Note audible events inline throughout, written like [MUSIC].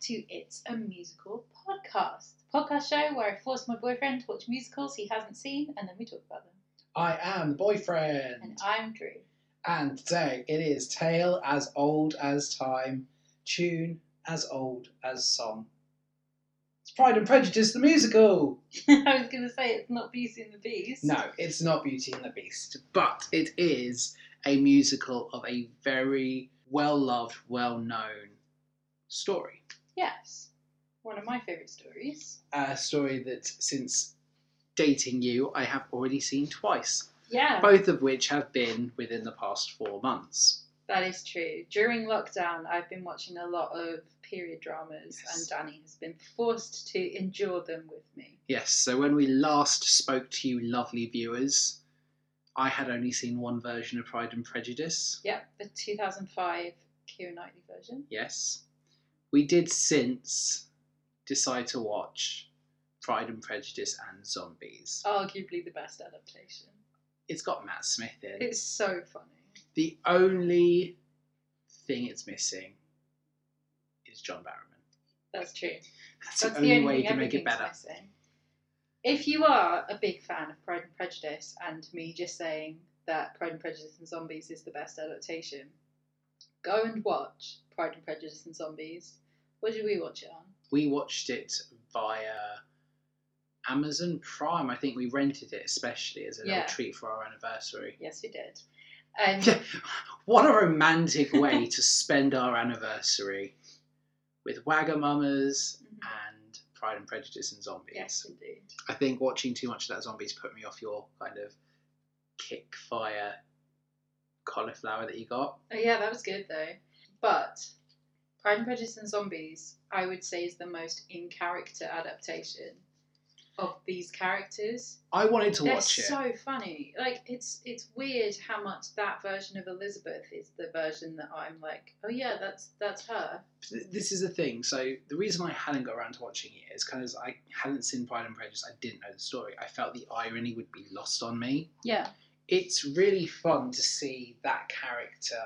to It's a Musical podcast, the podcast show where I force my boyfriend to watch musicals he hasn't seen and then we talk about them. I am the boyfriend, And I'm Drew. [LAUGHS] and today it is tale as old as time, tune as old as song. It's Pride and Prejudice the musical. I was going to say it's not Beauty and the Beast. No, it's not Beauty and the Beast, but it is a musical of a very well-loved, well-known story. Yes. One of my favourite stories. A story that since dating you, I have already seen twice, Yeah, both of which have been within the past 4 months. that is true. During lockdown, I've been watching a lot of period dramas Yes. and Danny has been forced to endure them with me. Yes, so when we last spoke to you, lovely viewers, I had only seen one version of Pride and Prejudice. Yep, the 2005 Keira Knightley version. Yes. We did since decide to watch Pride and Prejudice and Zombies. Arguably the best adaptation. It's got Matt Smith in. It's so funny. the only thing it's missing is John Barrowman. That's true. That's, That's the only, way thing you can make it everything's better. missing. If you are a big fan of Pride and Prejudice and me just saying that Pride and Prejudice and Zombies is the best adaptation, go and watch Pride and Prejudice and Zombies. What did we watch it on? We watched it via Amazon Prime. I think we rented it especially as a Yeah. little treat for our anniversary. Yes, we did. [LAUGHS] Um, [LAUGHS] Yeah. What a romantic way to spend our anniversary with Wagamamas mhm. and Pride and Prejudice and Zombies. yes, indeed. I think watching too much of that Zombies put me off your kind of kick fire cauliflower that you got. Oh, yeah, that was good though. But Pride and Prejudice and Zombies, I would say, is the most in character adaptation of these characters. I wanted to They're watch it. so funny. Like it's it's weird how much that version of Elizabeth is the version that I'm like, oh yeah, that's that's her. Th- This is the thing. So the reason I hadn't got around to watching it is kind of I hadn't seen Pride and Prejudice. I didn't know the story. I felt the irony would be lost on me. Yeah. it's really fun to see that character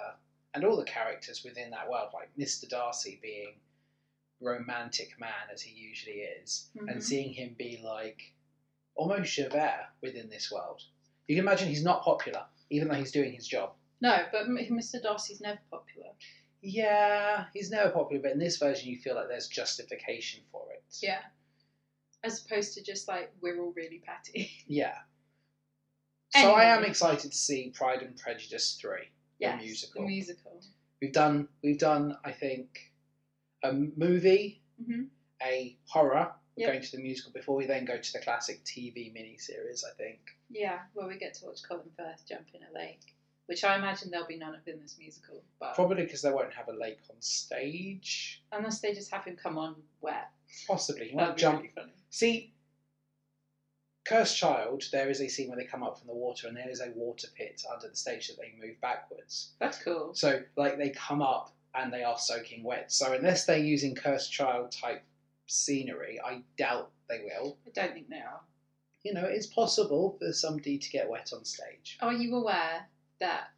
and all the characters within that world, like Mr. Darcy being romantic man as he usually is, Mhm. and seeing him be like almost Javert within this world. You can imagine he's not popular, even though he's doing his job. No, but M- Mr. Darcy's never popular. Yeah, he's never popular, but in this version, you feel like there's justification for it. Yeah. As opposed to just like we're all really [LAUGHS] petty. Yeah. So I am Anyway. excited to see Pride and Prejudice three. yes, musical. The musical. We've done we've done I think a movie, hmm a horror. We're Yep. going to the musical before we then go to the classic TV miniseries. I think Yeah, where we get to watch Colin Firth jump in a lake, which I imagine there'll be none of in this musical, but probably because they won't have a lake on stage. unless they just have him come on wet, Possibly he that'd might be jump. really funny. See, Cursed Child. There is a scene where they come up from the water, and there is a water pit under the stage that they move backwards. That's cool. So like they come up and they are soaking wet. So unless they're using Cursed Child type scenery, I doubt they will. I don't think they are. you know, it's possible for somebody to get wet on stage. Are you aware that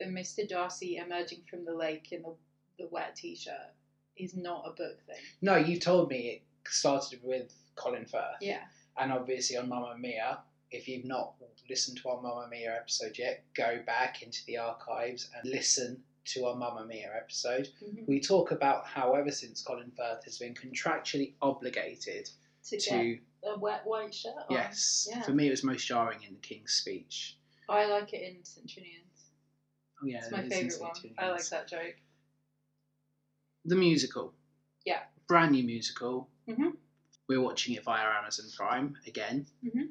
the Mr. Darcy emerging from the lake in the, the wet t shirt is not a book thing? No, you told me it started with Colin Firth. Yeah. And obviously on Mamma Mia, if you've not listened to our Mamma Mia episode yet, go back into the archives and listen to our Mamma Mia episode. Mm-hmm. We talk about how ever since Colin Firth has been contractually obligated To, to, get a wet white shirt on. yes, yeah. for me it was most jarring in the King's speech. I like it in Centurions. Oh yeah, It's my it is in favourite one. I like Centurions. that joke. the musical. Yeah. Brand new musical. Mhm. We're watching it via Amazon Prime again. Mhm.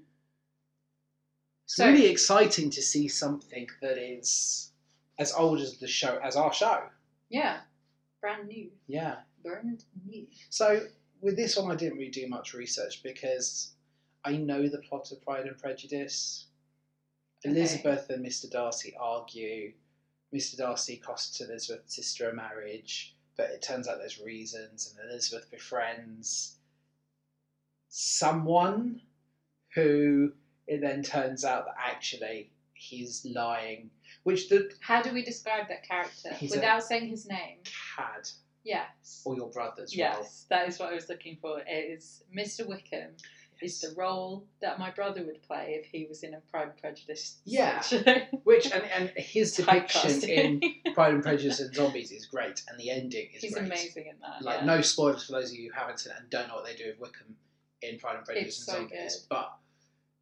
It's So- really exciting to see something that is as old as the show, as our show. Yeah. Brand new. Yeah. Brand new. So with this one, I didn't really do much research because I know the plot of Pride and Prejudice. Okay. Elizabeth and Mr. Darcy argue. Mr. Darcy costs Elizabeth's sister a marriage, but it turns out there's reasons, and Elizabeth befriends someone who it then turns out that actually he's lying, which the How do we describe that character He's a- without saying his name? cad Yes. or your brothers. Yes, that is what I was looking for. It is Mr. Wickham is the role that my brother would play if he was in a Pride and Prejudice. Yeah. situation. [LAUGHS] Which and, and his depiction in Typecasting. [LAUGHS] Pride and Prejudice and Zombies is great, and the ending is He's great. amazing in that. Like yeah. no spoilers for those of you who haven't seen it and don't know what they do with Wickham in Pride and Prejudice It's and so Zombies. But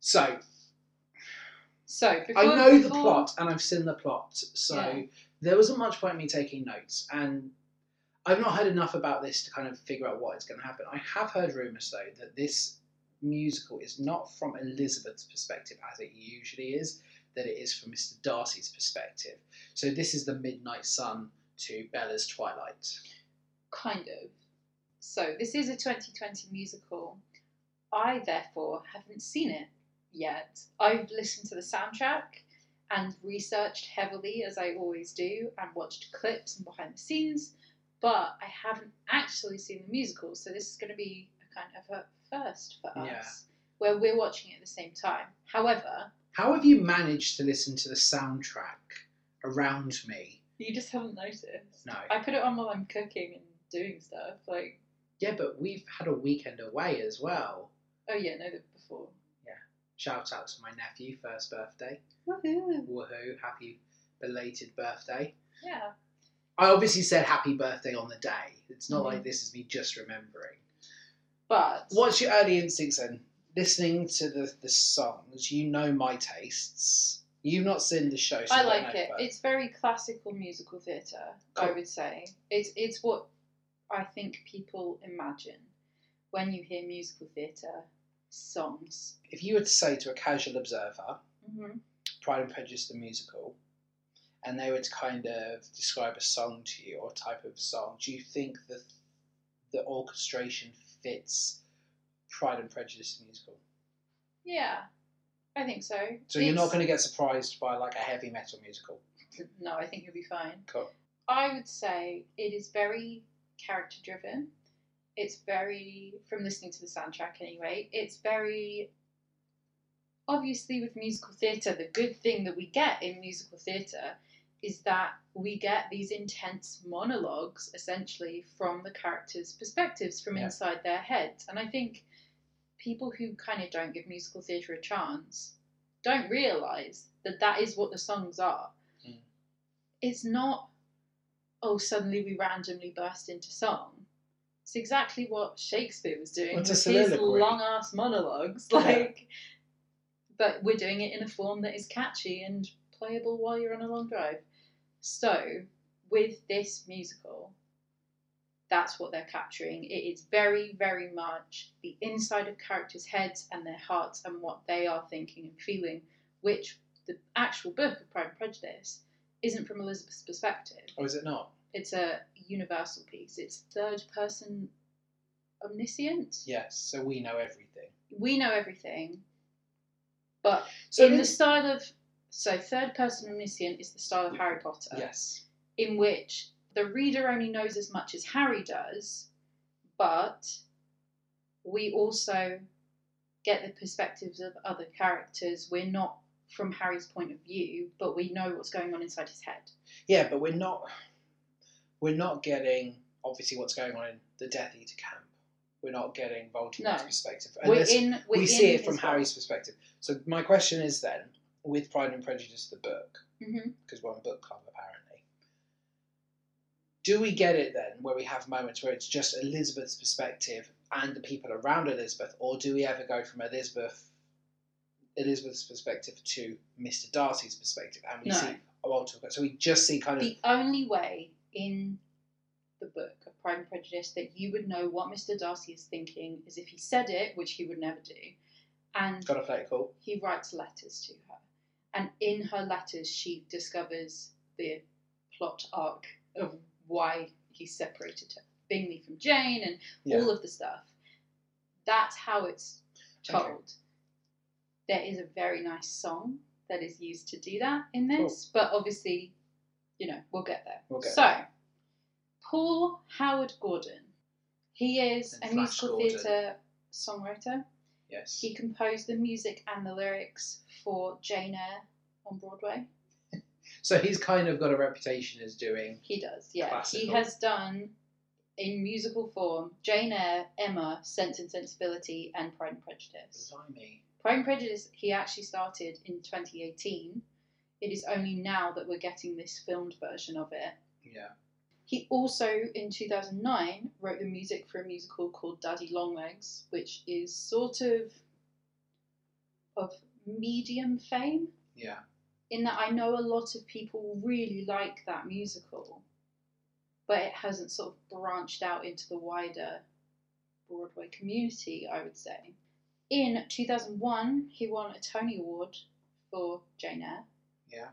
so So before, I know the before- plot and I've seen the plot, so Yeah. there wasn't much point in me taking notes. And I've not heard enough about this to kind of figure out what is going to happen. I have heard rumours though that this musical is not from Elizabeth's perspective as it usually is, that it is from Mr. Darcy's perspective. So this is the Midnight Sun to Bella's Twilight. Kind of. So this is a 2020 musical. I therefore haven't seen it yet. I've listened to the soundtrack and researched heavily as I always do and watched clips and behind the scenes, but I haven't actually seen the musical, so this is going to be a kind of a first for us Yeah. where we're watching it at the same time. However, How have you managed to listen to the soundtrack around me? you just haven't noticed. No. I put it on while I'm cooking and doing stuff like Yeah, but we've had a weekend away as well. oh yeah, no the before. Shout out to my nephew, first birthday. Woohoo. woohoo, happy belated birthday. Yeah. I obviously said happy birthday on the day. It's not Mhm. like this is me just remembering. But What's your early instincts then? Listening to the, the songs, you know my tastes. You've not seen the show, so I you don't like know, it. but- It's very classical musical theatre, I Cool. would say. It's it's what I think people imagine when you hear musical theatre songs. If you were to say to a casual observer, Mm-hmm. Pride and Prejudice the musical, and they were to kind of describe a song to you or type of song, do you think the the orchestration fits Pride and Prejudice the musical? Yeah, I think so. So you're not It's- going to get surprised by like a heavy metal musical. No, I think you'll be fine. Cool. I would say it is very character driven. It's very, from listening to the soundtrack anyway, it's very. Obviously, with musical theatre, the good thing that we get in musical theatre is that we get these intense monologues essentially from the characters' perspectives, from Yeah. inside their heads. And I think people who kind of don't give musical theatre a chance don't realise that that is what the songs are. Mm. It's not, oh, suddenly we randomly burst into song. It's exactly what Shakespeare was doing Well, it's a with his soliloquy. long ass monologues. Like, but we're doing it in a form that is catchy and playable while you're on a long drive. So, with this musical, that's what they're capturing. It is very, very much the inside of characters' heads and their hearts and what they are thinking and feeling, which the actual book of Pride and Prejudice isn't from Elizabeth's perspective. Or is it not? It's a universal piece, it's third person omniscient. Yes. So we know everything. We know everything, but So in the this- style of. So, third person omniscient is the style of Harry Potter yes. in which the reader only knows as much as Harry does, but we also get the perspectives of other characters. We're not from Harry's point of view, but we know what's going on inside his head. Yeah, but we're not. We're not getting obviously what's going on in the Death Eater camp. We're not getting Voldemort's No. perspective. We're Unless in. We're we in see it from his world. Harry's perspective. So my question is then, with Pride and Prejudice, the book, Mhm. because we're on book club apparently. Do we get it then, where we have moments where it's just Elizabeth's perspective and the people around Elizabeth, or do we ever go from Elizabeth, Elizabeth's perspective to Mister Darcy's perspective, and we No. see oh, Walter? So we just see kind of The only way in the book of Pride and Prejudice that you would know what Mr. Darcy is thinking is if he said it, which he would never do, and got to play it cool. he writes letters to her. And in her letters, she discovers the plot arc of why he separated her, Bingley from Jane, and Yeah. all of the stuff. That's how it's told. Okay. There is a very nice song that is used to do that in this, but obviously, you know, we'll get there. We'll get so, Paul Howard Gordon. He is And a Flash musical Gordon. theatre songwriter. Yes. He composed the music and the lyrics for Jane Eyre on Broadway. So he's kind of got a reputation as doing He does, yeah. Classical. He has done in musical form Jane Eyre, Emma, Sense and Sensibility, and Pride and Prejudice. Blimey. Pride and Prejudice, he actually started in 2018. It is only now that we're getting this filmed version of it. Yeah. He also, in 2009, wrote the music for a musical called Daddy Longlegs, which is sort of of medium fame Yeah. in that I know a lot of people really like that musical, but it hasn't sort of branched out into the wider Broadway community, I would say. In 2001, he won a Tony Award for Jane Eyre, Yeah.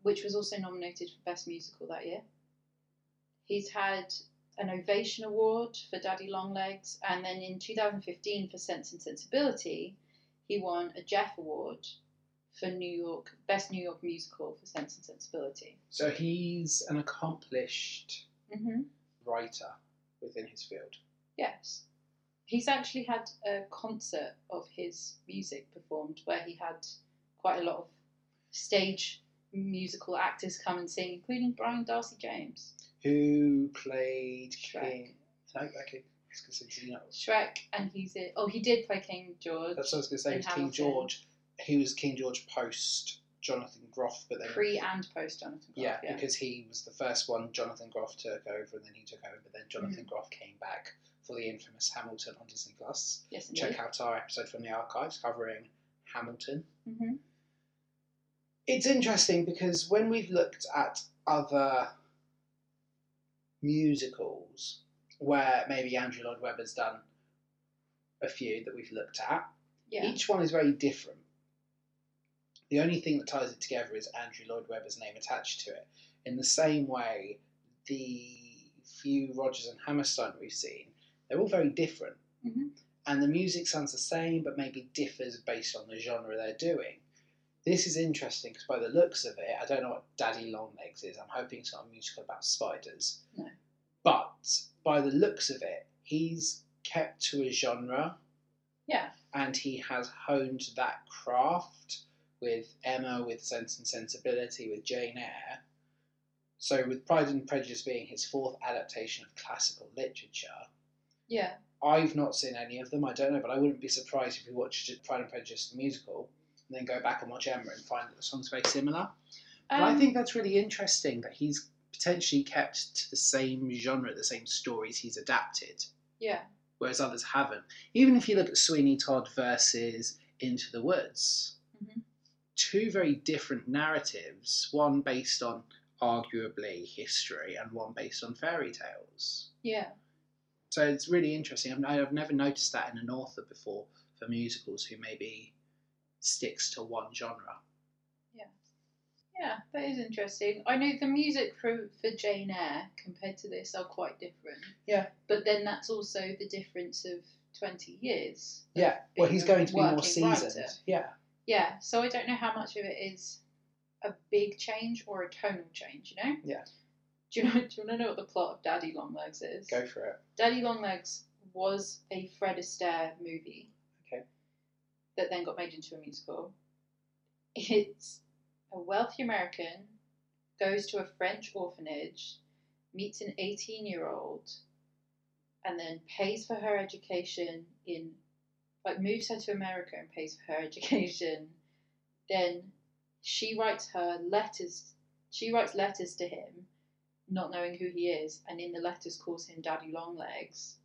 which was also nominated for Best Musical that year. He's had an Ovation Award for Daddy Longlegs, and then in 2015 for Sense and Sensibility, he won a Jeff Award for New York Best New York Musical for Sense and Sensibility. So he's an accomplished Mm-hmm. writer within his field. Yes, he's actually had a concert of his music performed where he had quite a lot of stage musical actors come and sing, including Brian Darcy James. Who played Shrek. King? No, okay. I was gonna say, you know, Shrek, and he's a, oh he did play King George that's what I was going to say. In was King Hamilton. George. He was King George post Jonathan Groff, but then pre and post Jonathan. Groff, yeah, because he was the first one Jonathan Groff took over, and then he took over. But then Jonathan Mm-hmm. Groff came back for the infamous Hamilton on Disney Plus. yes, Check out our episode from the archives covering Hamilton. Mm-hmm. It's interesting because when we've looked at other musicals, where maybe Andrew Lloyd Webber's done a few that we've looked at, Yeah, each one is very different. The only thing that ties it together is Andrew Lloyd Webber's name attached to it. In the same way, the few Rogers and Hammerstein we've seen, they're all very different. Mhm. And the music sounds the same, but maybe differs based on the genre they're doing. This is interesting because by the looks of it, I don't know what Daddy Longlegs is. I'm hoping it's not a musical about spiders. No. But by the looks of it, he's kept to a genre yeah, and he has honed that craft with Emma, with Sense and Sensibility, with Jane Eyre. So, with Pride and Prejudice being his fourth adaptation of classical literature, yeah. I've not seen any of them. I don't know, but I wouldn't be surprised if we watched Pride and Prejudice the musical and then go back and watch Emma and find that the song's very similar. But I Um, think that's really interesting that he's potentially kept to the same genre, the same stories he's adapted yeah. whereas others haven't. Even if you look at Sweeney Todd versus Into the Woods, Mhm. two very different narratives, one based on arguably history and one based on fairy tales. Yeah, So it's really interesting. I've, I've never noticed that in an author before for musicals who maybe sticks to one genre. yeah, that is interesting. I know the music for for Jane Eyre compared to this are quite different. Yeah. but then that's also the difference of twenty years. Yeah, well, he's going to be more Working writer. seasoned. Yeah, Yeah, so I don't know how much of it is a big change or a tonal change. You know. Yeah. Do you know? Do you want to know what the plot of Daddy Longlegs is? go for it. Daddy Longlegs was a Fred Astaire movie. Okay. That then got made into a musical. It's a wealthy American goes to a French orphanage, meets an 18 year old, and then pays for her education in, like, moves her to America and pays for her [LAUGHS] education. Then she writes her letters, she writes letters to him not knowing who he is, and in the letters calls him Daddy Longlegs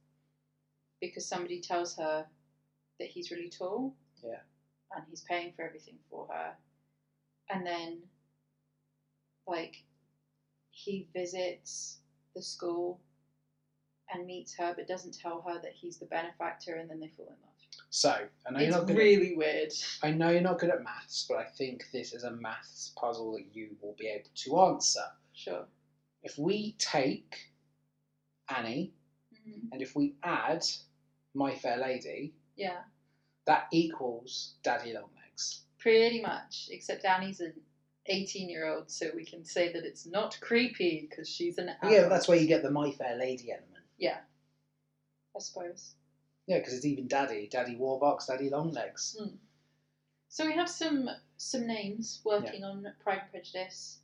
because somebody tells her that he's really tall. Yeah. And he's paying for everything for her. And then, like, he visits the school and meets her, but doesn't tell her that he's the benefactor, and then they fall in love. So, I know you're not it's gonna- really weird. I know you're not good at maths, but I think this is a maths puzzle that you will be able to answer. Sure. If we take Annie Mhm. and if we add My Fair Lady, Yeah, that equals Daddy Longlegs. pretty much. Except Annie's an 18 year old, so we can say that it's not creepy because she's an adult. Yeah, that's where you get the My Fair Lady element. Yeah, I suppose. Yeah, because it's even Daddy, Daddy Warbucks, Daddy Longlegs. So we have some some names working on Pride and Prejudice,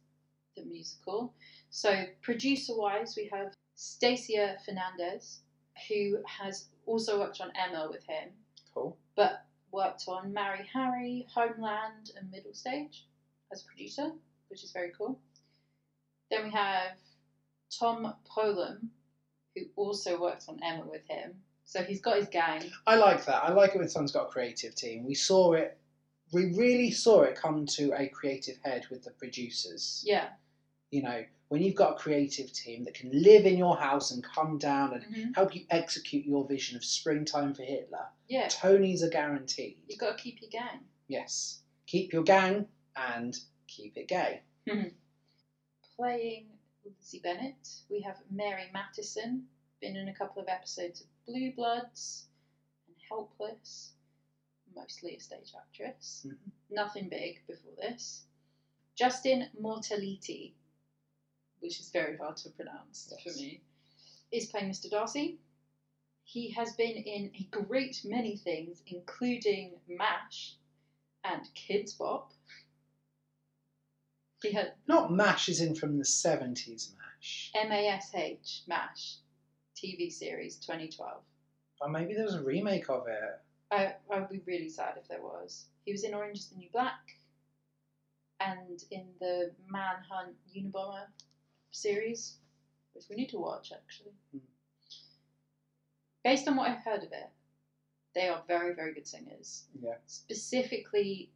the musical. So producer wise, we have Stacia Fernandez, who has also worked on Emma with him, Cool. but worked on Marry Harry, Homeland, and Middle Stage as producer, which is very cool. Then we have Tom Polam, who also worked on Emma with him. So he's got his gang. I like that. I like it when someone's got a creative team. We saw it. We really saw it come to a creative head with the producers. Yeah. You know, when you've got a creative team that can live in your house and come down and hmm help you execute your vision of springtime for Hitler, Yeah. Tony's are guaranteed. You've got to keep your gang. Yes. Keep your gang and keep it gay. Playing Lizzie Bennett, we have Mary Mattison, been in a couple of episodes of Blue Bloods and Helpless, mostly a stage actress. Mhm. Nothing big before this. Justin Mortaliti, which is very hard to pronounce Yes. for me, is playing Mr. Darcy. He has been in a great many things, including MASH and Kids Bop. He had Not MASH is in from the 70s MASH. MASH, MASH, TV series 2012. Or maybe there was a remake of it. I, I would be really sad if there was. He was in Orange is the New Black and in the Manhunt Unabomber series, which we need to watch actually. Hmm. Based on what I've heard of it, they are very, very good singers. Yeah. Specifically,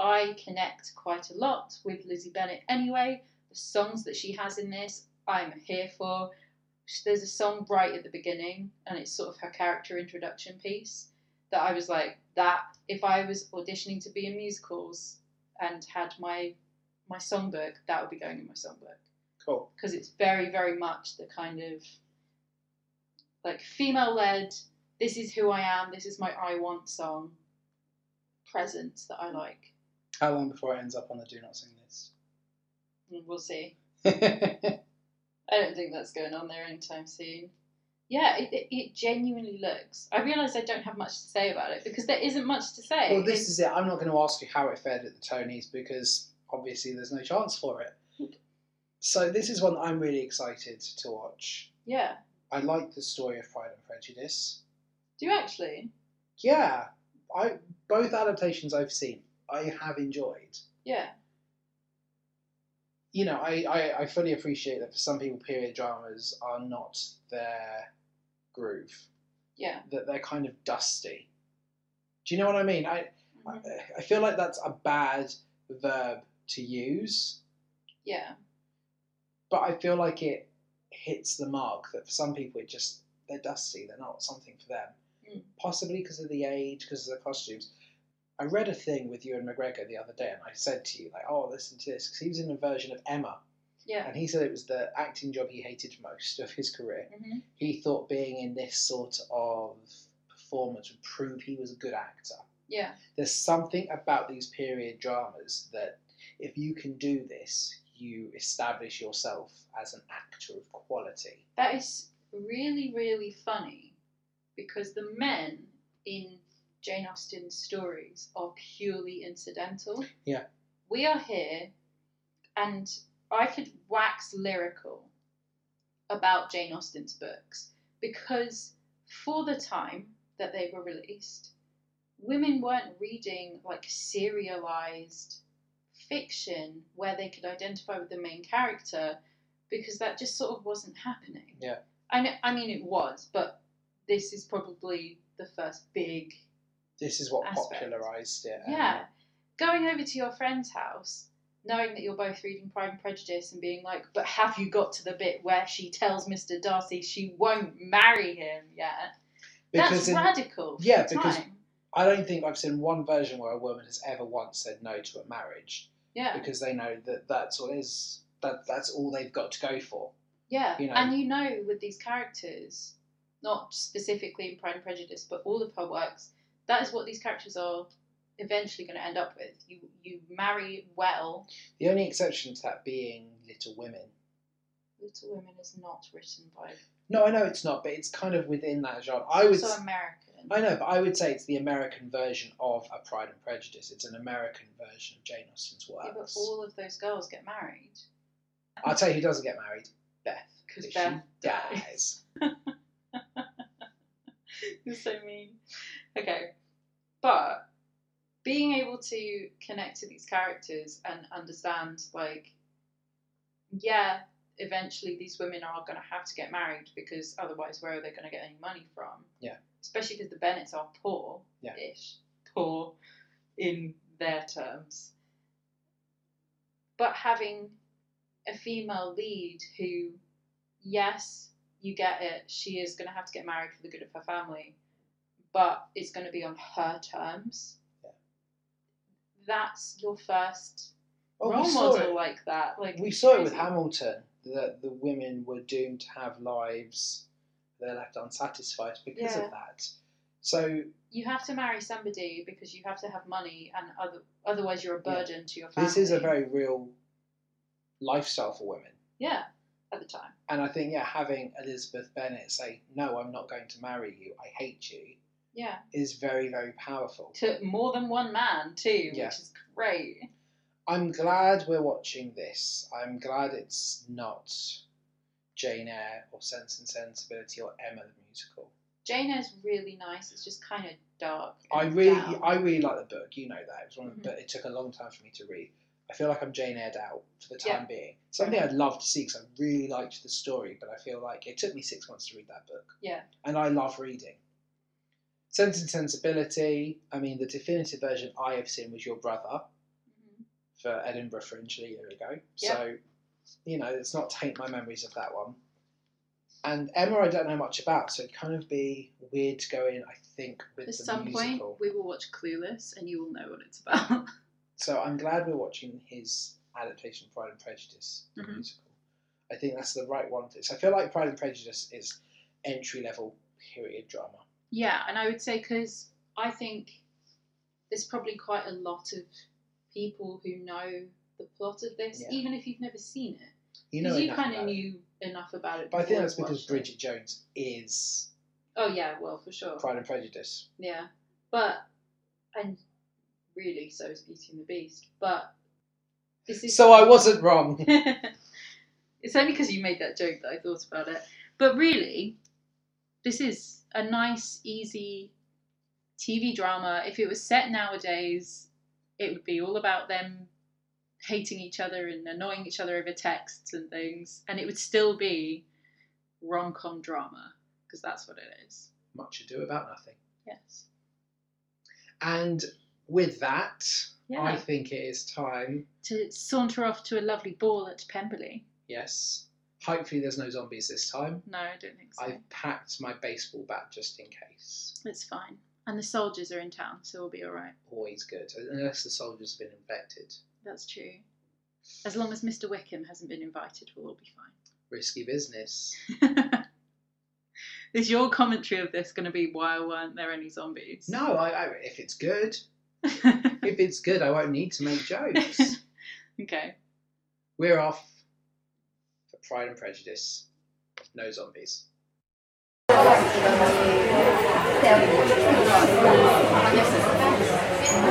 I connect quite a lot with Lizzie Bennett anyway. The songs that she has in this, I'm here for. There's a song right at the beginning, and it's sort of her character introduction piece that I was like that if I was auditioning to be in musicals and had my my songbook, that would be going in my songbook Cool. because it's very very much the kind of like female led. This is who I am. This is my I want song presence that I like. How long before it ends up on the Do Not Sing list? [LAUGHS] And We'll see. I don't think that's going on there anytime soon. Yeah, it, it, it genuinely looks. I realise I don't have much to say about it because there isn't much to say. Well, this is it. I'm not going to ask you how it fared at the Tonys because obviously there's no chance for it. So this is one that I'm really excited to watch. yeah. I like the story of Pride and Prejudice. Do you actually? Yeah, I both adaptations I've seen I have enjoyed. Yeah. You know, I, I, I fully appreciate that for some people period dramas are not their groove. Yeah. That they're kind of dusty. Do you know what I mean? I I, Mhm. I feel like that's a bad verb to use. Yeah. but I feel like it hits the mark that for some people it just they're dusty, they're not something for them. Mm. Possibly because of the age, because of the costumes. I read a thing with Ewan McGregor the other day, and I said to you like, "Oh, listen to this," because he was in a version of Emma, Yeah. and he said it was the acting job he hated most of his career. hmm He thought being in this sort of performance would prove he was a good actor. Yeah. There's something about these period dramas that if you can do this, you establish yourself as an actor of quality. That is really, really funny because the men in Jane Austen's stories are purely incidental. Yeah. We are here, and I could wax lyrical about Jane Austen's books because for the time that they were released, women weren't reading like serialized fiction where they could identify with the main character because that just sort of wasn't happening. Yeah. I, know, I mean, it was, but this is probably the first big. This is what Aspect. popularized it. and- Yeah. Going over to your friend's house, knowing that you're both reading Pride and Prejudice and being like, but have you got to the bit where she tells Mr. Darcy she won't marry him yet? because That's in- radical. for Yeah, the because- time. I don't think I've seen one version where a woman has ever once said no to a marriage Yeah. because they know that that's all is that that's all they've got to go for. Yeah, you know. and you know, with these characters, not specifically in Pride and Prejudice, but all of her works, that is what these characters are eventually going to end up with. You you marry well. The only exception to that being Little Women. Little Women is not written by No, I know it's not, but it's kind of within that genre. I would so American. I know, but I would say it's the American version of A Pride and Prejudice. It's an American version of Jane Austen's Yeah, but works. all of those girls get married. I'll tell you who doesn't get married Beth. 'Cause if Beth she dies. [LAUGHS] dies. You're so mean. Okay. But being able to connect to these characters and understand, like, yeah, eventually these women are going to have to get married because otherwise, where are they going to get any money from? Yeah. Especially because the Bennets are poor Yeah. ish. Poor in their terms. But having a female lead who, yes, you get it. She is going to have to get married for the good of her family, but it's going to be on her terms. Yeah. That's your first Well, Oh, we role saw model it. like that. Like We saw it with crazy. Hamilton that the women were doomed to have lives they're left unsatisfied because Yeah. of that. So You have to marry somebody because you have to have money, and other, otherwise you're a Yeah. burden to your family. this is a very real lifestyle for women. yeah at the time. And I think, yeah, having Elizabeth Bennet say, No, I'm not going to marry you, I hate you, Yeah, is very, very powerful. to more than one man too, Yeah. which is great. I'm glad we're watching this. I'm glad it's not Jane Eyre or Sense and Sensibility or Emma the musical. Jane is really nice. It's just kind of dark. I and really, down. I really like the book. You know that it was one, of Mhm. but it took a long time for me to read. I feel like I'm Jane Eyre out for the Yeah. time being. Something I'd love to see because I really liked the story, but I feel like it took me six months to read that book. Yeah. and I love reading. Sense and Sensibility. I mean, the definitive version I have seen was Your Brother Mhm. for Edinburgh Fringe a year ago. Yeah. So, you know, let's not taint my memories of that one. And Emma, I don't know much about, so it'd kind of be weird to go in. I think with At the some musical. point, we will watch Clueless, and you will know what it's about. So I'm glad we're watching his adaptation of Pride and Prejudice the Mhm. musical. I think that's the right one for this. I feel like Pride and Prejudice is entry level period drama. Yeah, and I would say because I think there's probably quite a lot of people who know the plot of this, Yeah. even if you've never seen it. You know, Because you, enough kind of about it. knew enough about it. But I before think that's you because watched it. Bridget Jones is Oh yeah, well for sure. Pride and Prejudice. Yeah, but and really, so is Beauty and the Beast. But this is So I wasn't wrong. [LAUGHS] it's only because you made that joke that I thought about it. But really, this is a nice, easy TV drama. If it was set nowadays, it would be all about them hating each other and annoying each other over texts and things, and it would still be rom com drama because that's what it is. Much ado about nothing. Yes. And with that, Yeah. I think it is time. to saunter off to a lovely ball at Pemberley. Yes. Hopefully, there's no zombies this time. No, I don't think so. I've packed my baseball bat just in case. It's fine. And the soldiers are in town, so we'll be all right. always good, unless the soldiers have been infected. That's true. As long as Mr. Wickham hasn't been invited, we'll all be Risky business. fine. Is your commentary of this going to be why weren't there any zombies? No, I, I, if it's good, if it's good, I won't need to make jokes. [LAUGHS] okay. We're off for Pride and Prejudice. No zombies. Oh,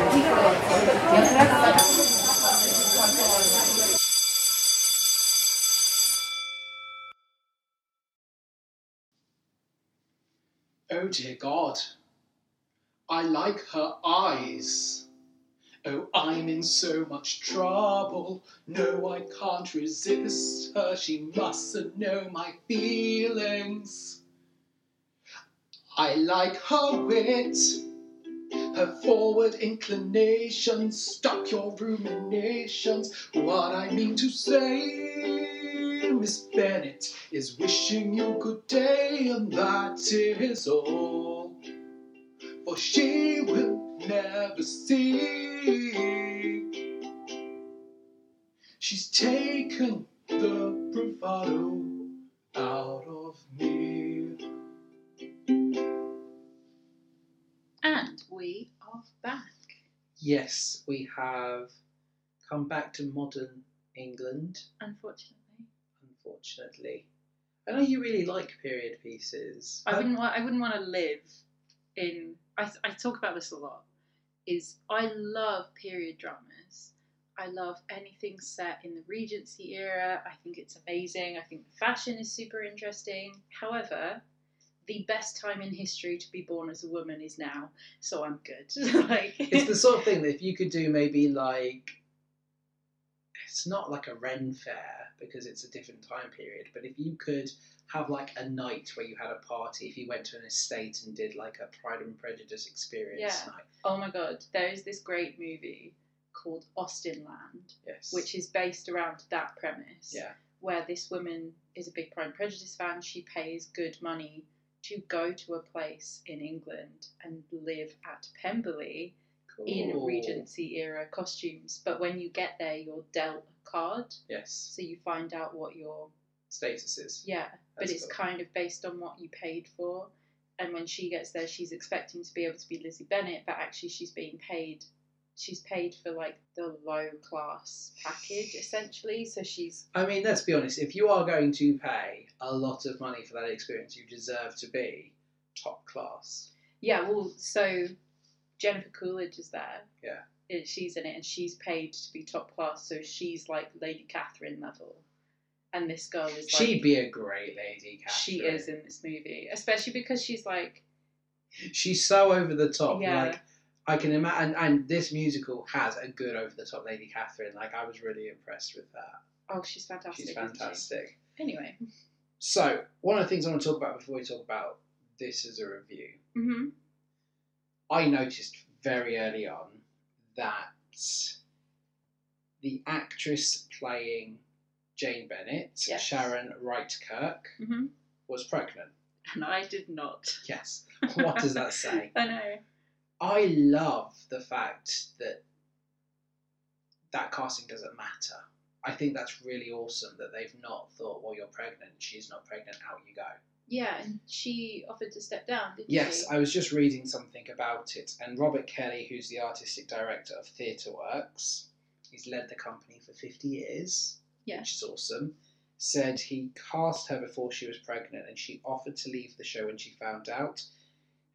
Oh dear God. I like her eyes. Oh, I'm in so much trouble. No, I can't resist her. She mustn't know my feelings. I like her wit, her forward inclinations. Stop your ruminations. What I mean to say, Miss Bennet, is wishing you good day, and that is all for she will never see. She's taken the bravado out of me. And we are back. Yes, we have come back to modern England, Unfortunately, unfortunately. I know you really like period pieces. I wouldn't. Wa- I wouldn't want to live in. I, I talk about this a lot. Is I love period dramas. I love anything set in the Regency era. I think it's amazing. I think the fashion is super interesting. However, the best time in history to be born as a woman is now, so I'm good. [LAUGHS] like [LAUGHS] It's the sort of thing that if you could do maybe like it's not like a Ren fair because it's a different time period, but if you could have like a night where you had a party, if you went to an estate and did like a Pride and Prejudice experience Yeah. night, oh my god, there is this great movie called Austin Land, yes, which is based around that premise. Yeah. Where this woman is a big Pride and Prejudice fan, she pays good money to go to a place in England and live at Pemberley in Cool. Regency era costumes. But when you get there, you're dealt a card, yes so you find out what your statuses, yeah. But That's it's cool. kind of based on what you paid for. And when she gets there, she's expecting to be able to be Lizzie Bennett, but actually she's being paid. She's paid for like the low class package essentially. So she's I mean, let's be honest. If you are going to pay a lot of money for that experience, you deserve to be top class. yeah. Well, so Jennifer Coolidge is there. Yeah. Uh, She's in it, and she's paid to be top class. So she's like Lady Catherine level, and this girl is. like, She'd be a great lady, Catherine. she is in this movie, especially because she's like, She's so over the top. Yeah. Like I can imagine, and, and this musical has a good over the top Lady Catherine. Like I was really impressed with that. oh, she's fantastic. She's isn't she? fantastic. Anyway, So one of the things I want to talk about before we talk about this as a review, hmm I noticed very early on that the actress playing Jane Bennett, Yes. Sharon Wright Kirk, hmm was pregnant. and I did not. Yes. What does that say? [LAUGHS] I know. I love the fact that that casting doesn't matter. I think that's really awesome that they've not thought, well, you're pregnant, she's not pregnant, out you go. Yeah, and she offered to step down, didn't Yes, she? I was just reading something about it, and Robert Kelly, who's the artistic director of Theatre Works, he's led the company for 50 years, which Yes. is awesome, said he cast her before she was pregnant and she offered to leave the show when she found out.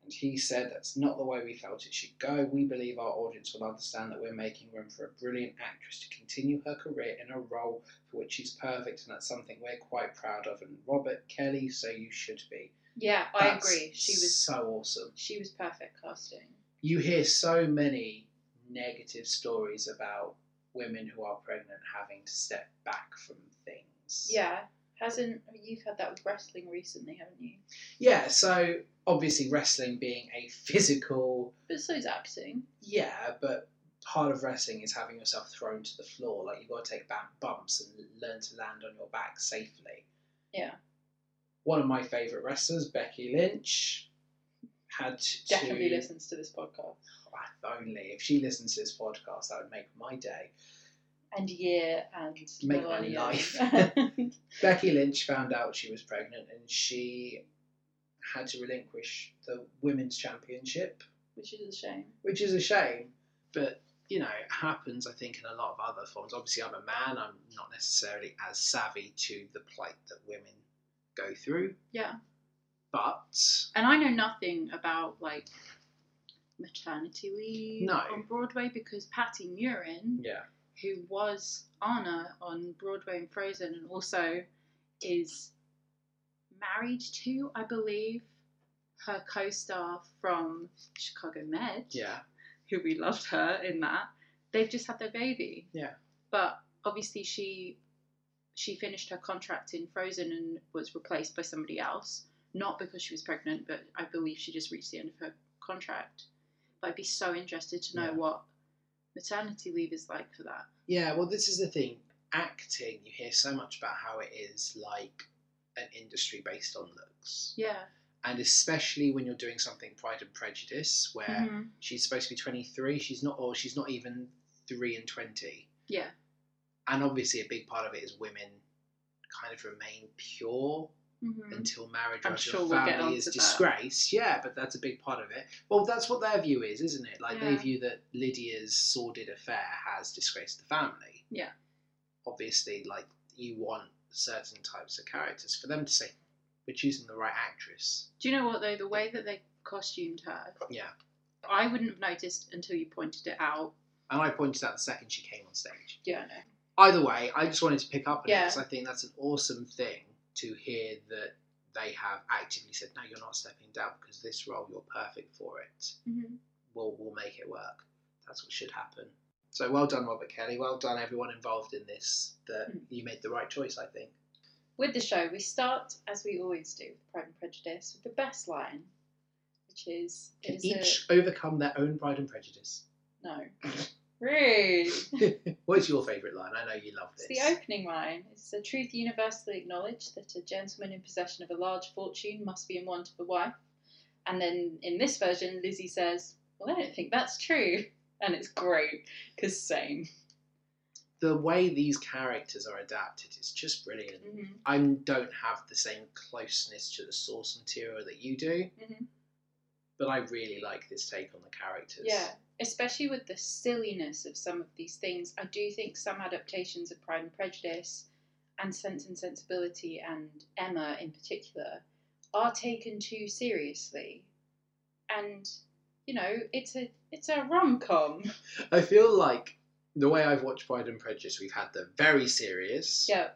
And he said, That's not the way we felt it should go. We believe our audience will understand that we're making room for a brilliant actress to continue her career in a role for which she's perfect, and that's something we're quite proud of. And Robert Kelly, so you should be. Yeah, I That's agree. She was so awesome she was perfect casting. you hear so many negative stories about women who are pregnant having to step back from things. Yeah. Hasn't you've had that with wrestling recently, haven't you? Yeah, so obviously wrestling being a physical But so is acting. yeah, but part of wrestling is having yourself thrown to the floor. Like you've got to take back bumps and learn to land on your back safely. Yeah. One of my favourite wrestlers, Becky Lynch, had to Definitely listens to this podcast. If only if she listens to this podcast, that would make my day. And year and Make my millennium. life. [LAUGHS] Becky Lynch found out she was pregnant and she had to relinquish the women's championship, [LAUGHS] Which is a shame. which is a shame, but you know, it happens I think in a lot of other forms. Obviously, I'm a man, I'm not necessarily as savvy to the plight that women go through, Yeah. but And I know nothing about like maternity leave No. on Broadway because Patty Murin, yeah, who was Anna on Broadway and Frozen, and also is married to, I believe, her co-star from Chicago Med, yeah, who we loved her in that. They've just had their baby. Yeah. But obviously she she finished her contract in Frozen and was replaced by somebody else. Not because she was pregnant, but I believe she just reached the end of her contract. But I'd be so interested to know Yeah. what maternity leave is like for that. yeah. Well, this is the thing acting, you hear so much about how it is like an industry based on looks, Yeah. and especially when you're doing something Pride and Prejudice, where Mhm. She's supposed to be 23. She's not, or she's not even three and 20. Yeah. And obviously, a big part of it is women kind of remain pure Mhm. until marriage I'm or sure your we'll get family onto is that. disgraced. Yeah, but that's a big part of it. Well, that's what their view is, isn't it? Like they Yeah. view that Lydia's sordid affair has disgraced the family. Yeah. Obviously, like you want certain types of characters for them to say, we're choosing the right actress. Do you know what though? The way that they costumed her, Yeah. I wouldn't have noticed until you pointed it out. And I pointed out the second she came on stage. Yeah, I know. Either way, I just wanted to pick up on it Yeah. because I think that's an awesome thing to hear that they have actively said, no, you're not stepping down because this role, you're perfect for it. Mm-hmm. We'll, we'll make it work. That's what should happen. So well done, Robert Kelly. Well done, everyone involved in this. That Mm. you made the right choice, I think. With the show, we start as we always do with Pride and Prejudice with the best line, which is, Can is each overcome their own pride and prejudice. it, no, rude. What's your favourite line? I know you love It's this. the opening line. It's a truth universally acknowledged that a gentleman in possession of a large fortune must be in want of a wife. And then in this version, Lizzie says, Well, I don't think that's true. And it's great, because same. the way these characters are adapted is just brilliant. Mm-hmm. I don't have the same closeness to the source material that you do, Mhm. but I really like this take on the characters. Yeah, especially with the silliness of some of these things. I do think some adaptations of Pride and Prejudice and Sense and Sensibility and Emma in particular are taken too seriously. And, you know, it's a it's a rom com. I feel like the way I've watched Pride and Prejudice, we've had the very serious Yeah.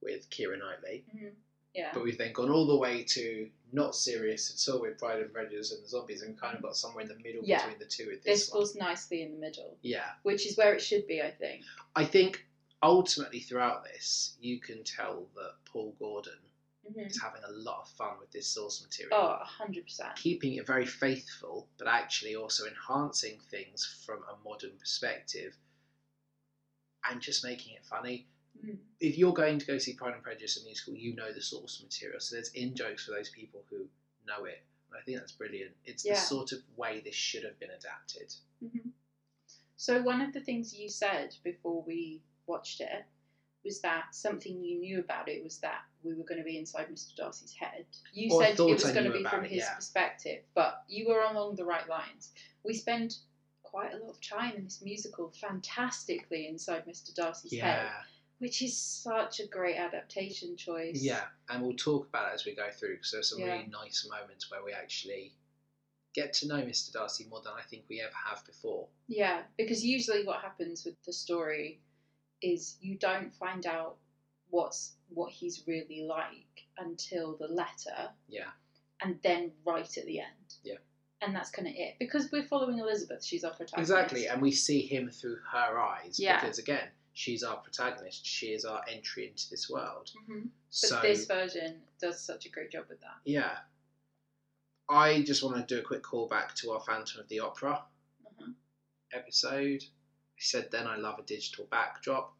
with Kira Knightley, Mhm. Yeah. but we've then gone all the way to not serious at all with Pride and Prejudice and the zombies, and kind of got somewhere in the middle Yeah. between the two with this, This one. falls nicely in the middle, Yeah. which is where it should be, I think. I think ultimately throughout this, you can tell that Paul Gordon Mm-hmm. is having a lot of fun with this source material, Oh, 100%. keeping it very faithful, but actually also enhancing things from a modern perspective and just making it funny. Mhm. If you're going to go see Pride and Prejudice a musical, you know the source material, so there's in jokes for those people who know it. And I think that's brilliant. It's Yeah. the sort of way this should have been adapted. Mhm. So, one of the things you said before we watched it was that something you knew about it was that we were going to be inside Mr. Darcy's head. You Or I said it thought was I going to knew be about from it, his yeah. perspective, but you were along the right lines. We spend quite a lot of time in this musical fantastically inside Mr. Darcy's head, which is such a great adaptation choice. Yeah, and we'll talk about it as we go through because there's some Yeah. really nice moments where we actually get to know Mr. Darcy more than I think we ever have before. Yeah, because usually what happens with the story is you don't find out what's what he's really like until the letter Yeah, and then right at the end. Yeah. And that's kind of it because we're following Elizabeth, she's our protagonist. exactly. And we see him through her eyes Yeah. because, again, she's our protagonist, she is our entry into this world. hmm But so, this version does such a great job with that. yeah. I just want to do a quick callback to our Phantom of the Opera uh episode. I said then I love a digital backdrop,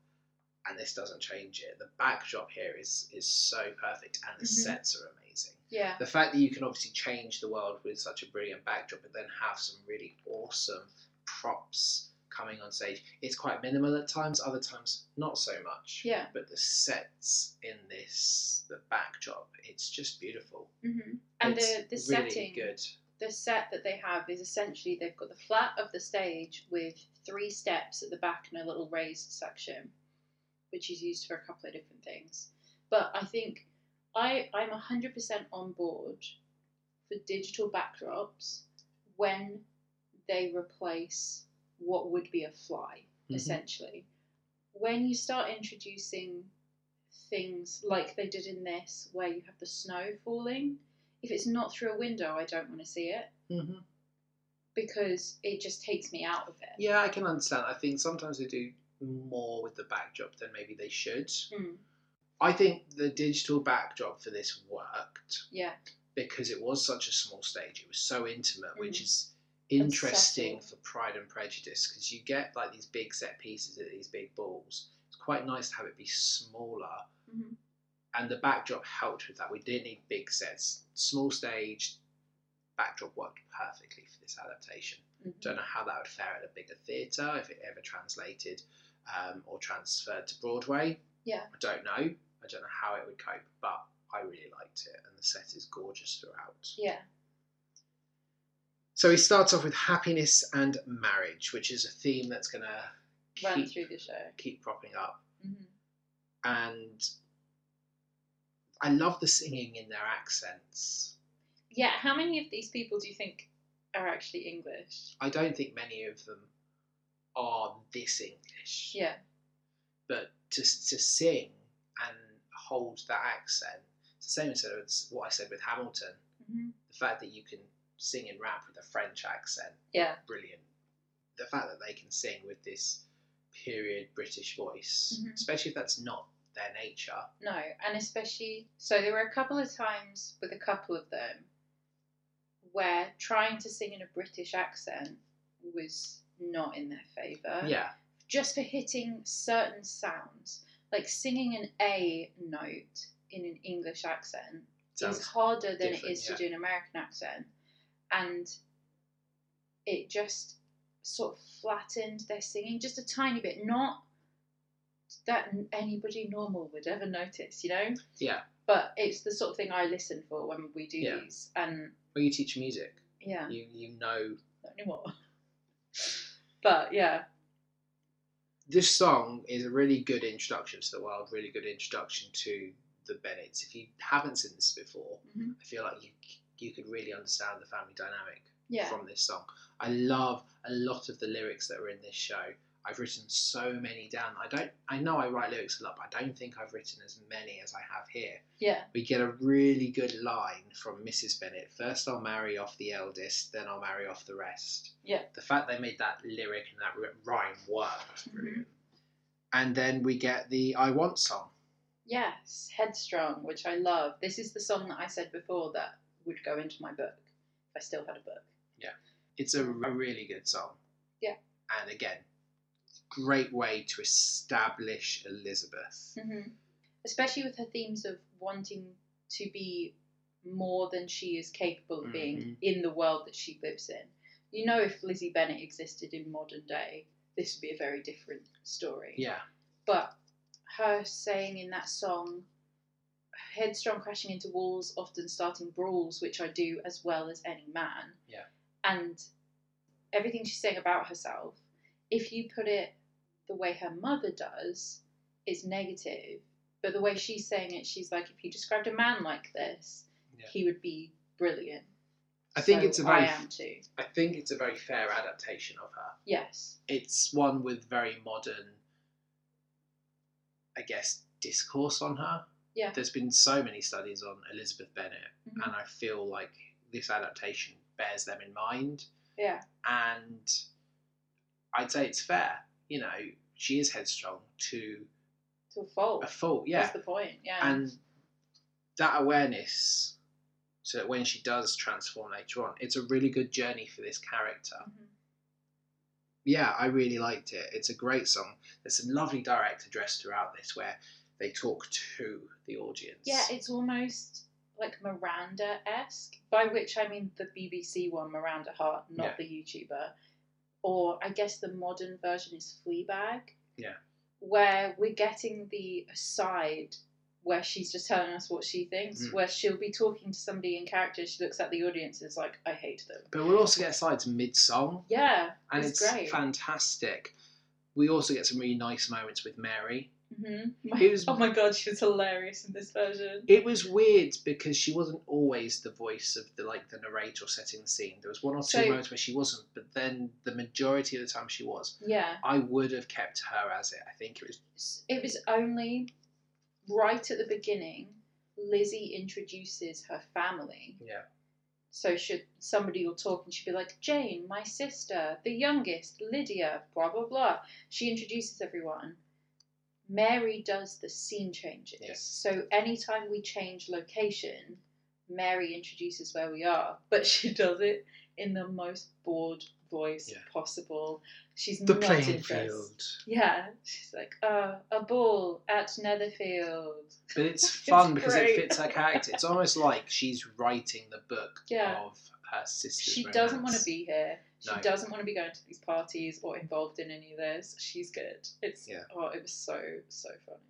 and this doesn't change it. The backdrop here is is so perfect, and the Mhm. sets are amazing. Yeah. the fact that you can obviously change the world with such a brilliant backdrop, but then have some really awesome props coming on stage. It's quite minimal at times, other times not so much. Yeah. But the sets in this, the backdrop, it's just beautiful. hmm And the, the It's really setting, good. the set that they have is essentially they've got the flat of the stage with three steps at the back and a little raised section, which is used for a couple of different things. But I think I, I'm 100% on board for digital backdrops when they replace what would be a fly, Mhm. essentially. When you start introducing things like they did in this, where you have the snow falling, if it's not through a window, I don't want to see it hmm because it just takes me out of it. Yeah, I can understand. I think sometimes they do more with the backdrop than maybe they should. Mm, I think the digital backdrop for this worked. Yeah. Because it was such a small stage, it was so intimate, which Mhm. is interesting subtle. for Pride and Prejudice because you get like these big set pieces at these big balls. It's quite nice to have it be smaller, Mhm. and the backdrop helped with that. We didn't need big sets, small stage backdrop worked perfectly for this adaptation. mhm. Don't know how that would fare at a bigger theatre if it ever translated um, or transferred to Broadway. Yeah. I don't know. I don't know how it would cope, but I really liked it, and the set is gorgeous throughout. Yeah. So we start off with happiness and marriage, which is a theme that's going to Run keep, through the show. keep propping up. Mhm. And I love the singing in their accents. Yeah. How many of these people do you think are actually English? I don't think many of them are this English. Yeah. But to, to sing and hold that accent, it's the same as what I said with Hamilton. Mhm. The fact that you can sing and rap with a French accent, Yeah. brilliant. The fact that they can sing with this period British voice, Mhm. especially if that's not their nature. No, and especially so there were a couple of times with a couple of them where trying to sing in a British accent was not in their favour. yeah, Just for hitting certain sounds. Like singing an A note in an English accent is sounds harder than it different, is yeah. to do an American accent. And it just sort of flattened their singing just a tiny bit, not that anybody normal would ever notice, you know? yeah. But it's the sort of thing I listen for when we do Yeah. these. And Well, you teach music, yeah, you you know not [LAUGHS] anymore. but yeah, this song is a really good introduction to the world, really good introduction to the Bennets. If you haven't seen this before, Mhm. I feel like you you could really understand the family dynamic yeah, from this song. I love a lot of the lyrics that are in this show. I've written so many down. I don't. I know I write lyrics a lot, but I don't think I've written as many as I have here. yeah, We get a really good line from Mrs. Bennett. First, I'll marry off the eldest, then I'll marry off the rest. Yeah. The fact they made that lyric and that r- rhyme work was Mm-hmm. brilliant. And then we get the I Want song. yes. Headstrong, which I love. This is the song that I said before that would go into my book if I still had a book. It's a r- really good song. Yeah. And again, great way to establish Elizabeth. hmm Especially with her themes of wanting to be more than she is capable of being Mhm. in the world that she lives in. You know, if Lizzie Bennett existed in modern day, this would be a very different story. Yeah. But her saying in that song, headstrong crashing into walls, often starting brawls, which I do as well as any man. Yeah. And everything she's saying about herself, if you put it the way her mother does, is negative. But the way she's saying it, she's like, if you described a man like this, Yeah. he would be brilliant. I think So it's a very. I f- am too. I think it's a very fair adaptation of her. Yes. It's one with very modern. I guess discourse on her. Yeah. There's been so many studies on Elizabeth Bennet, Mhm. and I feel like this adaptation bears them in mind. Yeah. And I'd say it's fair. You know, she is headstrong to To a fault. a fault. Yeah. That's the point. Yeah. And that awareness, so that when she does transform later on, it's a really good journey for this character. Mhm. yeah, I really liked it. It's a great song. There's some lovely direct address throughout this where they talk to the audience. Yeah, it's almost like Miranda esque, by which I mean the BBC one, Miranda Hart, not Yeah. the YouTuber. Or I guess the modern version is Fleabag. Yeah. Where we're getting the aside where she's just telling us what she thinks, Mm. where she'll be talking to somebody in character, she looks at the audience and is like, I hate them. But we'll also get sides mid song, Yeah. and It's it's, great. fantastic. We also get some really nice moments with Mary. hmm It was, [LAUGHS] oh my god, she was hilarious in this version. it was weird because she wasn't always the voice of the like the narrator setting the scene. There was one or two So- moments where she wasn't, but then the majority of the time she was. Yeah. I would have kept her as it. I think it was it was only right at the beginning Lizzie introduces her family. Yeah. So should somebody will talk and she'd be like, Jane, my sister, the youngest, Lydia, blah blah blah. She introduces everyone. Mary does the scene changes. Yeah. So anytime we change location, Mary introduces where we are, but she does it in the most bored voice Yeah. possible. She's not impressed. Yeah, she's like, uh, a ball at Netherfield. But it's fun [LAUGHS] It's because great. it fits her character. It's almost like she's writing the book Yeah. of her sister's She doesn't want romance. to be here. She No. doesn't want to be going to these parties or involved in any of this. She's good. It's Yeah. oh, it was so so funny.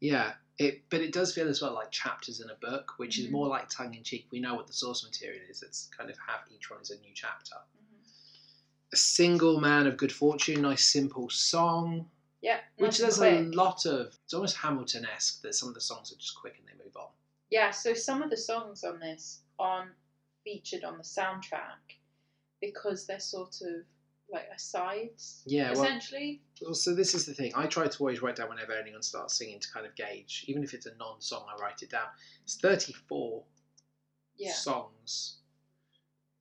Yeah, it, but it does feel as well like chapters in a book, which Mhm. is more like tongue in cheek. We know what the source material is. It's kind of have each one is a new chapter. Mm-hmm. A single man of good fortune, nice simple song, Yeah, which nice and there's a quick. lot of. It's almost Hamilton esque that some of the songs are just quick and they move on. Yeah, so some of the songs on this aren't featured on the soundtrack because they're sort of like asides, Yeah, well, essentially. well, so this is the thing. I try to always write down whenever anyone starts singing to kind of gauge, even if it's a non song, I write it down. It's 34 Yeah, songs.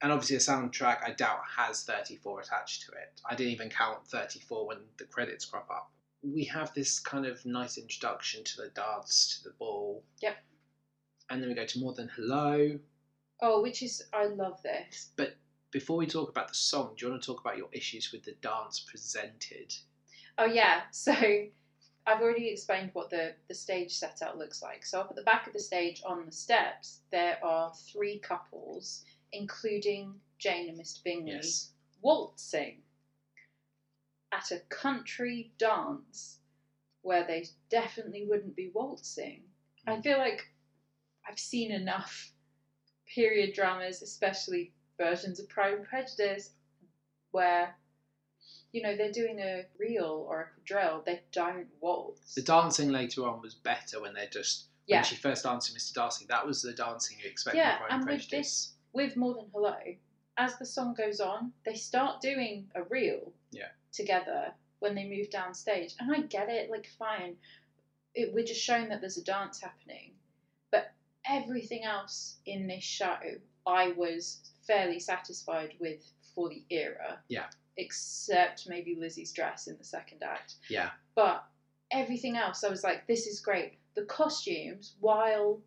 And obviously, a soundtrack I doubt has 34 attached to it. I didn't even count 34 when the credits crop up. We have this kind of nice introduction to the dance, to the ball. Yep. And then we go to More Than Hello. Oh, which is I love this. Before we talk about the song, do you want to talk about your issues with the dance presented? Oh yeah, [LAUGHS] so I've already explained what the the stage setup looks like. So up at the back of the stage on the steps, there are three couples, including Jane and Mr. Bingley, Yes. waltzing at a country dance where they definitely wouldn't be waltzing. I Mm. feel like I've seen enough period dramas, especially versions of Pride and Prejudice, where you know they're doing a reel or a quadrille, they don't waltz. The dancing later on was better when they're just. yeah, When she first danced with Mr. Darcy, that was the dancing you expect Yeah, from Pride and and with Prejudice. with More Than Hello, as the song goes on, they start doing a reel Yeah. together when they move down stage. And I get it, like, fine. It, we're just showing that there's a dance happening. But everything else in this show, I was fairly satisfied with for the era. Yeah. Except maybe Lizzie's dress in the second act. Yeah. But everything else, I was like, this is great. The costumes, while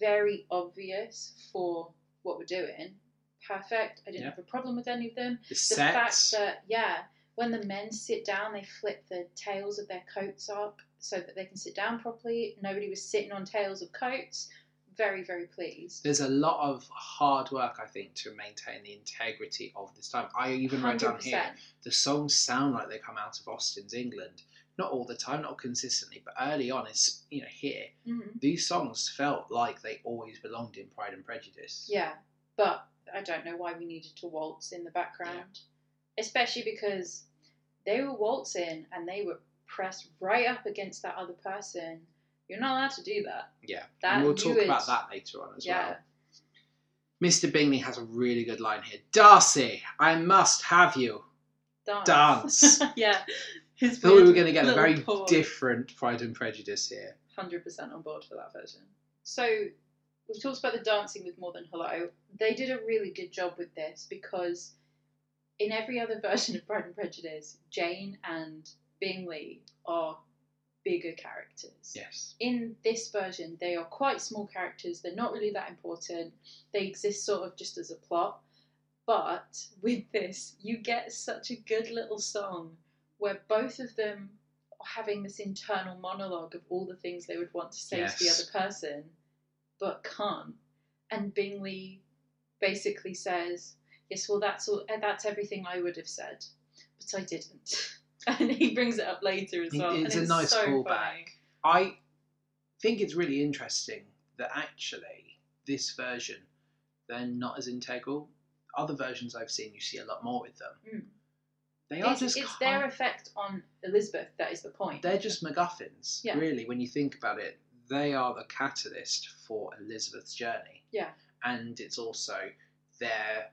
very obvious for what we're doing, perfect. I didn't Yeah. have a problem with any of them. The, The fact sets. that, yeah, when the men sit down, they flip the tails of their coats up so that they can sit down properly. Nobody was sitting on tails of coats. Very, very pleased. there's a lot of hard work, I think, to maintain the integrity of this time. I even wrote down here 100%. the songs sound like they come out of Austin's England. Not all the time, not consistently, but early on, it's you know here Mhm. these songs felt like they always belonged in Pride and Prejudice. Yeah, but I don't know why we needed to waltz in the background, especially because they were waltzing and they were pressed right up against that other person. You're not allowed to do that. yeah. That and we'll you talk would- about that later on as yeah, well. Mr. Bingley has a really good line here. Darcy, I must [LAUGHS] have you. dance. [LAUGHS] yeah, his I thought we were weird going to get a little very pause. different Pride and Prejudice here. hundred percent on board for that version. So we've talked about the dancing with More Than Hello. They did a really good job with this because in every other [LAUGHS] version of Pride and Prejudice, Jane and Bingley are bigger characters. Yes. In this version, they are quite small characters. They're not really that important. They exist sort of just as a plot. But with this, you get such a good little song where both of them are having this internal monologue of all the things they would want to say to the Yes. other person, but can't. And Bingley basically says, "Yes, well, that's all. eh, That's everything I would have said, but I didn't." [LAUGHS] And he brings it up later as It well. and is a nice so callback. funny. I think it's really interesting that actually this version they're not as integral. Other versions I've seen, you see a lot more with them. Mm. They are It's, just it's kind- their effect on Elizabeth that is the point. they're just MacGuffins, Yeah. really. When you think about it, they are the catalyst for Elizabeth's journey. Yeah. and it's also their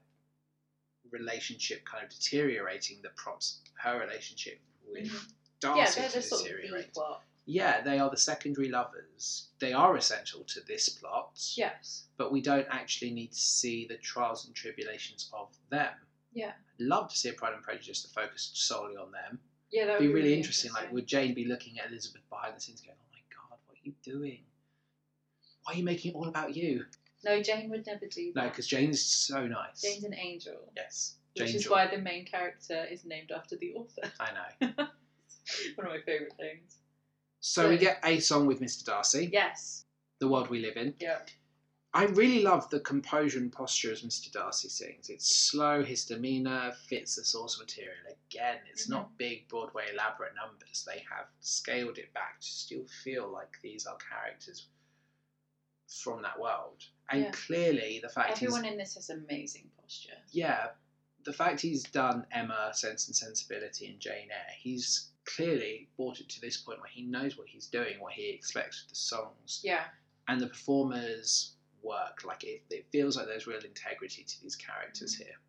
relationship kind of deteriorating that prompts her relationship with Mhm. yeah, Darcy they're to the sort of B deteriorate. plot. yeah, they are the secondary lovers. They are essential to this plot, Yes. but we don't actually need to see the trials and tribulations of them. Yeah. I'd love to see a Pride and Prejudice that focused solely on them. Yeah, that It'd be would really interesting. Like, would Jane be looking at Elizabeth behind the scenes going, oh my God, what are you doing? Why are you making it all about you? no, Jane would never do that. No, because Jane's so nice. Jane's an angel, yes. which Jane is Joy. why the main character is named after the author. [LAUGHS] I know. One of my favorite things. So, So- we get a song with Mr. Darcy, Yes. The World We Live In. Yeah. I really love the composure and posture as Mr. Darcy sings. It's slow, his demeanour fits the source material. Again, it's Mhm. not big Broadway elaborate numbers. They have scaled it back to still feel like these are characters from that world. And Yeah. clearly, the fact he's, Everyone in this has amazing posture. yeah, the fact he's done Emma, Sense and Sensibility, and Jane Eyre, he's clearly brought it to this point where he knows what he's doing, what he expects of the songs Yeah. and the performers work like it, it feels like there's real integrity to these characters here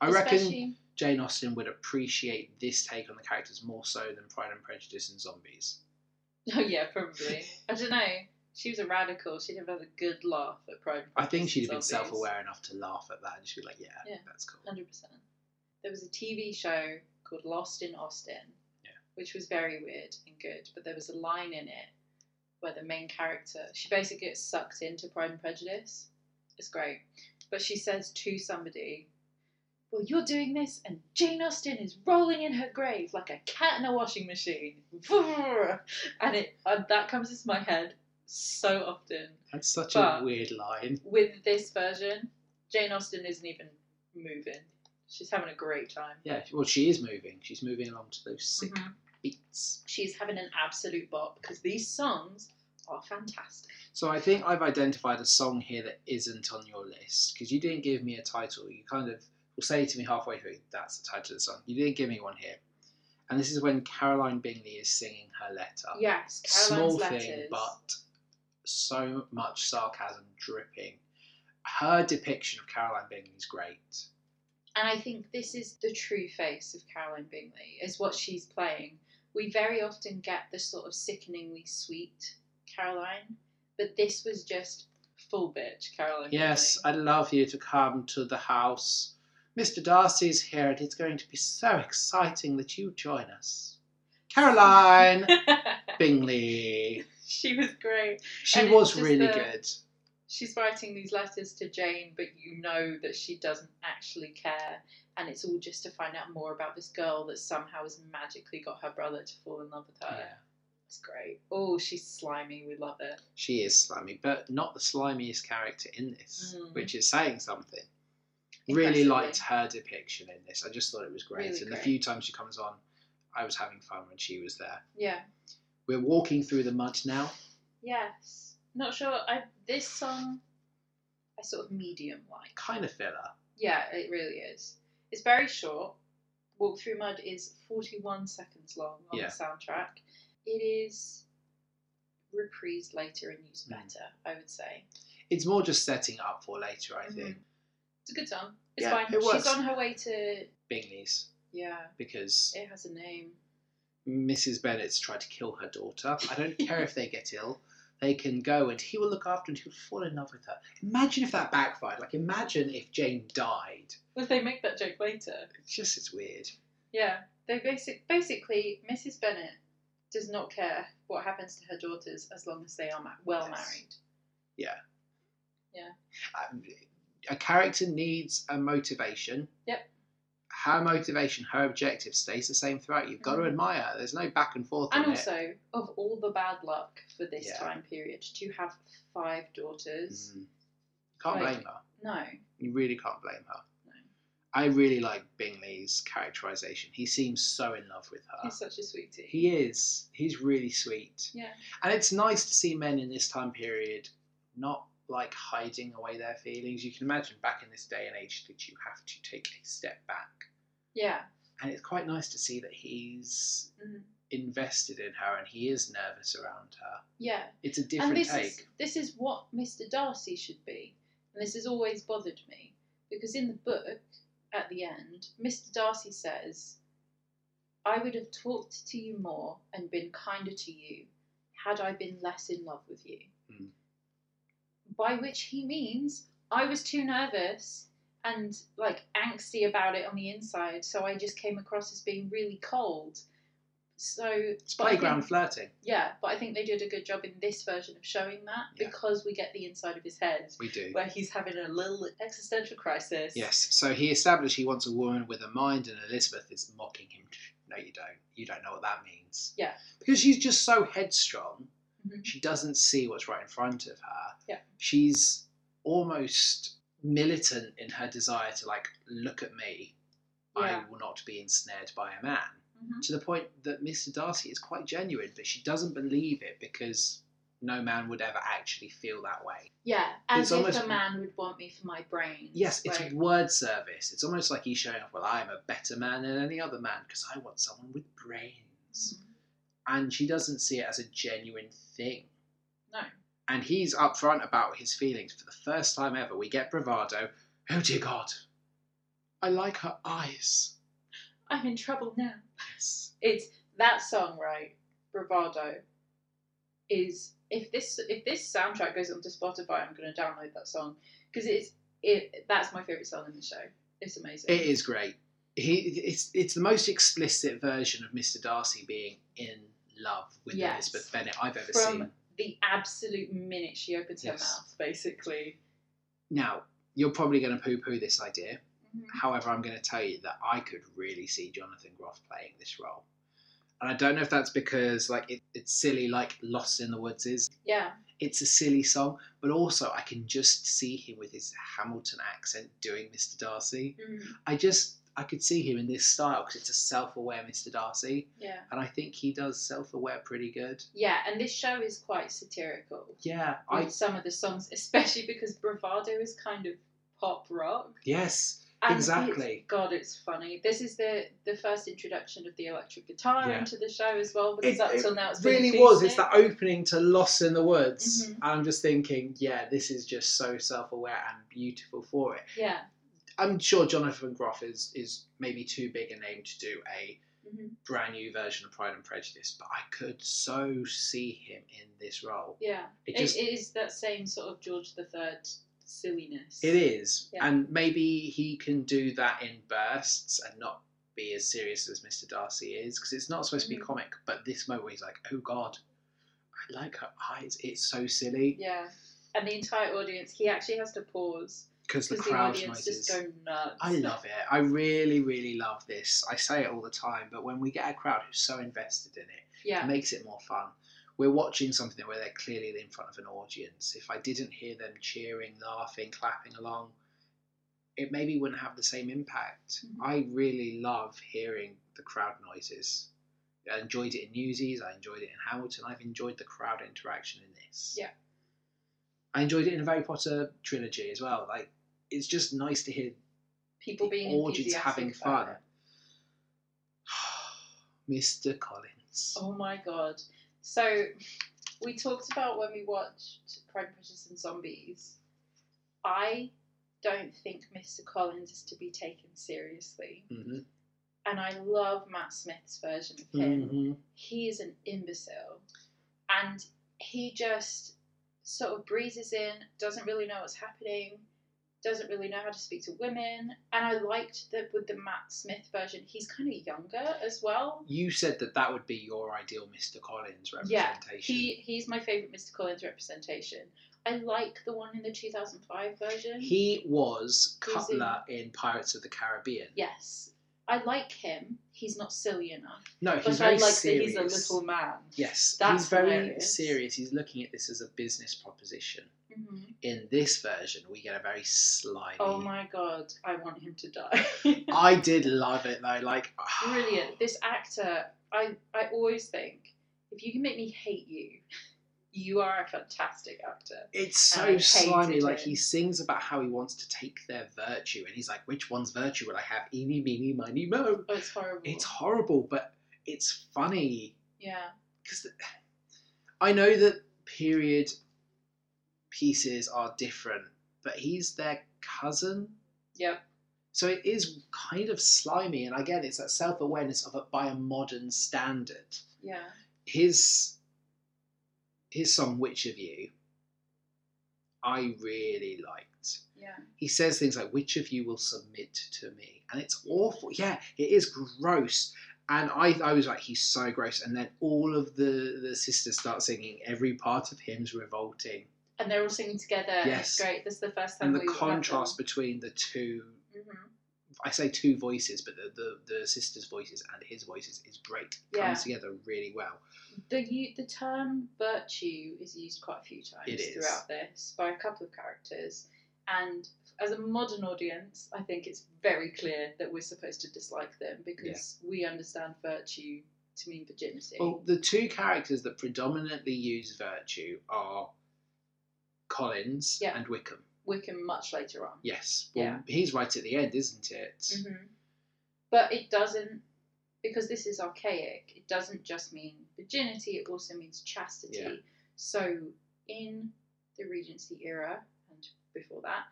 I reckon Mm. Especially- [LAUGHS] Jane Austen would appreciate this take on the characters more so than Pride and Prejudice and Zombies. Oh yeah, probably. I don't know. She was a radical. She'd have had a good laugh at Pride. I think she'd have been self aware enough to laugh at that and just be like, yeah, Yeah. that's cool. Hundred percent. There was a TV show called Lost in Austin, Yeah. which was very weird and good. But there was a line in it where the main character she basically gets sucked into Pride and Prejudice. It's great, but she says to somebody. Well, you're doing this, and Jane Austen is rolling in her grave like a cat in a washing machine. [LAUGHS] And it and that comes into my head so often. That's such But- a weird line. with this version, Jane Austen isn't even moving. She's having a great time. Yeah, well, she is moving. She's moving along to those sick Mhm. beats. She's having an absolute bop because these songs are fantastic. So I think I've identified a song here that isn't on your list because you didn't give me a title. You kind of will say to me halfway through, "That's the title of the song." You didn't give me one here, and this is when Caroline Bingley is singing her letter. Yes, Caroline's Small letters. thing, but so much sarcasm dripping. Her depiction of Caroline Bingley is great. And I think this is the true face of Caroline Bingley, is what she's playing. We very often get the sort of sickeningly sweet Caroline, but this was just full bitch Caroline Yes, Bingley. I'd love you to come to the house. Mr. Darcy's here, and it's going to be so exciting that you join us. Caroline Bingley. [LAUGHS] she was great. She And it's was just really the- good. she's writing these letters to Jane, but you know that she doesn't actually care, and it's all just to find out more about this girl that somehow has magically got her brother to fall in love with her. Yeah, It's great. Oh, she's slimy. We love it. she is slimy, but not the slimiest character in this, Mm. which is saying something. Really Impressively. liked her depiction in this. I just thought it was great. Really and the great. few times she comes on, I was having fun when she was there. Yeah. We're walking through the mud now. Yes. Not sure. I this song, I sort of medium like. Kind of filler. Yeah, it really is. It's very short. Walk Through Mud is 41 seconds long on Yeah. the soundtrack. It is reprised later and used Mm. better, I would say. It's more just setting up for later, Mm-hmm. I think. It's a good song. It's Yeah, fine. it She's works. on her way to. Bingley's Yeah, because it has a name. [LAUGHS] Mrs. Bennet's tried to kill her daughter. I don't care if they get ill. They can go and he will look after and he'll fall in love with her. Imagine if that backfired. Like, imagine if Jane died. Well, they make that joke later. It's just, it's weird. Yeah, they basic basically Mrs. Bennet does not care what happens to her daughters as long as they are ma- well Yes. married. Um, a character needs a motivation. Yep. Her motivation, her objective stays the same throughout. You've got to Mhm. admire her. There's no back and forth And on also, of all the bad luck for this Yeah. time period, to have five it. daughters, Mm. Can't like- blame her. no, You really can't blame her. No. I really like Bingley's characterization. He seems so in love with her. he's such a sweetie. Uh, He is. He's really sweet. Yeah. And it's nice to see men in this time period not like hiding away their feelings. You can imagine back in this day and age that you have to take a step back. yeah, And it's quite nice to see that he's Mhm. invested in her and he is nervous around her. yeah. It's a different and this take. Is, this is what Mr. Darcy should be. And this has always bothered me. Because in the book, at the end, Mr. Darcy says, I would have talked to you more and been kinder to you had I been less in love with you. Hmm. By which he means I was too nervous and like angsty about it on the inside, so I just came across as being really cold. So It's but I think- playground flirting. yeah, but I think they did a good job in this version of showing that Yeah. because we get the inside of his head We do. where he's having a little existential crisis. Yes. So he established he wants a woman with a mind, and Elizabeth is mocking him. No, you don't. You don't know what that means. Yeah. Because she's just so headstrong. Mhm. She doesn't see what's right in front of her. Yeah. She's almost militant in her desire to like look at me. Yeah. I will not be ensnared by a man. Mhm. To the point that Mr. Darcy is quite genuine, but she doesn't believe it because no man would ever actually feel that way. Yeah, as It's if almost- a man would want me for my brain. Yes, it's Like, word service. It's almost like he's showing off, well, I'm a better man than any other man because I want someone with brains. mm, And she doesn't see it as a genuine thing. no. And he's upfront about his feelings for the first time ever. We get bravado. Oh, dear God. I like her eyes. I'm in trouble now. Yes. It's that song, right? Bravado is if this if this soundtrack goes onto Spotify, I'm going to download that song because it's it that's my favorite song in the show. It's amazing. It is great. He, it's it's the most explicit version of Mr. Darcy being in love with Yes. Elizabeth Bennet I've ever From seen. the absolute minute she opens her Yes. mouth, basically. Now, you're probably going to poo-poo this idea. Mhm. However, I'm going to tell you that I could really see Jonathan Groff playing this role. And I don't know if that's because like it, it's silly, like Lost in the Woods is. Yeah, It's a silly song, but also I can just see him with his Hamilton accent doing Mr. Darcy. Mhm. I just I could see him in this style because it's a self-aware Mr. Darcy, yeah, and I think he does self-aware pretty good. yeah. And this show is quite satirical. Yeah, With I some of the songs, especially because Bravado is kind of pop rock. yes. And Exactly. it's- God, it's funny. This is the the first introduction of the electric guitar Yeah. into the show as well, because It- up it till now it's been really was. It's acoustic. that opening to Lost in the Woods. Mhm. And I'm just thinking, yeah, this is just so self-aware and beautiful for it. yeah. I'm sure Jonathan Groff is is maybe too big a name to do a Mhm. brand new version of Pride and Prejudice, but I could so see him in this role. Yeah, It just it, it is that same sort of George the Third silliness. it is, Yeah. and maybe he can do that in bursts and not be as serious as Mr. Darcy is because it's not supposed to Mhm. be comic. But this moment where he's like, "Oh God, I like her eyes. It's so silly." Yeah, and the entire audience. He actually has to pause because the because the, crowd audience noises. just go nuts. I love it. I really, really love this. I say it all the time, but when we get a crowd who's so invested in it, it Yeah, makes it more fun. We're watching something where they're clearly in front of an audience. If I didn't hear them cheering, laughing, clapping along, it maybe wouldn't have the same impact. Mhm. I really love hearing the crowd noises. I enjoyed it in Newsies, I enjoyed it in Hamilton, I've enjoyed the crowd interaction in this. Yeah. I enjoyed it in the Harry Potter trilogy as well. Like it's just nice to hear people the being audience enthusiastic having about fun. it. [SIGHS] Mr. Collins. Oh my god! So we talked about when we watched Pride and Prejudice and Zombies. I don't think Mr. Collins is to be taken seriously, Mhm. and I love Matt Smith's version of him. Mhm. he is an imbecile and he just sort of breezes in doesn't really know what's happening doesn't really know how to speak to women and i liked that with the matt smith version he's kind of younger as well You said that that would be your ideal Mr. Collins Yeah, representation. he he's my favorite mr collins representation i like the one in the 2005 version He was Who's Cutler in Pirates of the Caribbean. yes i like him he's not silly enough No, but he's i very like serious. that he's a little man Yes, That's he's very hilarious. serious. He's looking at this as a business proposition. hmm In this version, we get a very slimy. oh my god i want him to die [LAUGHS] [LAUGHS] I did love it though. Like [SIGHS] brilliant. This actor, I, I always think, if you can make me hate you, [LAUGHS] you are a fantastic actor. It's I so hated slimy. Like it. he sings about how he wants to take their virtue, and he's like, "Which one's virtue will I have? Eeny, meeny, miny, mo." Oh, it's horrible. It's horrible, but it's funny yeah, because I know that period pieces are different, but he's their cousin, yep, so it is kind of slimy. And again, it's that self-awareness of it by a modern standard. yeah. his his song "Which of You" I really liked. Yeah, He says things like "Which of you will submit to me?" and it's awful. Yeah, it is gross. And I, I was like, he's so gross. And then all of the, the sisters start singing. Every part of him's revolting. and they're all singing together. and Yes. it's great. This is the first time. And the contrast between the two, Mm-hmm. I say two voices, but the, the, the sisters' voices and his voices is great. Yeah. Comes together really well. The u- the term virtue is used quite a few times It is. throughout this by a couple of characters, and as a modern audience, I think it's very clear that we're supposed to dislike them because we understand virtue to mean virginity. Well, the two characters that predominantly use virtue are Collins Yeah. and Wickham. Wickham much later on. Yes. Well, Yeah. he's right at the end, isn't it? hmm But it doesn't, because this is archaic, it doesn't just mean virginity, it also means chastity. Yeah. So in the Regency era and before that,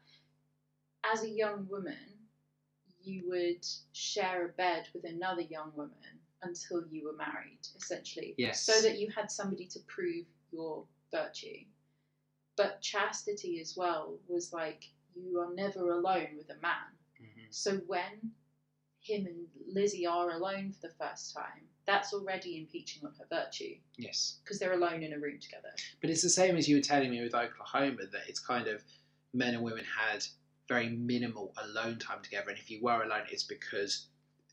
as a young woman, you would share a bed with another young woman until you were married, essentially. Yes. So that you had somebody to prove your virtue. But chastity as well was like you are never alone with a man. Mhm. So when him and Lizzie are alone for the first time, that's already impeaching on her virtue Yes. because they're alone in a room together. But it's the same as you were telling me with Oklahoma that it's kind of men and women had very minimal alone time together. And if you were alone, it's because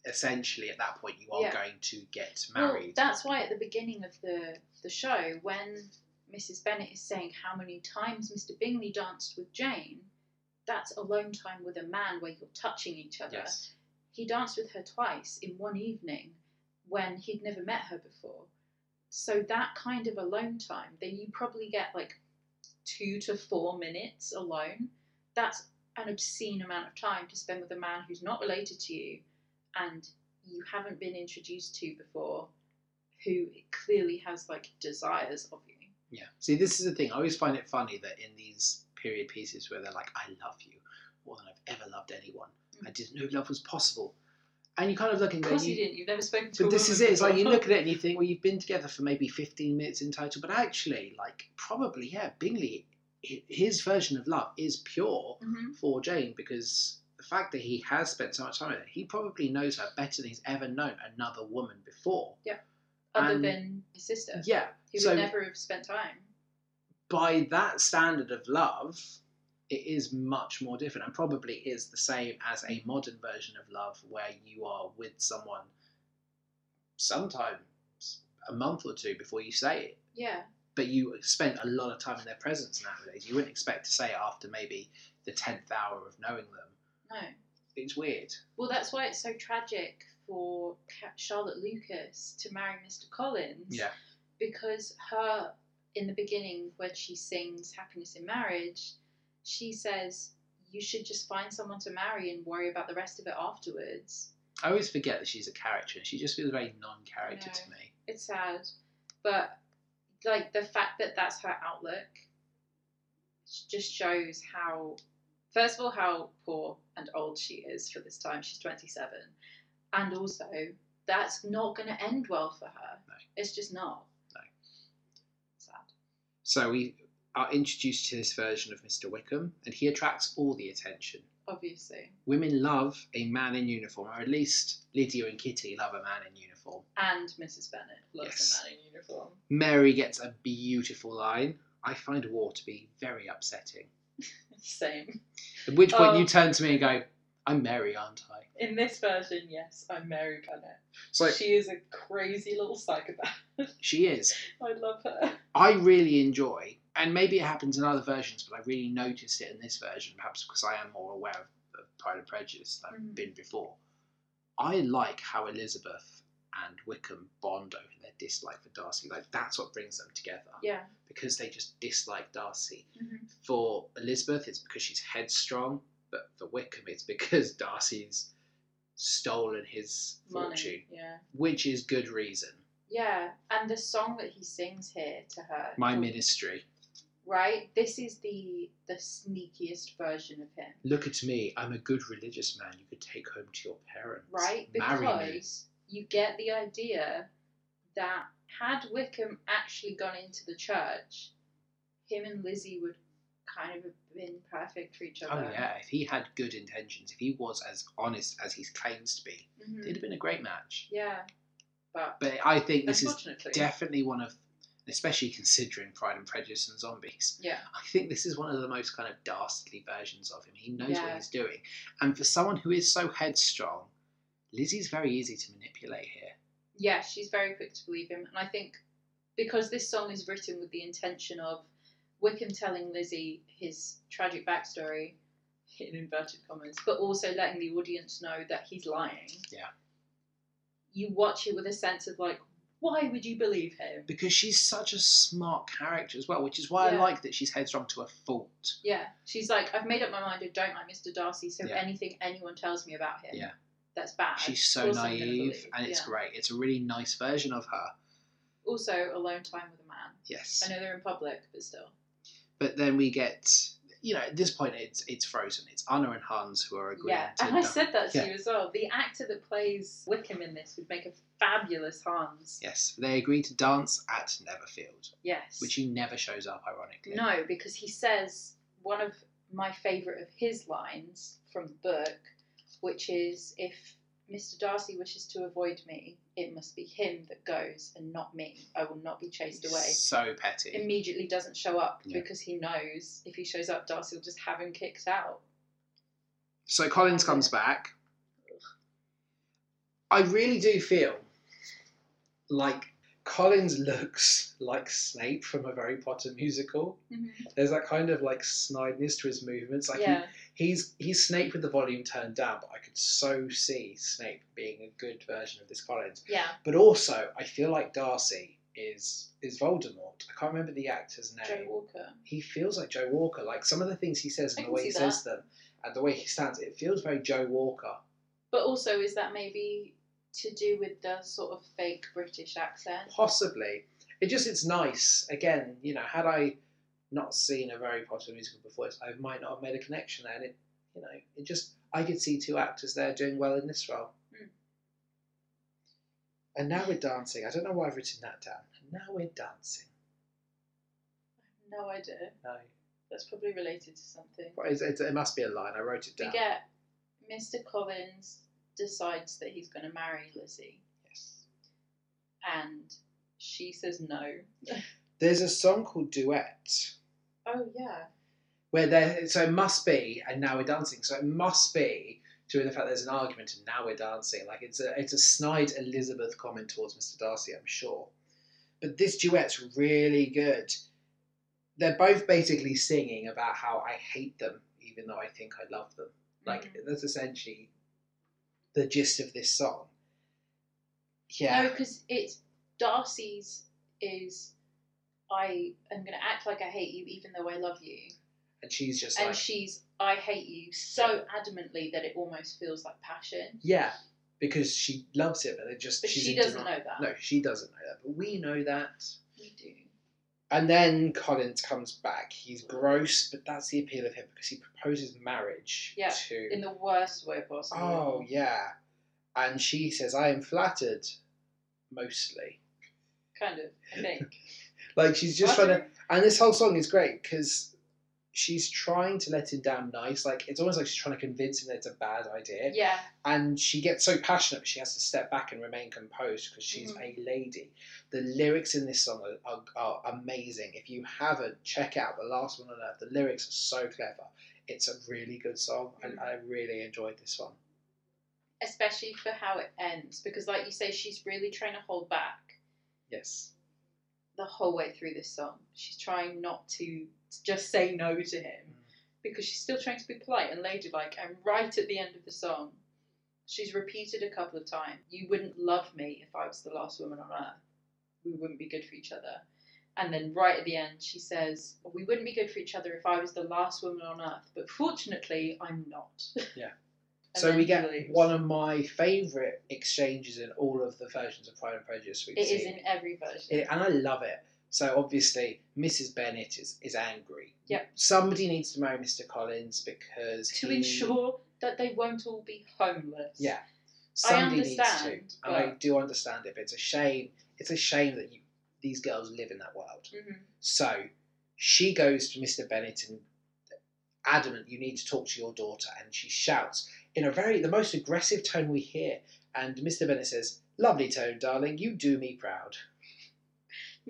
essentially at that point you are Yeah. going to get Well, married. that's why at the beginning of the the show, when Mrs. Bennett is saying how many times Mr. Bingley danced with Jane, that's alone time with a man where you're touching each other. yes. He danced with her twice in one evening when he'd never met her before. So that kind of alone time, then you probably get like two to four minutes alone. That's an obscene amount of time to spend with a man who's not related to you and you haven't been introduced to before, who clearly has like desires of you. Yeah. See, this is the thing. I always find it funny that in these period pieces where they're like, I love you more than I've ever loved anyone, I didn't know love was possible. And you kind of look and Mm. Of go, course "You- you didn't. You've never spoken to. a But this woman is it. It's like you before. [LAUGHS] look at it and you think, well, you've been together for maybe 15 minutes in total, but actually, like, probably, yeah, Bingley, hi- his version of love is pure Mhm. for Jane because the fact that he has spent so much time with her, he probably knows her better than he's ever known another woman before. Other And- than his sister, Yeah. he so- would never have spent time. By that standard of love, it is much more different and probably is the same as a modern version of love where you are with someone sometimes a month or two before you say it. Yeah. but you spent a lot of time in their presence nowadays. You wouldn't expect to say it after maybe the tenth hour of knowing them. No. It's weird. Well, that's why it's so tragic for Ca- Charlotte Lucas to marry Mr. Collins. Because her, in the beginning, when she sings Happiness in Marriage, she says, You should just find someone to marry and worry about the rest of it afterwards. I always forget that she's a character. and She just feels very non-character to me. It's sad. But, like, the fact that that's her outlook just shows how, first of all, how poor and old she is for this time. She's 27. And also, that's not going to end well for her. No. It's just not. No. Sad. So we are introduced to this version of Mr. Wickham, and he attracts all the attention. Obviously. Women love a man in uniform, or at least Lydia and Kitty love a man in uniform. And Mrs. Bennett loves Yes. a man in uniform. Mary gets a beautiful line. I find war to be very upsetting. Same. At which point Oh. you turn to me and go, "I'm Mary, aren't I?" In this version, yes, I'm Mary Bennett. So she is a crazy little psychopath. she is. I love her. I really enjoy, and maybe it happens in other versions, but I really noticed it in this version, perhaps because I am more aware of, of Pride and Prejudice than I've Mhm. been before. I like how Elizabeth and Wickham bond over their dislike for Darcy. Like, that's what brings them together. Yeah. Because they just dislike Darcy. Mhm. For Elizabeth, it's because she's headstrong, but for Wickham, it's because Darcy's stolen his fortune, Money. Yeah. which is good reason. Yeah, and the song that he sings here to her, My ministry. right? This is the the sneakiest version of him, Look at me, I'm a good religious man you could take home to your parents. right? Marry me. Because you get the idea that had Wickham actually gone into the church, him and Lizzie would kind of have been perfect for each Oh other. yeah, if he had good intentions, if he was as honest as he claims to be, Mhm. it'd have been a great match. Yeah, but But I think this is unfortunately, definitely one of especially considering Pride and Prejudice and Zombies, [LAUGHS] yeah, I think this is one of the most kind of dastardly versions of him. He knows what Yeah. he's doing. And for someone who is so headstrong, Lizzie's very easy to manipulate here. yeah, she's very quick to believe him, and I think because this song is written with the intention of Wickham telling Lizzie his tragic backstory, in inverted commas, but also letting the audience know that he's lying. Yeah. You watch it with a sense of like, why would you believe him? Because she's such a smart character as well, which is why I Yeah. like that she's headstrong to a fault. Yeah, she's like, I've made up my mind. I don't like Mr. Darcy, so Yeah. anything anyone tells me about him, Yeah. that's bad. She's so Also, I'm gonna naive, believe, and it's yeah. great. It's a really nice version of her. also alone time with a man. Yes. I know they're in public, but still. But then we get you know, at this point, it's it's frozen. It's Anna and Hans who are agreeing Yeah, to. and I dun- said that to Yeah. you as well. The actor that plays Wickham in this would make a fabulous Hans. yes, they agree to dance at Neverfield, Yes. which he never shows up, ironically. No, because he says one of my favourite of his lines from the book, which is if Mr. Darcy wishes to avoid me, it must be him that goes and not me. I will not be chased He's away. So petty. Immediately doesn't show up Yeah. because he knows if he shows up, Darcy will just have him kicked out. So Collins comes back. I really do feel like Collins looks like Snape from a Harry Potter musical. There's that kind of like snideness to his movements. Like yeah, he, he's he's Snape with the volume turned down, but I could so see Snape being a good version of this Collins. yeah. But also, I feel like Darcy is is Voldemort. I can't remember the actor's name Joe Walker. he feels like Joe Walker. Like some of the things he says I and the can way see he says them and the way he stands, it feels very Joe Walker. But also, is that maybe to do with the sort of fake British accent? Possibly. It just it's nice. Again, you know, had I not seen a very Potter musical before, it's- I might not have made a connection there. And it, you know, it just I could see two actors there doing well in this role. Mm. And now we're dancing. I don't know why I've written that down. And now we're dancing. No idea. No, That's probably related to something. Well, it's, it's, it must be a line. I wrote it We down. get Mr. Collins decides that he's going to marry Lizzie, Yes. and she says no. There's a song called Duet. Oh yeah, where there so it must be and now we're dancing so it must be to the fact there's an argument and now we're dancing like it's a it's a snide elizabeth comment towards mr darcy i'm sure but this duet's really good they're both basically singing about how i hate them even though i think i love them like Mhm. that's essentially the gist of this song yeah no, because it's Darcy's is I am going to act like I hate you even though I love you, and she's just and like she's I hate you so adamantly that it almost feels like passion, yeah because she loves it but it just but she's she in doesn't denial. know that. no she doesn't know that but we know that We do. And then Collins comes back. He's gross, but that's the appeal of him because he proposes marriage Yeah, to. in the worst way possible. oh yeah, and she says, "I am flattered," mostly. kind of. I [LAUGHS] think. Like she's just Well, I trying to. And this whole song is great because she's trying to let him down nice. Like it's almost like she's trying to convince him that it's a bad idea. think- Yeah, And she gets so passionate, she has to step back and remain composed because she's Mm. a lady. The lyrics in this song are, are, are amazing. If you haven't, check out the last one on earth. The lyrics are so clever. It's a really good song, and Mhm. I really enjoyed this one. especially for how it ends, because like you say, she's really trying to hold back Yes, the whole way through this song. She's trying not to to just say no to him Mm. because she's still trying to be polite and ladylike. And right at the end of the song, she's repeated a couple of times, You wouldn't love me if I was the last woman on earth. We wouldn't be good for each other. And then right at the end, she says, We wouldn't be good for each other if I was the last woman on earth. But fortunately, I'm not. [LAUGHS] Yeah. And so then we he get leaves. one of my favourite exchanges in all of the versions of Pride and Prejudice we've It seen. is in every version. It- and I love it. So obviously, Mrs. Bennett is, is angry. Yep. Somebody needs to marry Mr. Collins because to he- ensure that they won't all be homeless. Yeah. Somebody understand, needs to. And I but- do understand it, but it's a shame. It's a shame that you, these girls live in that world. Mhm. So she goes to Mr. Bennett and adamant, you need to talk to your daughter. And she shouts in a very, the most aggressive tone we hear. And Mr. Bennett says, Lovely tone, darling, you do me proud.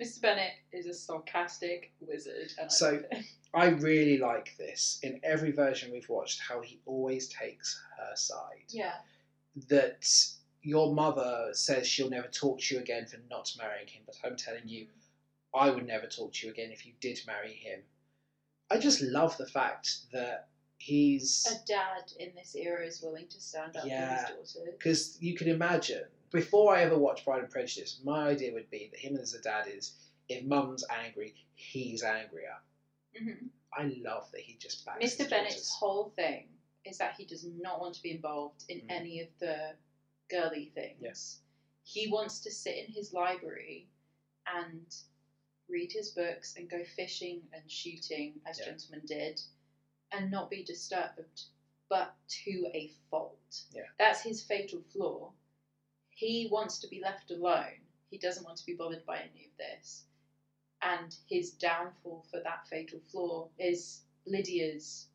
Mr. Bennett is a sarcastic wizard. And I So- love it. I really like this in every version we've watched, how he always takes her side. [LAUGHS] yeah, that your mother says she'll never talk to you again for not marrying him, but I'm telling you, I would never talk to you again if you did marry him. I just love the fact that he's a dad in this era is willing to stand up Yeah. for his daughter. because you can imagine before I ever watched Pride and Prejudice, my idea would be that him as a dad is if mum's angry, he's angrier. hmm I love that he just backs his Mr. Bennett's daughters. whole thing is that he does not want to be involved in Mm. any of the girly things. He wants to sit in his library and read his books and go fishing and shooting as Yeah. gentlemen did and not be disturbed, but to a fault. Yeah. That's his fatal flaw. He wants to be left alone. He doesn't want to be bothered by any of this. And his downfall for that fatal flaw is Lydia's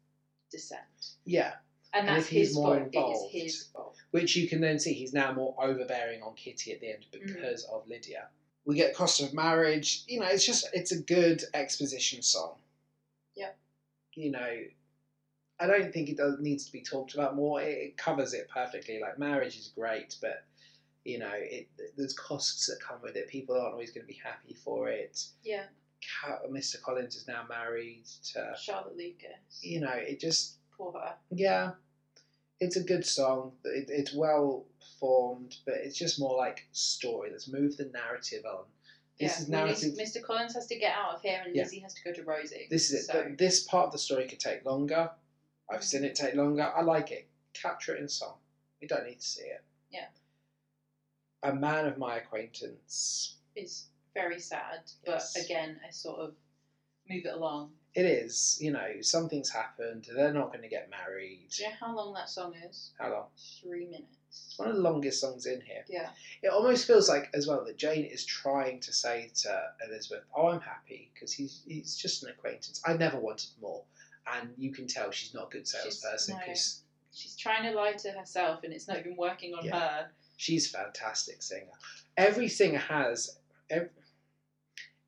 descent. Yeah, And And that's if he's his more fault. involved- it is his fault. which you can then see he's now more overbearing on Kitty at the end because of Lydia. We get cost of marriage. You know, it's just it's a good exposition song. Yep. You know, I don't think it does, needs to be talked about more. It, it covers it perfectly. Like marriage is great, but you know, it there's costs that come with it. People aren't always going to be happy for it. Yeah. Ca- Mr. Collins is now married to. Charlotte Lucas. You know, it just Poor her. yeah, it's a good song. It, it's well formed, but it's just more like story. Let's move the narrative on. This Yeah, is we need- Mr. narrative. Collins has to get out of here and Yeah. Lizzie has to go to Rosie. This is it. So, Th- This part of the story could take longer. I've Mhm. seen it take longer. I like it. Capture it in song. We don't need to see it. Yeah. A man of my acquaintance. it's very sad, Yes. but again, I sort of move it along. It is. You know, something's happened. They're not going to get married. Do you know how long that song is? How long? Three minutes. It's one of the longest songs in here. Yeah. It almost feels like as well that Jane is trying to say to Elizabeth, "Oh, I'm happy because he's he's just an acquaintance. I never wanted more." And you can tell she's not a good She's- salesperson no. because She's trying to lie to herself and it's not even working on Yeah. her. she's a fantastic singer. Every singer has every,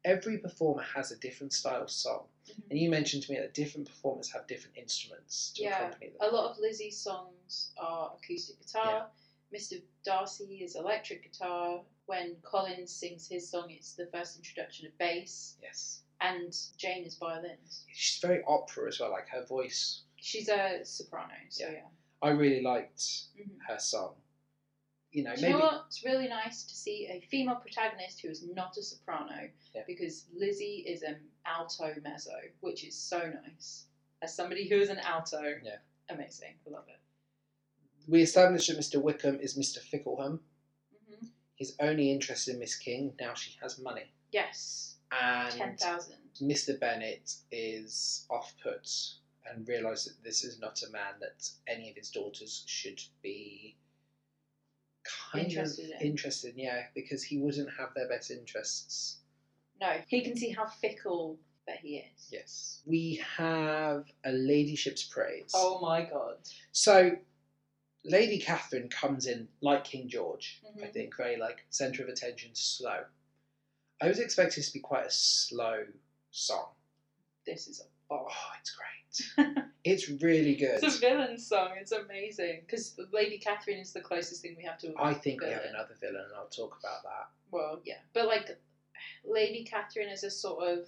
every performer has a different style of song. Mhm. And you mentioned to me that different performers have different instruments to Yeah. accompany them. A lot of Lizzie's songs are acoustic guitar. Mr. Darcy is electric guitar. When Collins sings his song, it's the first introduction of bass, Yes, and Jane is violins. she's very opera as well. Like her voice, She's a soprano, so Yeah. yeah. I really liked Mhm. her song. You know, Do you maybe know what? It's really nice to see a female protagonist who is not a soprano Yeah. because Lizzie is an alto mezzo, which is so nice. As somebody who is an alto, Yeah. amazing. I love it. we established that Mr. Wickham is Mr. Fickleham. hmm He's only interested in Miss King. Now she has money. Yes, And 10,000. Mr. Bennett is off put and realises that this is not a man that any of his daughters should be kind Interested of in. interested in, yeah, because he wouldn't have their best interests. No, he can see how fickle that he is. Yes. We have a ladyship's praise. Oh my god. So Lady Catherine comes in like King George, I Mhm. think, very like centre of attention, slow. I was expecting this to be quite a slow song. This is a Oh, bomb. it's great. [LAUGHS] it's really good. It's a villain song. It's amazing. Because Lady Catherine is the closest thing we have to. I think we have villain. another villain, and I'll talk about that. Well, yeah. But like, Lady Catherine is a sort of.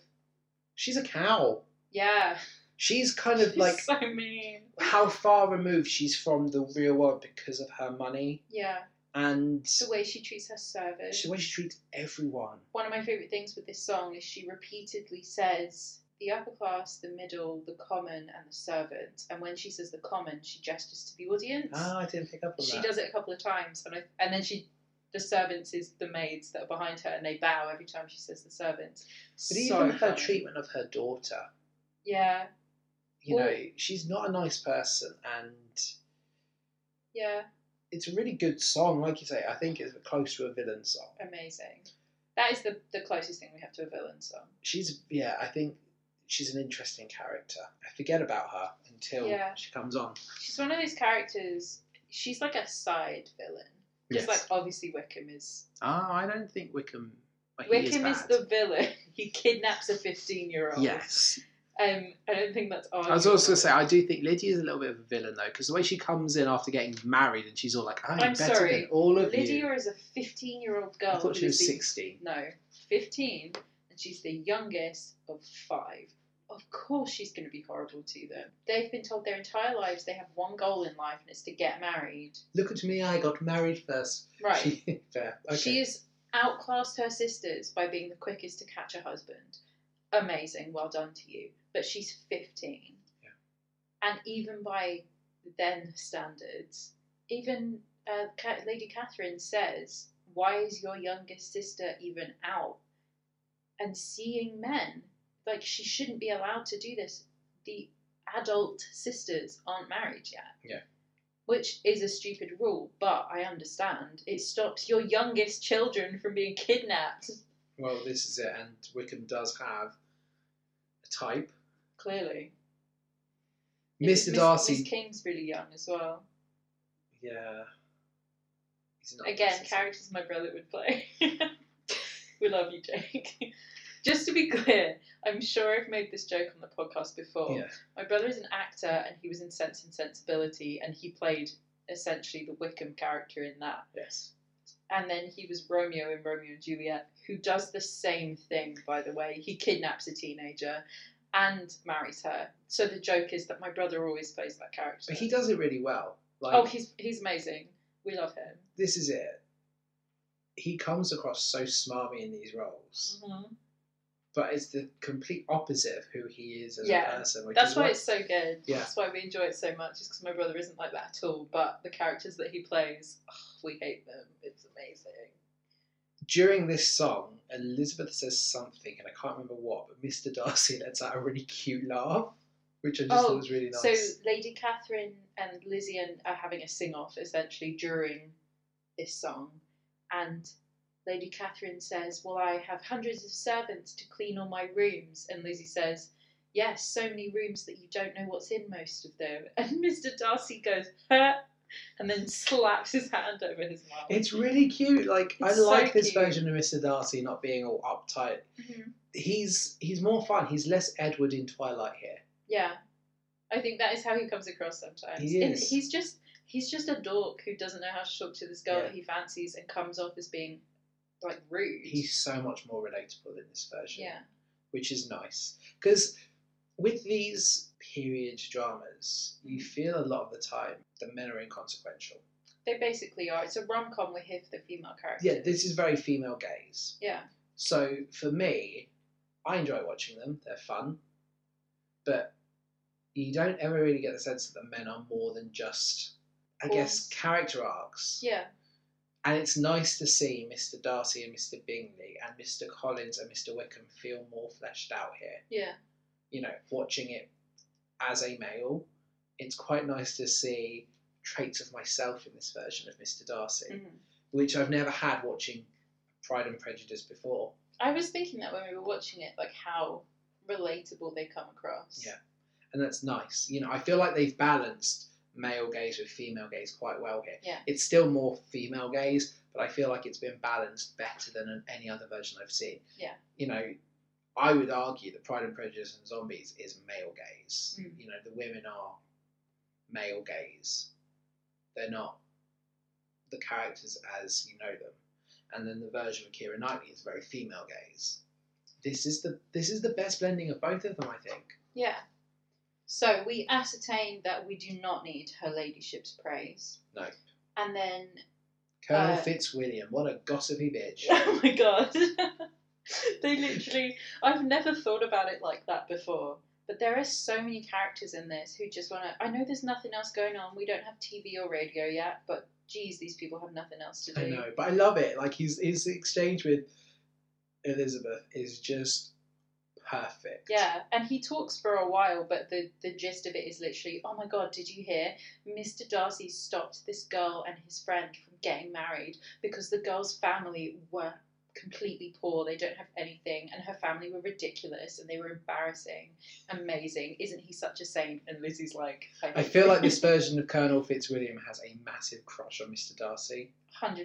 She's a cow. Yeah. She's kind [LAUGHS] of She's like so mean. how far removed she's from the real world because of her money Yeah, and the way she treats her servants. the way she treats everyone. One of my favorite things with this song is she repeatedly says the upper class, the middle, the common, and the servant. And when she says the common, she gestures to the audience. Ah, I didn't pick up on she that. does it a couple of times, and I, and then she. The servants is the maids that are behind her, and they bow every time she says the servants. But So even her funny. treatment of her daughter. Yeah, you know, Well- she's not a nice person, and yeah, it's a really good song. Like you say, I think it's close to a villain song. amazing. That is the the closest thing we have to a villain song. She's, yeah, I think she's an interesting character. I forget about her until Yeah. she comes on. She's one of those characters. She's like a side villain. Because like obviously Wickham is Ah, I don't think Wickham. well, he Wickham is, bad. the villain. [LAUGHS] He kidnaps a fifteen year old. Yes, Um, I don't think that's. I was also gonna say I do think Lydia's a little bit of a villain though, because the way she comes in after getting married and she's all like, "I'm, I'm better sorry, than all of Lydia you." is a fifteen year old girl. I thought who she was is the- sixteen. No, fifteen, and she's the youngest of five. Of course, she's going to be horrible to them. They've been told their entire lives they have one goal in life, and it's to get married. Look at me, I got married first. Right. She, [LAUGHS] fair. Okay. She has outclassed her sisters by being the quickest to catch a husband. Amazing, well done to you. But she's 15. Yeah. And even by then standards, even uh, Ca- Lady Catherine says, Why is your youngest sister even out and seeing men? Like, she shouldn't be allowed to do this. The adult sisters aren't married yet. Yeah. Which is a stupid rule, but I understand. It stops your youngest children from being kidnapped, Well, this is it, and Wickham does have a type. clearly. Miss- Mr. Darcy. Miss King's really young as well. Yeah. He's an Again, artist. characters my brother would play. [LAUGHS] we love you, Jake. [LAUGHS] Just to be clear, I'm sure I've made this joke on the podcast before. Yeah. My brother is an actor and he was in Sense and Sensibility and he played essentially the Wickham character in that. Yes. And then he was Romeo in Romeo and Juliet, who does the same thing, by the way. He kidnaps a teenager and marries her. So the joke is that my brother always plays that character. But he does it really well. Like, oh, he's, he's amazing. We love him. this is it. He comes across so smarmy in these Mm. roles, but it's the complete opposite of who he is as Yeah. a person. Which That's is why what- it's so good. Yeah. That's why we enjoy it so much, is because my brother isn't like that at all. But the characters that he plays, oh, we hate them. It's amazing. during this song, Elizabeth says something, and I can't remember what, but Mr. Darcy lets out a really cute laugh, which I just Oh, thought was really nice. So Lady Catherine and Lizzie and are having a sing off essentially during this song, and Lady Catherine says, "Well, I have hundreds of servants to clean all my rooms," and Lizzie says. Yes, so many rooms that you don't know what's in most of them. [LAUGHS] And Mr. Darcy goes, huh, and then slaps his hand over his mouth. It's really cute. Like I It's so like this cute. version of Mr. Darcy not being all uptight. Mhm. He's he's more fun. He's less Edward in Twilight here. Yeah, I think that is how he comes across sometimes. He And is. he's just he's just a dork who doesn't know how to talk to this girl Yeah. that he fancies and comes off as being like rude. He's so much more relatable in this version, yeah, which is nice. Because with these period dramas, you Mm. feel a lot of the time the men are inconsequential. they basically are. It's a rom com. We're here for the female characters. Yeah, this is very female gaze. Yeah. So for me, I enjoy watching them. They're fun, but you don't ever really get the sense that the men are more than just, I guess, Pawns. character arcs. yeah, And it's nice to see Mr. Darcy and Mr. Bingley and Mr. Collins and Mr. Wickham feel more fleshed out here. yeah. You know, watching it as a male, it's quite nice to see traits of myself in this version of Mr. Darcy Mhm. which I've never had watching Pride and Prejudice before. I was thinking that when we were watching it, like how relatable they come across. Yeah. And that's nice. You know, I feel like they've balanced male gaze with female gaze quite well here. Yeah. It's still more female gaze, but I feel like it's been balanced better than any other version I've seen. Yeah. You know, I would argue that Pride and Prejudice and Zombies is male gaze. Mm. You know, the women are male gaze. They're not the characters as you know them. And then the version with Kira Knightley is very female gaze. This is the this is the best blending of both of them, I think. Yeah. So we ascertained that we do not need her ladyship's praise. No. And then Colonel Uh, Fitzwilliam, what a [LAUGHS] gossipy bitch. Oh my god. they literally I've never thought about it like that before. But there are so many characters in this who just wanna I know there's nothing else going on, we don't have TV or radio yet, but geez, these people have nothing else to do. I know, but I love it. Like his his exchange with Elizabeth is just perfect. Yeah, and he talks for a while, but the, the gist of it is literally, oh my god, did you hear? Mr. Darcy stopped this girl and his friend from getting married because the girl's family were completely poor. They don't have anything, and her family were ridiculous and they were embarrassing. Amazing. Isn't he such a saint? And Lizzie's like, I feel like this version of Colonel Fitzwilliam has a massive crush on Mr. Darcy, 100%.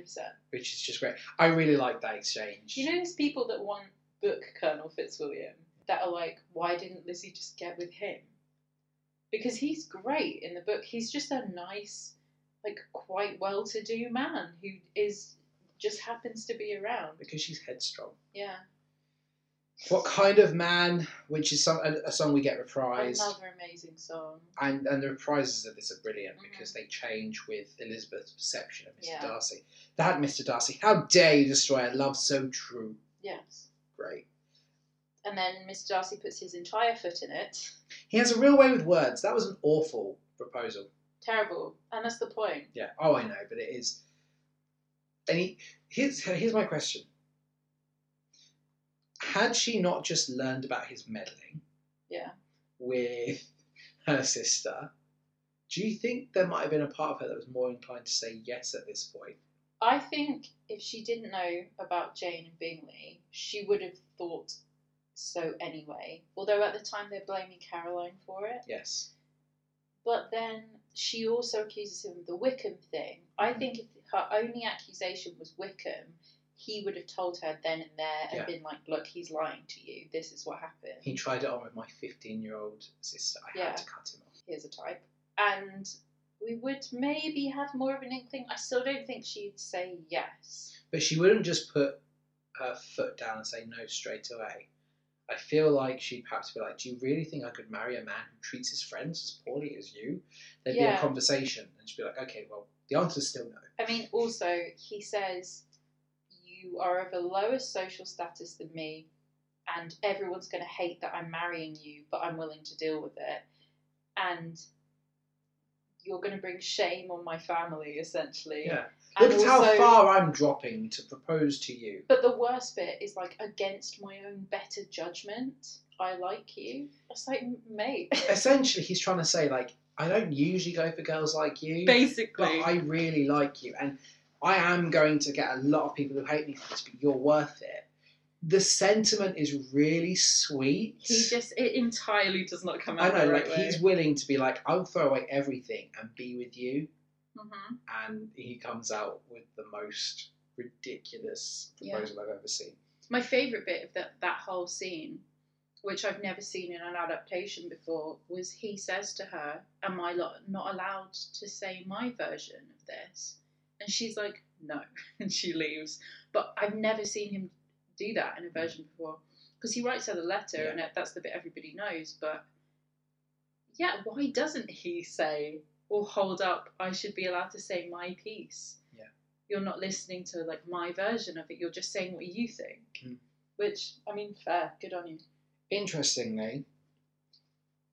which is just great. I really like that exchange. You know, there's people that want book Colonel Fitzwilliam that are like, why didn't Lizzie just get with him? Because he's great in the book. He's just a nice, like, quite well to do man who is just happens to be around. because she's headstrong. Yeah. What kind of man? Which is some a, a song we get reprised, Another amazing song. and and the reprises of this are brilliant Mhm. because they change with Elizabeth's perception of Mr. Yeah. Darcy. That Mr. Darcy, how dare you destroy a love so true? Yes. Great. And then Mr. Darcy puts his entire foot in it. He has a real way with words. That was an awful proposal. Terrible. And that's the point. Yeah. Oh, I know, but it is. And he, here's here's my question. Had she not just learned about his meddling? Yeah. With [LAUGHS] her sister. Do you think there might have been a part of her that was more inclined to say yes at this point? I think if she didn't know about Jane and Bingley, she would have thought so anyway. Although at the time they're blaming Caroline for it. Yes. But then she also accuses him of the Wickham thing. I Mhm. think if her only accusation was Wickham, he would have told her then and there and Yeah. been like, look, he's lying to you. This is what happened. He tried it on with my 15 year old sister. I Yeah. had to cut him off. Here's a type. And we would maybe have more of an inkling. I still don't think she'd say yes. But she wouldn't just put her foot down and say no straight away. I feel like she'd perhaps be like, Do you really think I could marry a man who treats his friends as poorly as you? There'd be Yeah. a conversation, and she'd be like, Okay, well, the answer's still no. I mean, also, he says, You are of a lower social status than me, and everyone's going to hate that I'm marrying you, but I'm willing to deal with it. And you're going to bring shame on my family, essentially. Yeah. And Look at also- how far I'm dropping to propose to you. But the worst bit is like against my own better judgment. I like you. It's like, mate. Essentially, he's trying to say, like, I don't usually go for girls like you, but Basically. I really like you, and I am going to get a lot of people who hate me for this, but you're worth it. The sentiment is really sweet. He just, it entirely does not come I out. know, the like right he's willing to be like, I'll throw away everything and be with you, hmm and he comes out with the most ridiculous Yeah. proposal I've ever seen. My favourite bit of that, that whole scene, which I've never seen in an adaptation before, was he says to her, Am I lo- not allowed to say my version of this? And she's like, No. [LAUGHS] And she leaves. But I've never seen him do that in a version before. Because he writes her the letter, Mm. Yeah. and that- that's the bit everybody knows. But yeah, why doesn't he say, or hold up, I should be allowed to say my piece? Yeah. You're not listening to like my version of it, you're just saying what you think. Mm. Which, I mean, fair, good on you. Interestingly,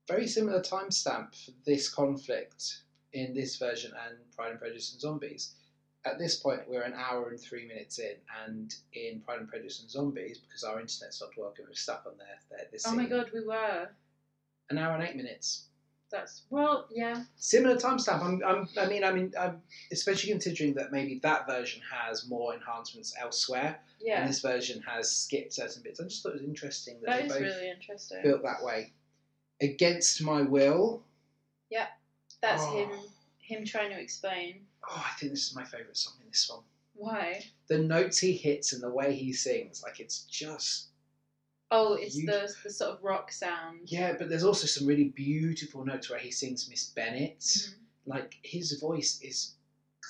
very similar timestamp for this conflict in this version and Pride and Prejudice and Zombies. At this point, we're an hour and three minutes in, and in Pride and Prejudice and Zombies, because our internet stopped working, we're stuck on there. there this Oh my scene. god, we were. An hour and eight minutes. That's, well, yeah. Similar timestamp. I'm, I'm, I mean, I mean, I'm, especially considering that maybe that version has more enhancements elsewhere, Yeah. and this version has skipped certain bits. I just thought it was interesting that, That they is both really interesting. built that way. Against my will. That's Oh. him him trying to explain Oh, I think this is my favourite song in this one. why. The notes he hits and the way he sings, like it's just Oh, it's You- the the sort of rock sound. yeah. But there's also some really beautiful notes where he sings Miss Bennett. Mhm. Like his voice is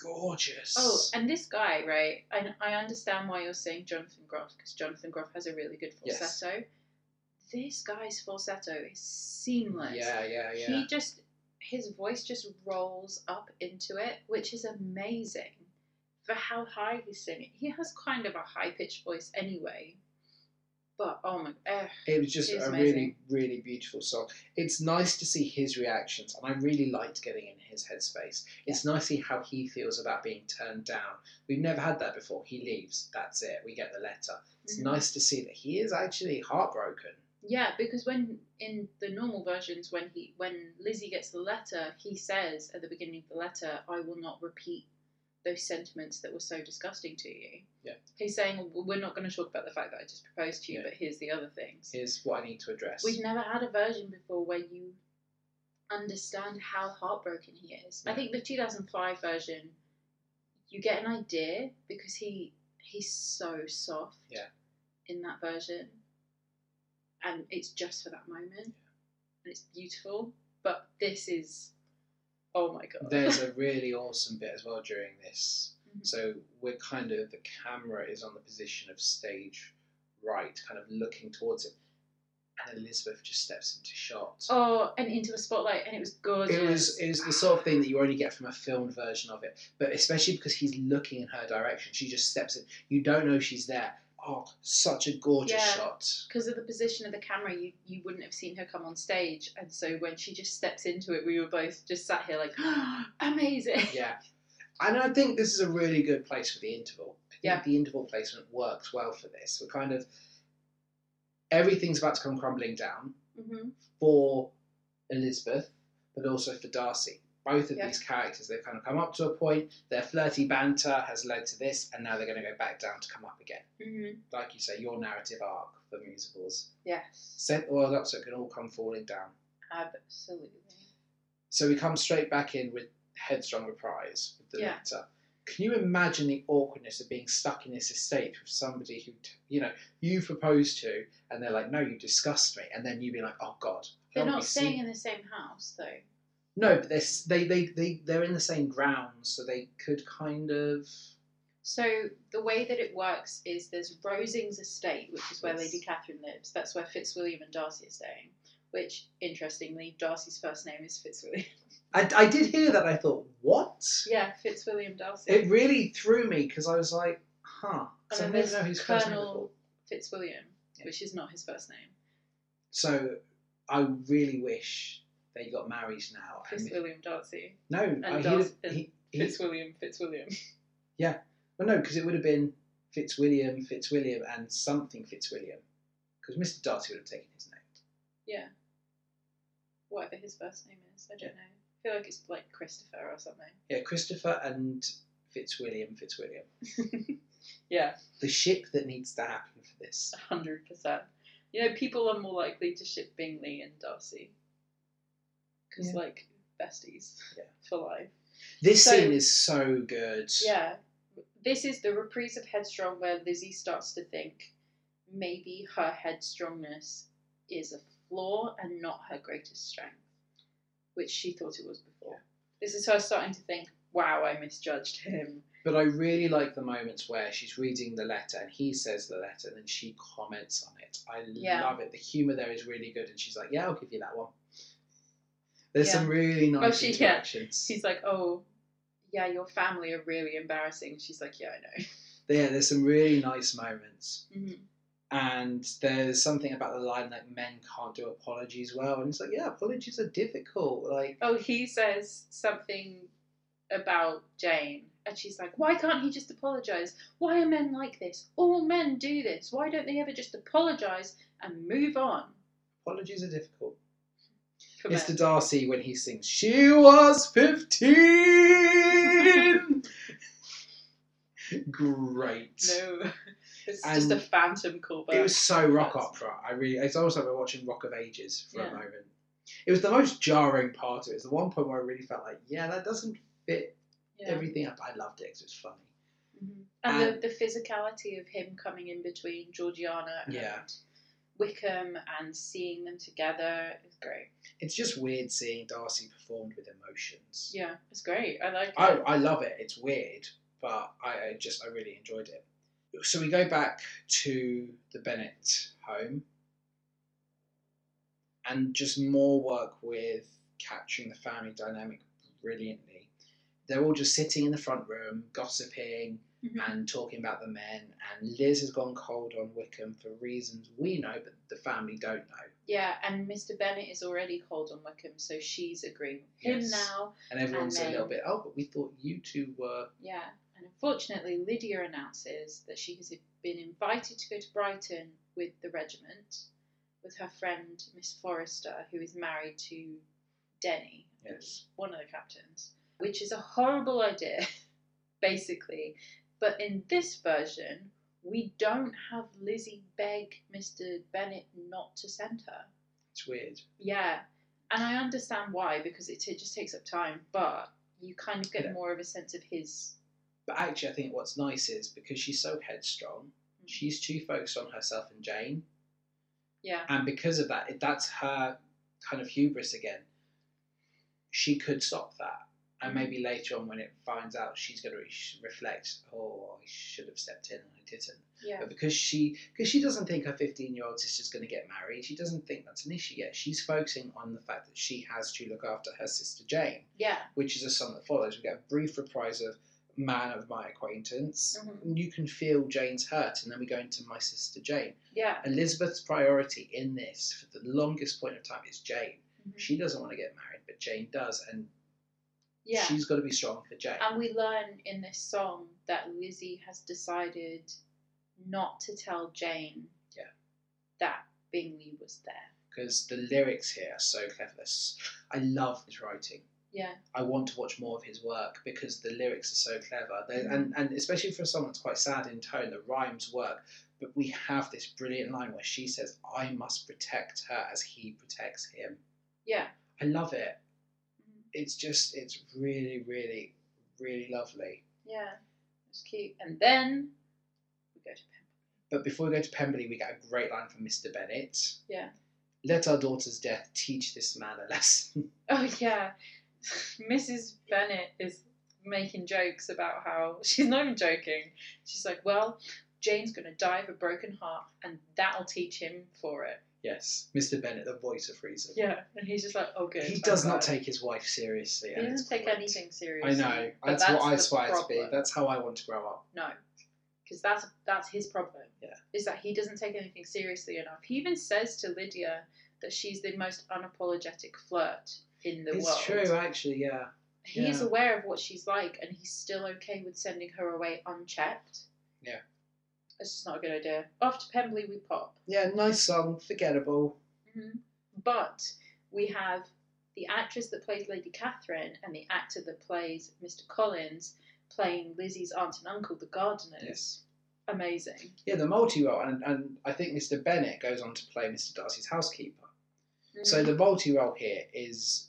gorgeous. Oh, and this guy, right? And I understand why you're saying Jonathan Groff because Jonathan Groff has a really good Yes. falsetto. This guy's falsetto is seamless. yeah, yeah, yeah. He just his voice just rolls up into it, which is amazing for how high he's singing. He has kind of a high pitched voice anyway, but oh my, eh, It was just It was a amazing. really, really beautiful song. It's nice to see his reactions, and I really liked getting in his headspace. It's nice to see how he feels about being turned down. We've never had that before. He leaves, that's it. We get the letter. It's Mhm. nice to see that he is actually heartbroken. Yeah, because when in the normal versions, when he when Lizzie gets the letter, he says at the beginning of the letter, "I will not repeat those sentiments that were so disgusting to you." Yeah. he's saying "Well, we're not going to talk about the fact that I just proposed to you, Yeah. but here's the other things. Here's what I need to address. We've never had a version before where you understand how heartbroken he is. I Yeah. think the 2005 version, you get an idea because he he's so soft. Yeah. In that version, and it's just for that moment, and it's beautiful. But this is, oh my god. There's a really awesome bit as well during this. Mhm. So we're kind of the camera is on the position of stage right, kind of looking towards it, and Elizabeth just steps into shot. oh, and into a spotlight, and it was gorgeous. It was it was the sort of thing that you only get from a filmed version of it, but especially because he's looking in her direction, she just steps in. You don't know she's there. Oh, such a gorgeous Yeah. shot. because of the position of the camera, you, you wouldn't have seen her come on stage. And so when she just steps into it, we were both just sat here like, [GASPS] amazing. Yeah, and I think this is a really good place for the interval. I think Yeah. the interval placement works well for this. We're kind of everything's about to come crumbling down hmm for Elizabeth. but also for Darcy. Both of Yeah. these characters, they've kind of come up to a point, their flirty banter has led to this, and now they're going to go back down to come up again. Mm-hmm. Like you say, your narrative arc for musicals. Yes, Set the world up so it can all come falling down. absolutely. So we come straight back in with Headstrong Reprise with the Yeah. letter. Can you imagine the awkwardness of being stuck in this estate with somebody who, t- you know, you proposed to, and they're like, "No, you disgust me," and then you be like, "Oh God." I They're don't not wanna be staying seen." in the same house though. No, but they're s- they they they they're in the same grounds, so they could kind of. So the way that it works is there's Rosings Estate, which is where Yes. Lady Catherine lives. That's where Fitzwilliam and Darcy are staying. Which, interestingly, Darcy's first name is Fitzwilliam. [LAUGHS] I, I did hear that. I thought, what? yeah, Fitzwilliam Darcy. It really threw me because I was like, huh. and So I then never there's know who's first name before. Colonel Fitzwilliam, Yeah. which is not his first name. So I really wish they got married now. and Fitzwilliam Darcy. No, I, he'd Darcy- have- he, he, Fitzwilliam. Fitzwilliam. well, no, because it would have been Fitzwilliam, Fitzwilliam, and something Fitzwilliam, because Mr. Darcy would have taken his name. Yeah. Whatever his first name is, I don't know. I feel like it's like Christopher or something. Yeah, Christopher and Fitzwilliam, Fitzwilliam. yeah, The ship that needs to happen for this. hundred percent. You know, people are more likely to ship Bingley and Darcy because, Yeah. like, besties Yeah. [LAUGHS] for life. This So- scene is so good. Yeah. This is the reprise of Headstrong where Lizzie starts to think maybe her headstrongness is a flaw and not her greatest strength, which she thought it was before. This is her starting to think, wow, I misjudged him. But I really like the moments where she's reading the letter and he says the letter and then she comments on it. I Yeah. love it. The humour there is really good and she's like, yeah, I'll give you that one. There's Yeah. some really nice Well, she- yeah. interactions. She's like, oh, yeah, your family are really embarrassing. She's like, yeah, I know. Yeah, there's some really nice moments. Mhm. And there's something about the line that men can't do apologies well. And it's like, yeah, apologies are difficult. Like, Oh, he says something about Jane. And she's like, why can't he just apologise? Why are men like this? All men do this. Why don't they ever just apologise and move on? apologies are difficult. For Mr. men. Darcy, when he sings, She was 15! [LAUGHS] Great. No, [LAUGHS] it's And- just a phantom callback. It was so rock opera. I really, it's almost like we're watching Rock of Ages for Yeah. a moment. It was the most jarring part of it. It was the one point where I really felt like, yeah, that doesn't fit Yeah. everything up. I loved it 'cause it was funny. Mhm. And, the, the physicality of him coming in between Georgiana and Yeah. Wickham and seeing them together is great. It's just weird seeing Darcy performed with emotions. Yeah, it's great. I like it. I, I love it. It's weird, but I, I just I really enjoyed it. So we go back to the Bennett home, and just more work with capturing the family dynamic brilliantly. They're all just sitting in the front room, gossiping Mhm. and talking about the men. And Liz has gone cold on Wickham for reasons we know, but the family don't know. Yeah, and Mr. Bennett is already cold on Wickham, so she's agreeing with him Yes. now. And everyone's And a little then- bit, oh, but we thought you two were Yeah, and unfortunately, Lydia announces that she has been invited to go to Brighton with the regiment with her friend Miss Forrester, who is married to Denny, Yes. one of the captains, which is a horrible idea, [LAUGHS] basically. But in this version, we don't have Lizzie beg Mr. Bennett not to send her. It's weird. Yeah, and I understand why because it, it just takes up time, but you kind of get Yeah. more of a sense of his. But actually, I think what's nice is because she's so headstrong, she's too focused on herself and Jane, Yeah, and because of that, it- that's her kind of hubris again. She could stop that, and maybe later on, when it finds out, she's going to re- reflect, "Oh, I should have stepped in and I didn't." yeah, But because she, because she doesn't think her fifteen-year-old sister's going to get married, she doesn't think that's an issue yet. She's focusing on the fact that she has to look after her sister Jane yeah. which is a song that follows. We get a brief reprise of Man of My Acquaintance. Mhm. And you can feel Jane's hurt, and then we go into My Sister Jane. Yeah. Elizabeth's priority in this, for the longest point of time, is Jane. Mhm. She doesn't want to get married, but Jane does, and Yeah. she's got to be strong for Jane. And we learn in this song that Lizzie has decided not to tell Jane Yeah. that Bingley was there. Because the lyrics here are so clever. There's- I love his writing. Yeah. I want to watch more of his work because the lyrics are so clever. They, Mhm. and, and especially for someone that's quite sad in tone, the rhymes work. But we have this brilliant line where she says, I must protect her as he protects him. Yeah. I love it. Mhm. It's just, it's really, really, really lovely. Yeah. It's cute. And then we go to Pemberley. But before we go to Pemberley, we get a great line from Mr. Bennett. Yeah. Let our daughter's death teach this man a lesson. [LAUGHS] Oh yeah. [SIGHS] Mrs. Bennett is making jokes about how [LAUGHS] she's not even joking. She's like, Well, Jane's gonna die of a broken heart and that'll teach him for it. yes, Mr. Bennett, the voice of reason. Yeah. And he's just like, Oh good. He I'm does not glad." take his wife seriously. he and it's doesn't take great. anything I seriously. know. but That's, what I the aspire to be. problem. That's how I want to grow up. No, because that's that's his problem. Yeah. is that he doesn't take anything seriously enough. He even says to Lydia that she's the most unapologetic flirt in the it's world. true, actually. Yeah. He's yeah. aware of what she's like, and he's still okay with sending her away unchecked. Yeah. it's just not a good idea. After Pemberley, we pop, Yeah. Nice song. Forgettable. but we have the actress that plays Lady Catherine and the actor that plays Mr. Collins playing Lizzie's aunt and uncle, the gardeners. Yes. Amazing. Yeah. The multi role, and, and I think Mr. Bennett goes on to play Mr. Darcy's housekeeper. Mm. So the multi role here is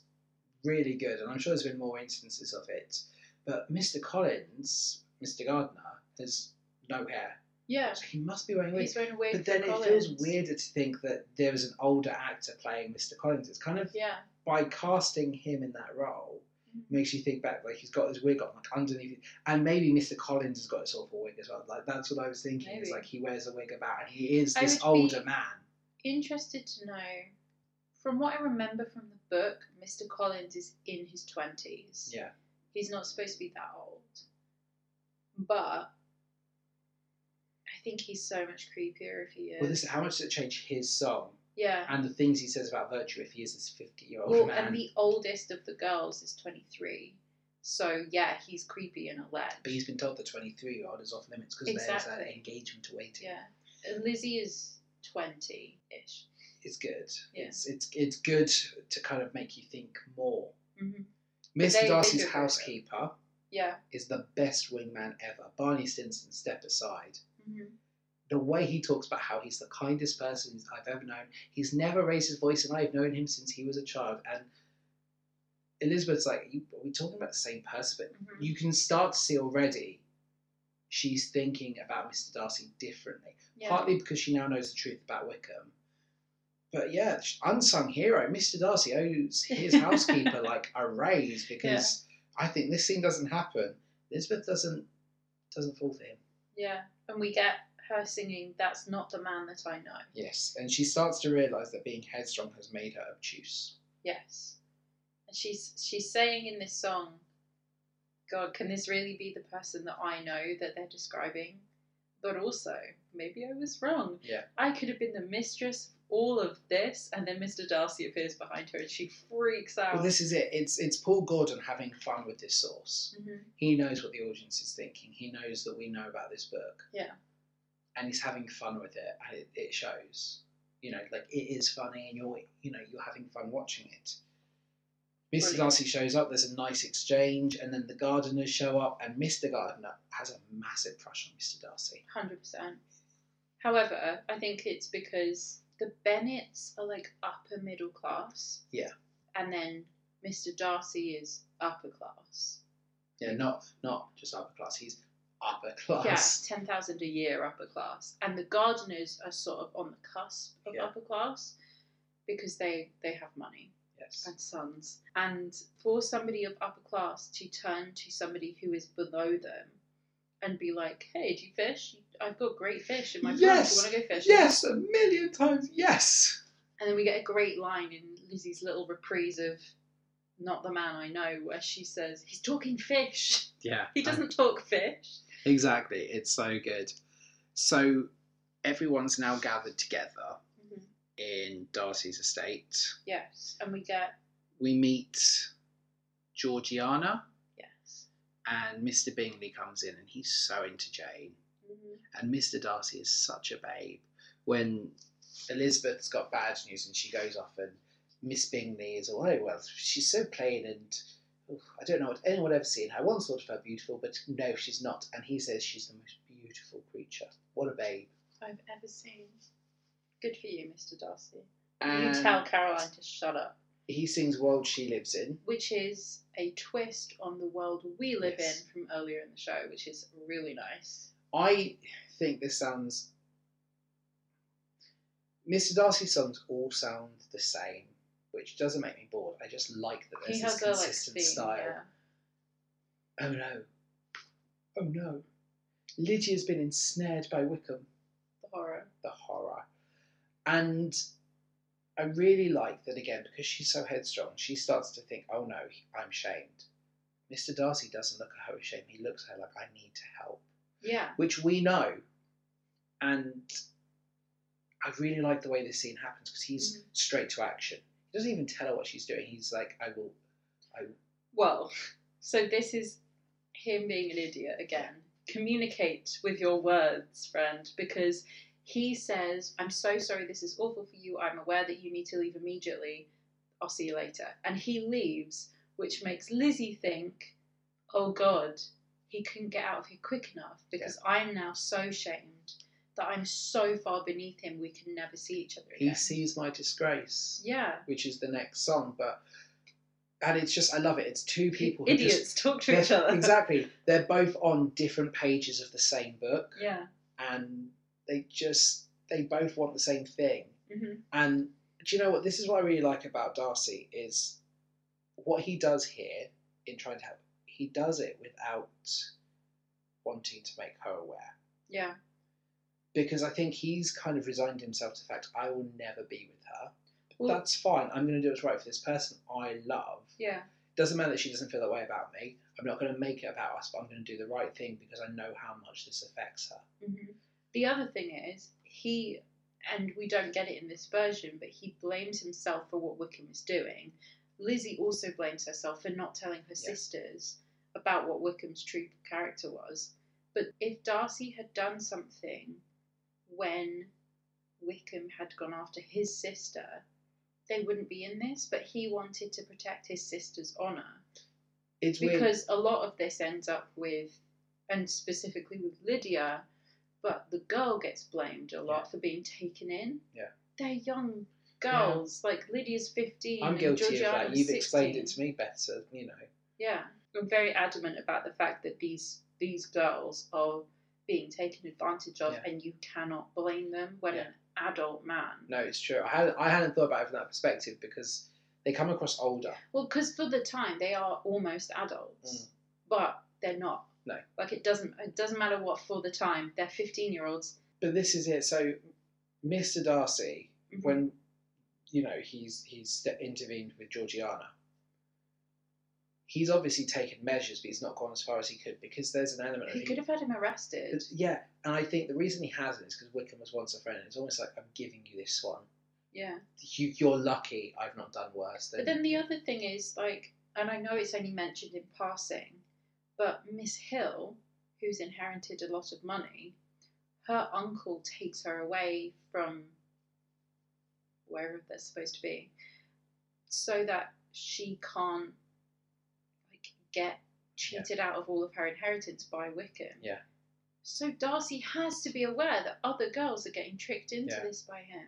really good, and I'm sure there's been more instances of it. But Mr. Collins, Mr. Gardner, has no hair, yeah, so he must be wearing wigs. he's running away. But then it Collins. feels weirder to think that there is an older actor playing Mr. Collins. It's kind of Yeah, by casting him in that role Mhm. makes you think back like he's got his wig on like underneath it. and maybe Mr. Collins has got his awful wig as well. Like that's what I was thinking. Is Maybe. like he wears a wig about and he is I this would be- older man. interested to know. From what I remember from the book, Mr. Collins is in his twenties. Yeah. he's not supposed to be that old, but I think he's so much creepier if he is. Well this how much does it change his song yeah. and the things he says about virtue if he is this fifty year old Well, man. and the oldest of the girls is twenty three, so yeah, he's creepy and a ledge. but he's been told the 23 year old is off limits because there's Exactly. an engagement awaiting. yeah, and Lizzie is twenty ish. It's good. Yeah. It's, it's it's good to kind of make you think more. Mm-hmm. But Mr. they- they Darcy's do a great job. housekeeper Yeah. is the best wingman ever. Barney Stinson, step aside. Mm-hmm. The way he talks about how he's the kindest person I've ever known. He's never raised his voice, and I've known him since he was a child. And Elizabeth's like, you, are we talking about the same person? Mm-hmm. But you can start to see already she's thinking about Mr. Darcy differently. Yeah. Partly because she now knows the truth about Wickham. But yeah, sh- unsung hero. Mr. Darcy owes his housekeeper like a raise because I think this scene doesn't happen. Elizabeth doesn't doesn't fall for him. Yeah, and we get her singing "That's Not the Man That I Know." Yes, and she starts to realise that being headstrong has made her obtuse. Yes, and she's she's saying in this song, "God, can this really be the person that I know that they're describing?" But also, maybe I was wrong. Yeah. I could have been the mistress of all of this, and then Mr. Darcy appears behind her, and she freaks out. Well, this is it. It's it's Paul Gordon having fun with this source. Mhm. He knows what the audience is thinking. He knows that we know about this book. Yeah. and he's having fun with it, and it, it shows. You know, like it is funny, and you're you know you're having fun watching it. Mr. Brilliant. Darcy shows up. There's a nice exchange, and then the gardeners show up, and Mr. Gardener has a massive crush on Mr. Darcy. Hundred percent. However, I think it's because the Bennets are like upper middle class. Yeah. And then Mr. Darcy is upper class. Yeah, not not just upper class. He's upper class. Yeah, ten thousand a year upper class. And the gardeners are sort of on the cusp of Yeah. upper class because they, they have money Yes. and sons. And for somebody of upper class to turn to somebody who is below them and be like, Hey, do you fish? I've got great fish in my Yes. pond, do you wanna go fishing? Yes, a million times yes. And then we get a great line in Lizzie's little reprise of Not the Man I Know, where she says, He's talking fish. [LAUGHS] Yeah. He doesn't talk fish. Exactly. It's so good. So everyone's now gathered together Mm-hmm. in Darcy's estate. Yes. And we get, We meet Georgiana yes. and Mr. Bingley comes in and he's so into Jane. Mm-hmm. And Mr. Darcy is such a babe. When Elizabeth's got bad news and she goes off and Miss Bingley is all, oh, well, she's so plain and oh, I don't know what anyone ever seen her. One thought of her beautiful, but no, she's not. And he says she's the most beautiful creature. What a babe. I've ever seen. Good for you, Mr. Darcy. And you tell Caroline to shut up, He sings World She Lives In. which is a twist on the world we live Yes. in from earlier in the show, which is really nice. I think this sounds. Mr. Darcy's songs all sound the same, which doesn't make me bored. I just like that there's he this has a like consistent theme, style. yeah. Oh no. Oh no. Lydia's been ensnared by Wickham, the horror. the horror. And I really like that again because she's so headstrong, she starts to think, oh no, I'm shamed. Mr. Darcy doesn't look at her with shame, he looks at her like, I need to help Yeah, which we know. And I really like the way this scene happens because he's Mhm. straight to action. He doesn't even tell her what she's doing. He's like, "I will." Well, [LAUGHS] so this is him being an idiot again. Communicate with your words, friend, because he says, I'm so sorry, this is awful for you. I'm aware that you need to leave immediately. I'll see you later. And he leaves, which makes Lizzie think, oh God, he couldn't get out of here quick enough because I'm now so shamed that I'm so far beneath him we can never see each other He again. sees my disgrace, yeah. which is the next song. But and it's just, I love it. It's two people who Idiots just talk to each they're- other. [LAUGHS] exactly. They're both on different pages of the same book, Yeah. and they just they both want the same thing. hmm And do you know what? This is what I really like about Darcy is what he does here in trying to help. He does it without wanting to make her aware, Yeah. because I think he's kind of resigned himself to the fact I will never be with her. Well- That's fine. I'm going to do what's right for this person I love. Yeah. Doesn't matter that she doesn't feel that way about me. I'm not going to make it about us, but I'm going to do the right thing because I know how much this affects her. Mhm. The other thing is, he, and we don't get it in this version, but he blames himself for what Wickham is doing. Lizzie also blames herself for not telling her Yeah. sisters about what Wickham's true character was. But if Darcy had done something when Wickham had gone after his sister, they wouldn't be in this, but he wanted to protect his sister's honour It's weird. because a lot of this ends up with, and specifically with Lydia, but the girl gets blamed a lot for being taken in. Yeah. They're young girls. Like Lydia's 15. I'm and guilty of that. Georgiana's You've explained 16. it to me better, you know. Yeah. I'm very adamant about the fact that these these girls are being taken advantage of, Yeah. and you cannot blame them when Yeah. an adult man. No, it's true. I hadn't, I hadn't thought about it from that perspective because they come across older. Well, because for the time they are almost adults, Mm. but they're not. No. Like it doesn't it doesn't matter what for the time they're 15 year olds. But this is it. So, Mr. Darcy, Mm-hmm. when you know he's he's st- intervened with Georgiana, he's obviously taken measures, but he's not gone as far as he could because there's an element. of He could have had him arrested. But yeah, and I think the reason he hasn't is because Wickham was once a friend. It's almost like I'm giving you this one. Yeah. You, you're lucky. I've not done worse. Than But then the other thing is, like, and I know it's only mentioned in passing, but Miss Hill, who's inherited a lot of money, her uncle takes her away from wherever they're supposed to be so that she can't, like, get cheated out of all of her inheritance by Wickham. Yeah. So Darcy has to be aware that other girls are getting tricked into Yeah. this by him.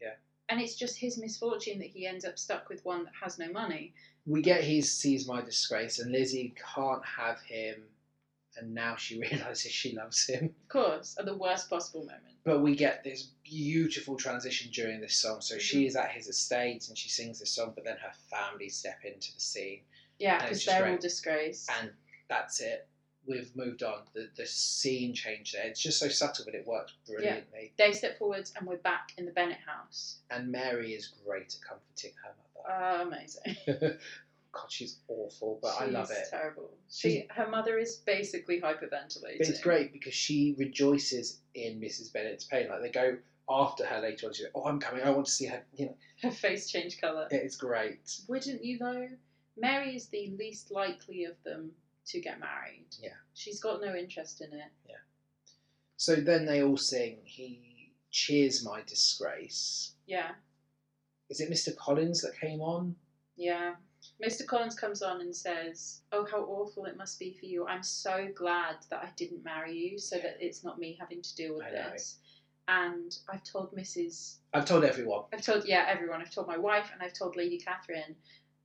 Yeah. And it's just his misfortune that he ends up stuck with one that has no money. we get he sees my disgrace, and Lizzie can't have him, and now she [LAUGHS] realizes she loves him. Of course, at the worst possible moment. But we get this beautiful transition during this song. So she is at his estate and she sings this song, but then her family step into the scene, Yeah, And because it's just they're all great. disgraced. and that's it. We've moved on. The the scene changed there. It's just so subtle, but it works brilliantly. they step forwards, and we're back in the Bennett house. And Mary is great at comforting her mother. Amazing. God, she's awful, but I love She's it. Terrible. She, her mother is basically hyperventilating. But it's great because she rejoices in Mrs. Bennett's pain. Like they go after her later on. She's like, "Oh, I'm coming. I want to see her." You know, Her face changed colour. it's great. Wouldn't you though? Mary is the least likely of them to get married. Yeah. She's got no interest in it. So then they all sing. He cheers my disgrace. Yeah. Is it Mr. Collins that came on? Yeah. Mr. Collins comes on and says, Oh, how awful it must be for you. I'm so glad that I didn't marry you so that it's not me having to deal with I know. this. And I've told Mrs. I've told everyone. I've told, yeah, everyone. I've told my wife and I've told Lady Catherine.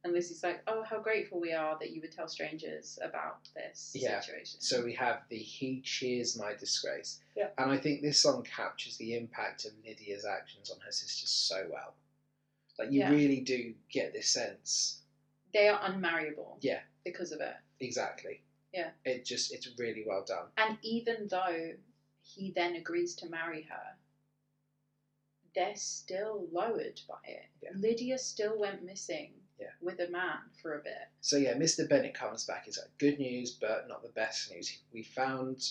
And Lizzie's like, Oh, how grateful we are that you would tell strangers about this Yeah. situation. So we have the He Cheers My Disgrace. Yeah. And I think this song captures the impact of Lydia's actions on her sisters so well. Like, you Yeah. really do get this sense. they are unmarriable. Yeah. Because of it. Exactly. Yeah. It just, it's really well done. And even though he then agrees to marry her, they're still lowered by it. Yeah. Lydia still went missing Yeah. with a man for a bit. So yeah, Mr. Bennett comes back. It's like good news, but not the best news. We found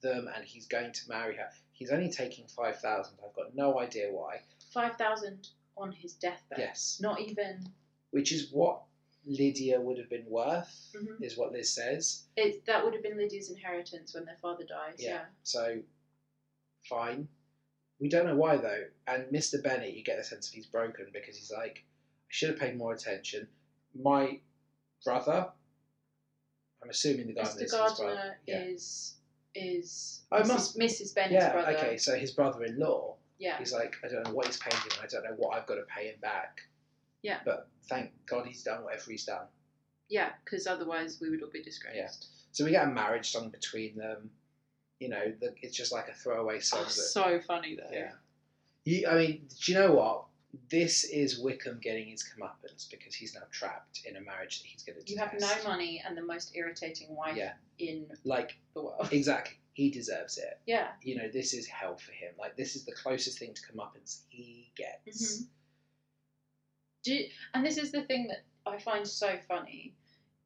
them, and he's going to marry her. He's only taking five thousand. I've got no idea why. 5,000 on his deathbed. Yes, Not even. which is what Lydia would have been worth, Mhm. is what Liz says. It, that would have been Lydia's inheritance when their father dies. Yeah. Yeah. So fine. We don't know why though. And Mr. Bennett, you get the sense of he's broken because he's like, I should have paid more attention. My brother. I'm assuming the guy Mr. is his brother. Gardner Yeah. is. Is Oh, Mrs. must- Mrs. Bennett's Yeah. brother? Okay. So his brother-in-law. Yeah, He's like, I don't know what he's paying him. I don't know what I've got to pay him back. Yeah. But thank God he's done whatever he's done. yeah. Because otherwise we would all be disgraced. So we get a marriage song between them. You know, the, it's just like a throwaway song. Oh, that, so funny though. yeah. You, I mean, do you know what? This is Wickham getting his comeuppance because he's now trapped in a marriage that he's going to. You have no money and the most irritating wife Yeah. in Like the world. exactly, he deserves it. [LAUGHS] Yeah. You know, this is hell for him. Like this is the closest thing to comeuppance he Mm-hmm. gets. Do you- and this is the thing that I find so funny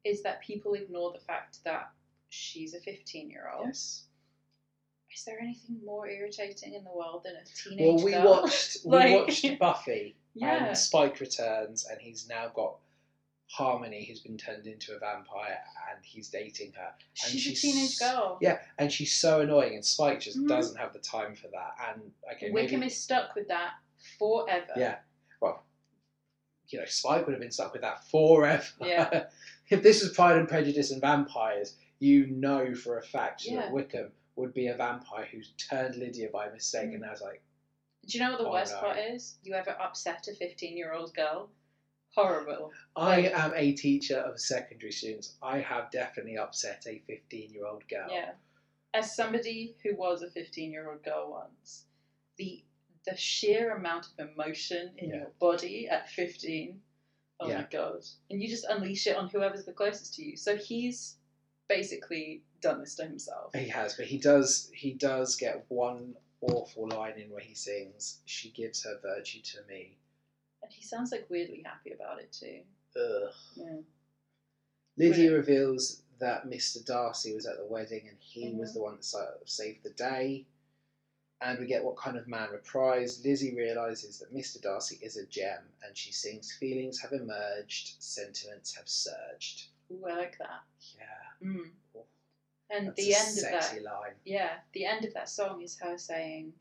is that people ignore the fact that she's a 15 year old. Yes. Is there anything more irritating in the world than a teenage Well, we girl? watched we Like- watched Buffy. [LAUGHS] yeah. and Spike returns, and he's now got Harmony, who's been turned into a vampire, and he's dating her. she's, she's- a teenage girl. Yeah, and she's so annoying, and Spike just Mhm. doesn't have the time for that. And okay, Wickham maybe is stuck with that forever. Yeah. you know Spike would have been stuck with that forever. Yeah. [LAUGHS] if this was Pride and Prejudice and vampires, you know for a fact Yeah. that Wickham would be a vampire who's turned Lydia by mistake, Mm. and I was like, Do you know what the [LAUGHS] Oh, worst no. part is? You ever upset a 15 year old girl? Horrible. I am a teacher of secondary students. I have definitely upset a fifteen-year-old girl. Yeah. As somebody who was a 15 year old girl once, the the sheer amount of emotion in Yeah. your body at 15, oh my Yeah. god. And you just unleash it on whoever's the closest to you. So he's basically done this to himself. He has, but he does. He does get one awful line in where he sings, "She gives her virtue to me." And he sounds like weirdly happy about it too. Ugh. Yeah. Lydia Right. reveals that Mr. Darcy was at the wedding and he Mm-hmm. was the one that sa- saved the day. And we get what kind of man reprised. Lizzie realizes that Mr. Darcy is a gem, and she sings, "Feelings have emerged, sentiments have surged." Ooh, I like that. Yeah, Mm. Oh, And that's the a end of that sexy line. Yeah, the end of that song is her saying,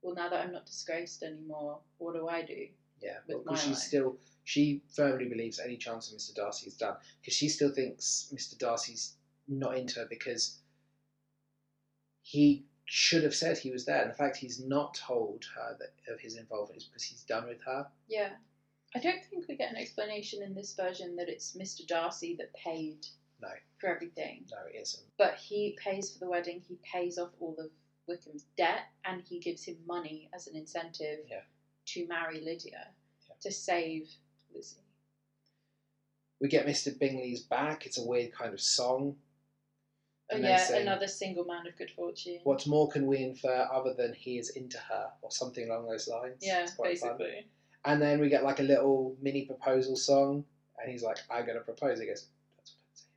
Well, now that I'm not disgraced anymore, what do I do? Yeah, with because my she life. still she firmly believes any chance of Mr. Darcy is done because she still thinks Mr. Darcy's not into her because he should have said he was there, and the fact he's not told her that of his involvement is because he's done with her. Yeah. I don't think we get an explanation in this version that it's Mr. Darcy that paid No. for everything. No, it isn't. But he pays for the wedding, he pays off all of Wickham's debt, and he gives him money as an incentive Yeah. to marry Lydia Yeah. to save Lizzie. We get Mr. Bingley's back. It's a weird kind of song. Oh, And they yeah, sing, another single man of good fortune. What more can we infer other than he is into her or something along those lines? Yeah, It's quite fun. basically. And then we get like a little mini proposal song, and he's like, "I'm gonna propose." He goes, "That's what I'm saying."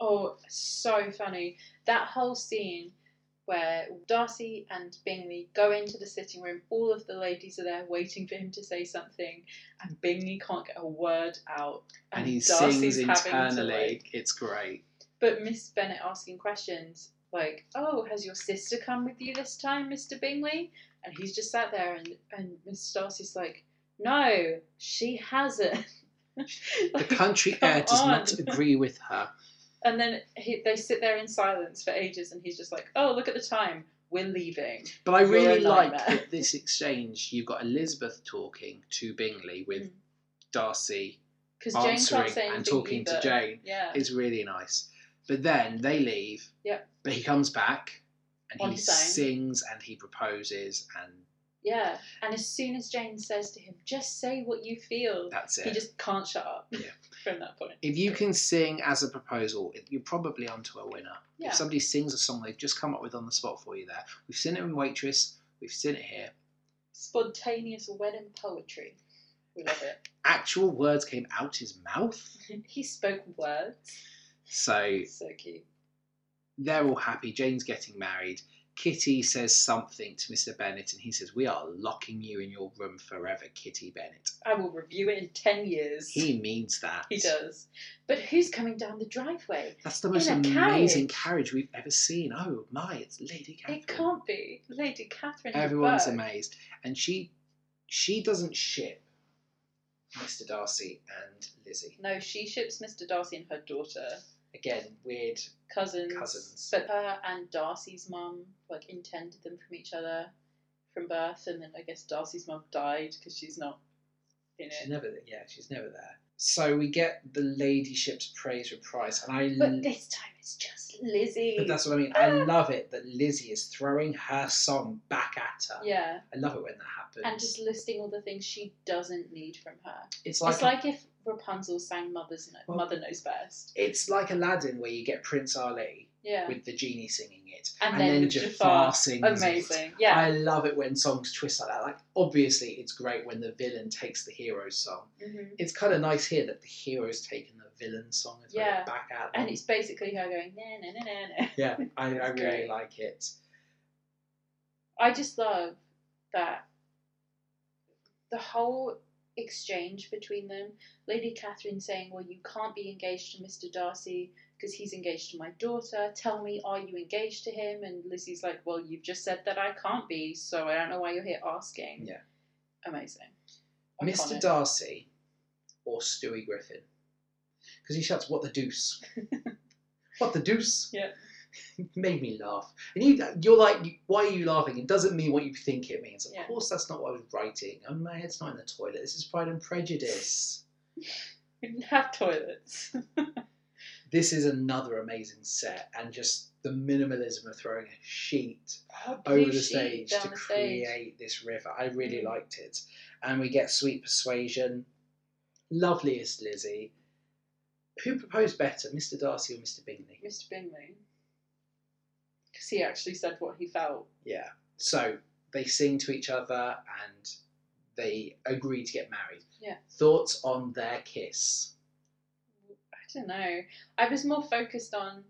Oh, so funny. That whole scene where Darcy and Bingley go into the sitting room, all of the ladies are there waiting for him to say something, and Bingley can't get a word out. and he Darcy's sings having to, internally. like- [LAUGHS] it's great. but Miss Bennet asking questions like, Oh, has your sister come with you this time, Mr. Bingley? And he's just sat there, and, and Miss Darcy's like, No, she hasn't. [LAUGHS] The Like, country come air does not on. agree with her. And then he, they sit there in silence for ages, and he's just like, "Oh, look at the time. We're leaving." But I You're a really like nightmare. that this exchange. You've got Elizabeth talking to Bingley with Mm. Darcy Because Jane answering can't say anything and talking either. to Jane. Yeah, It's really nice. But then they leave. Yep. But he comes back and On he his own. sings and he proposes and yeah. And as soon as Jane says to him, "Just say what you feel," that's it. he just can't shut up. Yeah. [LAUGHS] from that point. if you can sing as a proposal, it- you're probably onto a winner. Yeah. If somebody sings a song they've just come up with on the spot for you, there. We've seen it in Waitress. We've seen it here. Spontaneous wedding poetry. We love it. [LAUGHS] Actual words came out his mouth. he spoke words. So So cute. they're all happy. Jane's getting married. Kitty says something to Mr. Bennett, and he says, "We are locking you in your room forever, Kitty Bennett." I will review it in ten years. He means that. [LAUGHS] He does. But who's coming down the driveway? That's the most In a amazing carriage. carriage we've ever seen. Oh my, it's Lady Catherine. It can't be Lady Catherine. of Everyone's Burgh. amazed, and she she doesn't ship Mr. Darcy and Lizzie. No, she ships Mr. Darcy and her daughter, Again, weird. cousins. Cousins. But her and Darcy's mum like intended them from each other from birth, and then I guess Darcy's mum died because she's not in She's it. never. Yeah, she's never there. So we get the ladyship's praise reprise, and I. But this time it's just Lizzie. ah. But that's what I mean. I love it that Lizzie is throwing her song back at her. yeah, I love it when that happens. and just listing all the things she doesn't need from her. it's like it's like if Rapunzel sang "Mother's Well- Mother Knows Best." it's like Aladdin where you get Prince Ali Yeah, with the genie singing it, and, then, with Jafar, sings it. amazing. Yeah, I love it when songs twist like that. Like obviously, it's great when the villain takes the hero's song. Mhm. It's kind of nice here that the hero's taken the villain's song and thrown Yeah. it back at them. and it's basically her going na na na na na. [LAUGHS] yeah, I, I really It's great. like it. I just love that the whole exchange between them. Lady Catherine saying, Well, you can't be engaged to Mr. Darcy because he's engaged to my daughter. Tell me, are you engaged to him? And Lizzie's like, Well, you've just said that I can't be, so I don't know why you're here asking. Yeah. Amazing. Mr. Iconic. Darcy or Stewie Griffin? Because he shouts, "What [LAUGHS] the deuce? what the deuce?" [LAUGHS] Yeah. made me laugh. And you, you're like, you- why are you laughing? It doesn't mean what you think it means. Of Yeah. course, that's not what I was writing. And my head's not in the toilet. This is Pride and Prejudice. [LAUGHS] We didn't have toilets. This is another amazing set, and just the minimalism of throwing a sheet [LAUGHS] Blue over the sheet stage down to the stage. create this river. I really Mm. liked it. And we get Sweet Persuasion, Loveliest Lizzie. Who proposed better, Mr. Darcy or Mr. Bingley? Mr. Bingley. Because he actually said what he felt. Yeah. So they sing to each other and they agree to get married. Yeah. Thoughts on their kiss? I don't know. I was more focused on.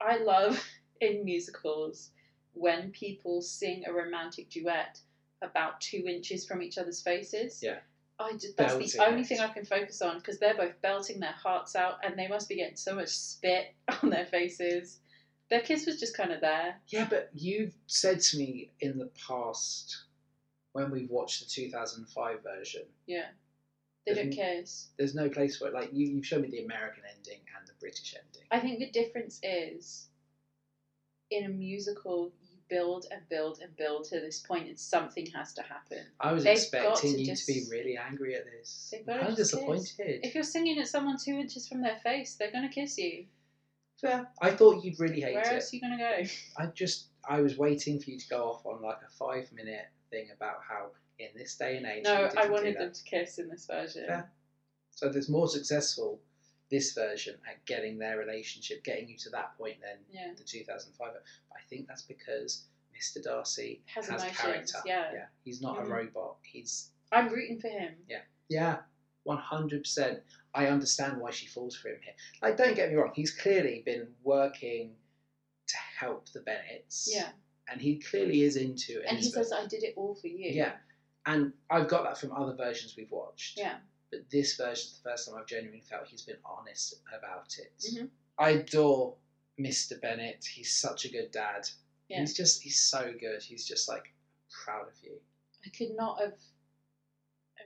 I love [LAUGHS] in musicals when people sing a romantic duet about two inches from each other's faces. Yeah. I just, that's Belting the only it. thing I can focus on because they're both belting their hearts out and they must be getting so much spit [LAUGHS] on their faces. Their kiss was just kind of there. Yeah, but you've said to me in the past when we've watched the 2005 version Yeah. They don't Mhm. kiss. there's no place for it. Like you, you've shown me the American ending and the British ending. I think the difference is in a musical, you build and build and build to this point and something has to happen. I was They've got expecting to you just- to be really angry at this. They've got to I'm just kiss. disappointed. If you're singing at someone two inches from their face, they're gonna kiss you. Fair. I thought you'd really hate Where it. else are you gonna go? I just, I was waiting for you to go off on like a five minute thing about how in this day and age. you No, didn't I do wanted that. them to kiss in this version. Yeah. So there's more successful this version at getting their relationship, getting you to that point than Yeah. the 2005. But I think that's because Mr. Darcy Has emotions, character. yeah. He's not Mhm. a robot. He's I'm rooting for him. Yeah, one hundred percent. I understand why she falls for him here. Like, don't get me wrong; he's clearly been working to help the Bennets. Yeah. and he clearly is into. And he Elizabeth. says, I did it all for you. "Yeah," and I've got that from other versions we've watched. Yeah. but this version's the first time I've genuinely felt he's been honest about it. Mhm. I adore Mr. Bennett. He's such a good dad. Yeah. He's just—he's so good. He's just like proud of you. I could not have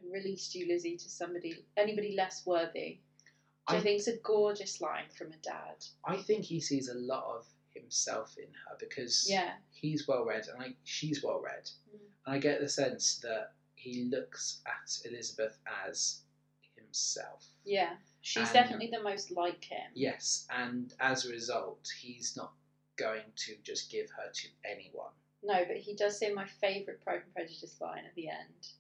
released you, Lizzie, to somebody, anybody less worthy. Which I, I- think it's a gorgeous line from a dad. I think he sees a lot of himself in her because Yeah. he's well read and I, she's well read. Mm. And I get the sense that he looks at Elizabeth as himself. Yeah. She's And- definitely the most like him. Yes, and as a result, he's not going to just give her to anyone. No, but he does say my favourite Pride and Prejudice line at the end,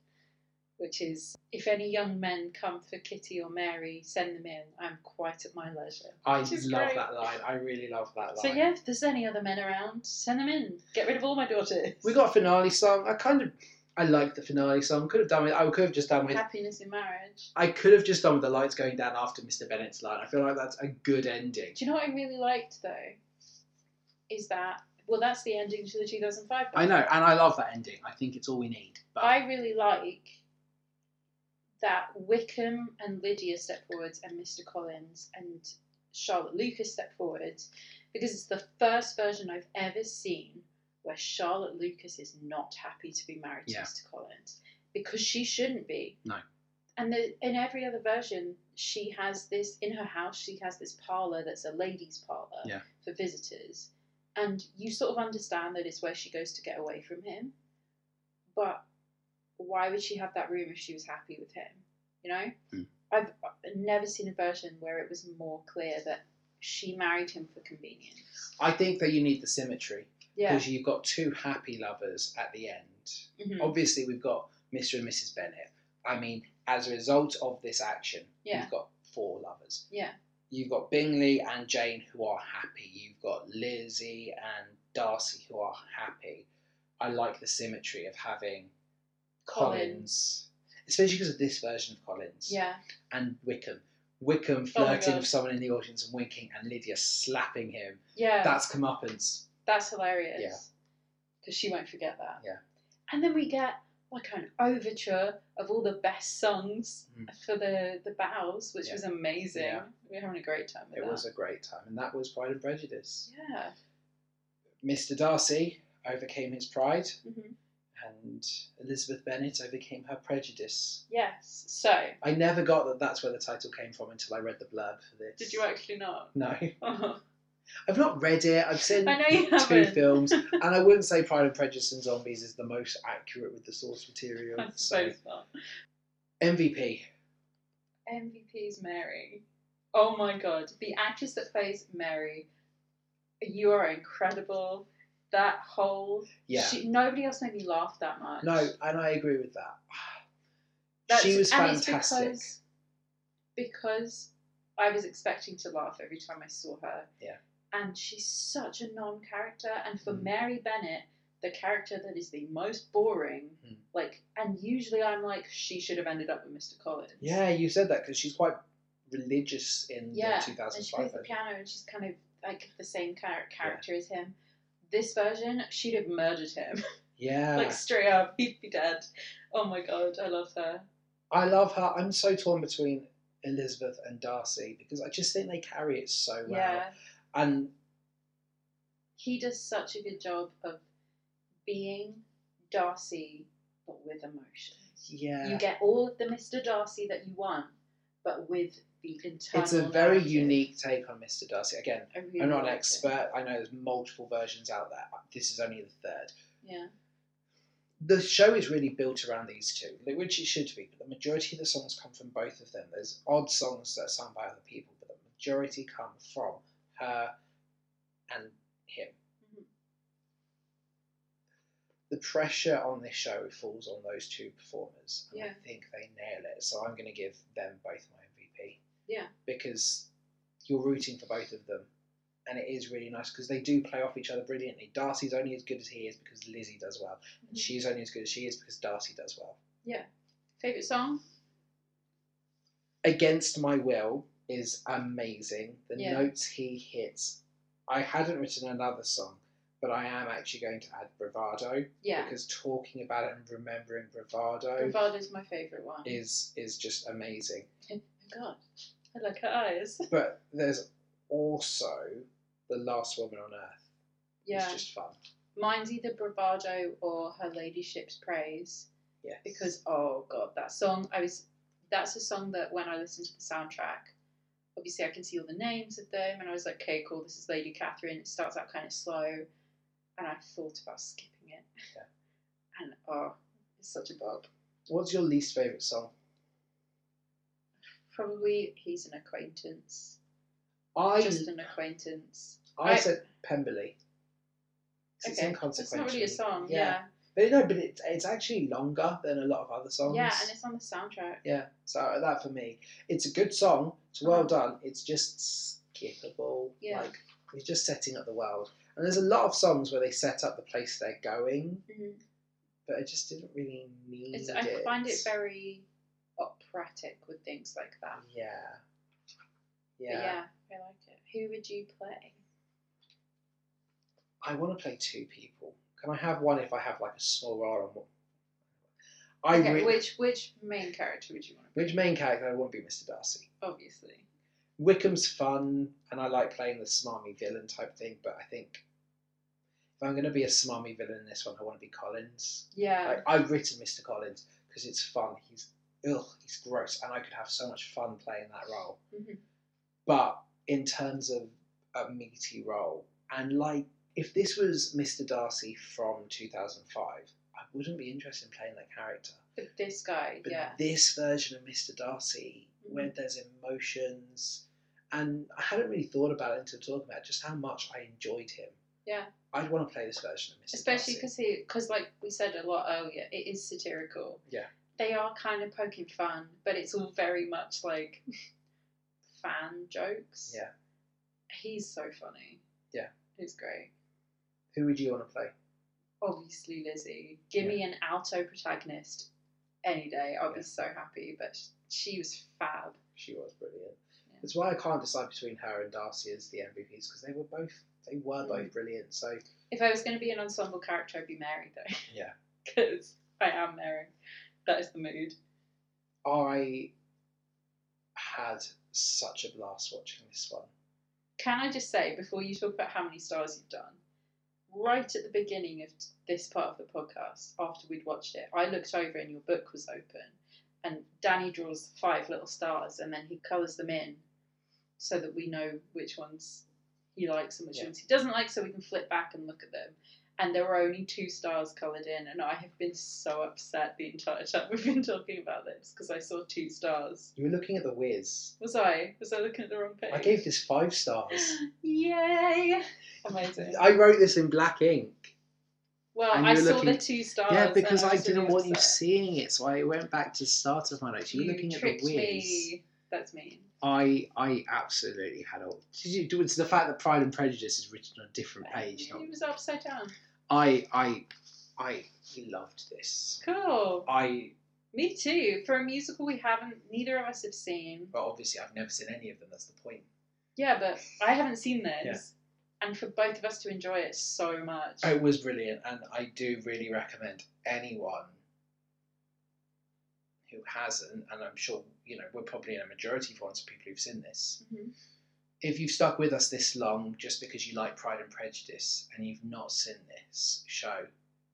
which is If any young men come for Kitty or Mary, send them in. I'm quite at my leisure. I love Which is great. that line. I really love that line. So, yeah, if there's any other men around, send them in. Get rid of all my daughters. We got a finale song. I kind of I like the finale song. Could have done with I could have just done with [LAUGHS] happiness in marriage. I could have just done with the lights going down after Mr. Bennett's line. I feel like that's a good ending. Do you know what I really liked though? Is that well, that's the ending to the 2005. I know, and I love that ending. I think it's all we need. But I really like that Wickham and Lydia step forwards, and Mr. Collins and Charlotte Lucas step forwards because it's the first version I've ever seen where Charlotte Lucas is not happy to be married to Yeah. Mr. Collins because she shouldn't be. No. And the, in every other version, she has this in her house. She has this parlor that's a ladies' parlor Yeah. for visitors, and you sort of understand that it's where she goes to get away from him. But why would she have that room if she was happy with him? You know, Mm. I've never seen a version where it was more clear that she married him for convenience. I think that you need the symmetry Yeah. because you've got two happy lovers at the end. Mhm. Obviously, we've got Mr. and Mrs. Bennett. I mean, as a result of this action, Yeah. you've got four lovers. Yeah. You've got Bingley and Jane who are happy. You've got Lizzie and Darcy who are happy. I like the symmetry of having Collins, especially because of this version of Collins Yeah. and Wickham. Wickham Oh my flirting God. with someone in the audience and winking, and Lydia slapping him. Yeah. That's comeuppance. That's hilarious. Yeah. Because she won't forget that. Yeah. And then we get like an overture of all the best songs Mm. for the the bows, which Yeah. was amazing. Yeah. We were having a great time with It that. was a great time, and that was Pride and Prejudice. yeah. Mr. Darcy overcame his pride, Mhm. and Elizabeth Bennet overcame her prejudice. Yes. So, I never got that that's where the title came from until I read the blurb for this. did you actually not? [LAUGHS] No, Oh, I've not read it. I've seen I know you two haven't. films, and I wouldn't say Pride and Prejudice and Zombies is the most accurate with the source material. I so suppose not. MVP. MVP's Mary. Oh my god. The actress that plays Mary, you are incredible. That whole Yeah. she, nobody else made me laugh that much. No, and I agree with that. That's- she was and it's fantastic. because, because I was expecting to laugh every time I saw her. Yeah. And she's such a non character. And for Mm. Mary Bennett, the character that is the most boring, Mm. like, and usually I'm like, she should have ended up with Mr. Collins. Yeah, you said that because she's quite religious in Yeah, the And she 2005 plays the version. piano and she's kind of like the same char- character as him. This version, she'd have murdered him. [LAUGHS] Yeah. like, straight up, he'd be dead. Oh my god, I love her. I love her. I'm so torn between Elizabeth and Darcy because I just think they carry it so well. Yeah. And he does such a good job of being Darcy but with emotions. yeah, You get all of the Mr. Darcy that you want, but with the internal. it's a very narrative. unique take on Mr. Darcy. Again, I really I'm not an like it. expert. I know there's multiple versions out there. This is only the third. Yeah, The show is really built around these two, which it should be. But the majority of the songs come from both of them. There's odd songs that are sung by other people, but the majority come from her and him. Mhm. the pressure on this show falls on those two performers, and Yeah. I think they nail it. So I'm going to give them both my MVP. Yeah. Because you're rooting for both of them, and it is really nice because they do play off each other brilliantly. Darcy's only as good as he is because Lizzie does well, and Mhm. she's only as good as she is because Darcy does well. favorite song? Against My Will is amazing. The Yeah. notes he hits. I hadn't written another song, but I am actually going to add Bravado Yeah, because talking about it and remembering Bravado's my favorite one. is is just amazing. Oh God, I like her eyes. [LAUGHS] But there's also the Last Woman on Earth. Yeah, It's just fun. mine's either Bravado or Her Ladyship's Praise. Yes. because oh god, that song I was that's a song that when I listened to the soundtrack, obviously I can see all the names of them and I was like, okay, cool, this is Lady Catherine. It starts out kind of slow, and I thought about skipping it, Yeah. [LAUGHS] and oh, it's such a bop. What's your least favourite song? Probably he's an acquaintance, I just an acquaintance. I, I- said Pemberley. 'Cause It's Okay, it's inconsequential. not really a song, Yeah. yeah, But no, but it's it's actually longer than a lot of other yeah, songs. and it's on the soundtrack. Yeah, so that for me, it's a good song. It's well Uh-huh. done. It's just skippable. Yeah. Like you're just setting up the world, and there's a lot of songs where they set up the place they're going, Mhm. but I just didn't really need It's, it. I find it very operatic with things like that. Yeah. But Yeah. yeah, I like it. Who would you play? I want to play two people. Can I have one if I have like a small role on one? I okay, re- which which main character would you want? which main character I want to be Mr. Darcy. to Obviously. Wickham's fun, and I like playing the smarmy villain type thing. But I think if I'm going to be a smarmy villain in this one, I want to be Collins. Yeah. Like, I've written Mr. Collins because it's fun. He's ugh, he's gross, and I could have so much fun playing that role. Mhm. But in terms of a meaty role, and like if this was Mr. Darcy from 2005, I wouldn't be interested in playing that character. But this guy, But yeah. Mm-hmm. this version of Mr. Darcy, where there's emotions, and I hadn't really thought about it until talking about just how much I enjoyed him. Yeah. I'd want to play this version of Mr. Especially Darcy. because he, because like we said a lot earlier, it is satirical. Yeah. They are kind of poking fun, but it's all very much like [LAUGHS] fan jokes. Yeah. He's so funny. Yeah. He's great. who would you want to play? Obviously, Lizzie. Give me an alto protagonist any day. I'll Yeah. be so happy. But sh- she was fab. She was brilliant. Yeah. That's why I can't decide between her and Darcy as the MVPs because they were both they were Mm. both brilliant. So If I was going to be an ensemble character, I'd be Mary, though. [LAUGHS] Yeah. Because I am Mary. That is the mood. I had such a blast watching this one. Can I just say, before you talk about how many stars you've done, right at the beginning of t- this part of the podcast, after we'd watched it, I looked over and your book was open. And Danny draws five little stars and then he colours them in so that we know which ones he likes and which Yeah. ones he doesn't like, so we can flip back and look at them. And there were only two stars coloured in, and I have been so upset the entire time we've been talking about this because I saw two stars. You were looking at the Wiz. Was I? Was I looking at the wrong page? I gave this five stars. [LAUGHS] Yay! Amazing. I wrote this in black ink. Well, And I you were saw looking- the two stars. uh, Yeah, because and I was didn't really want you upset. seeing it, so I went back to the start of my notes. You were looking at the tricked whiz. me. That's mean. I I absolutely had all. Did you do it's the fact that Pride and Prejudice is written on a different page? Not, It was upside down. I I I loved this. Cool. I Me too. For a musical we haven't, neither of us have seen. well, obviously I've never seen any of them. That's the point. Yeah, but I haven't seen this. And for both of us to enjoy it so much. It was brilliant, and I do really recommend anyone who hasn't, and I'm sure you know we're probably in a majority for once of people who've seen this. Mhm. if you've stuck with us this long just because you like Pride and Prejudice and you've not seen this show,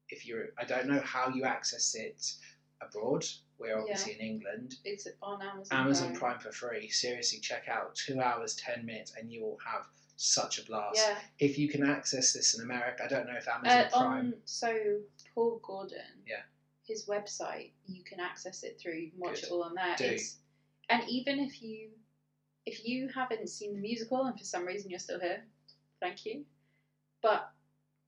if you're, I don't know how you access it abroad. We're obviously in England. It's on Amazon. Amazon Prime for free. Seriously, check out two hours, 10 minutes, and you will have such a blast. Yeah. If you can access this in America, I don't know if Amazon Uh, Prime. on so Paul Gordon, Yeah. his website, you can access it through. You can watch Good. it all on there. Do. It's, and even if you if you haven't seen the musical and for some reason you're still here, thank you. But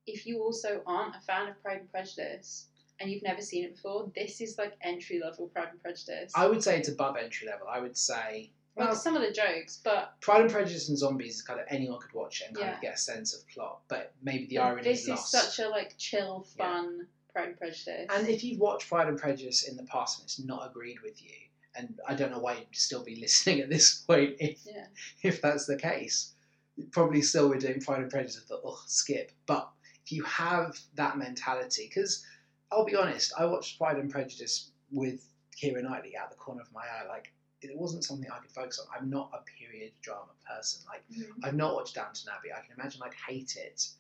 if you also aren't a fan of Pride and Prejudice and you've never seen it before, this is like entry level Pride and Prejudice. I would say it's above entry level. I would say. like well, some of the jokes, but Pride and Prejudice and Zombies is kind of anyone could watch it and kind of Yeah. get a sense of plot, but maybe the irony this is is lost. such a like chill, Yeah. fun Pride and Prejudice. And if you've watched Pride and Prejudice in the past and it's not agreed with you, and I don't know why you'd still be [LAUGHS] listening at this point if, yeah, if that's the case. You Probably still we're doing Pride and Prejudice, but oh, skip. But if you have that mentality, because I'll be honest, I watched Pride and Prejudice with Kira Knightley out the corner of my eye. Like, it wasn't something I could focus on. I'm not a period drama person. Like, Mhm. I've not watched Downton Abbey. I can imagine I'd hate it,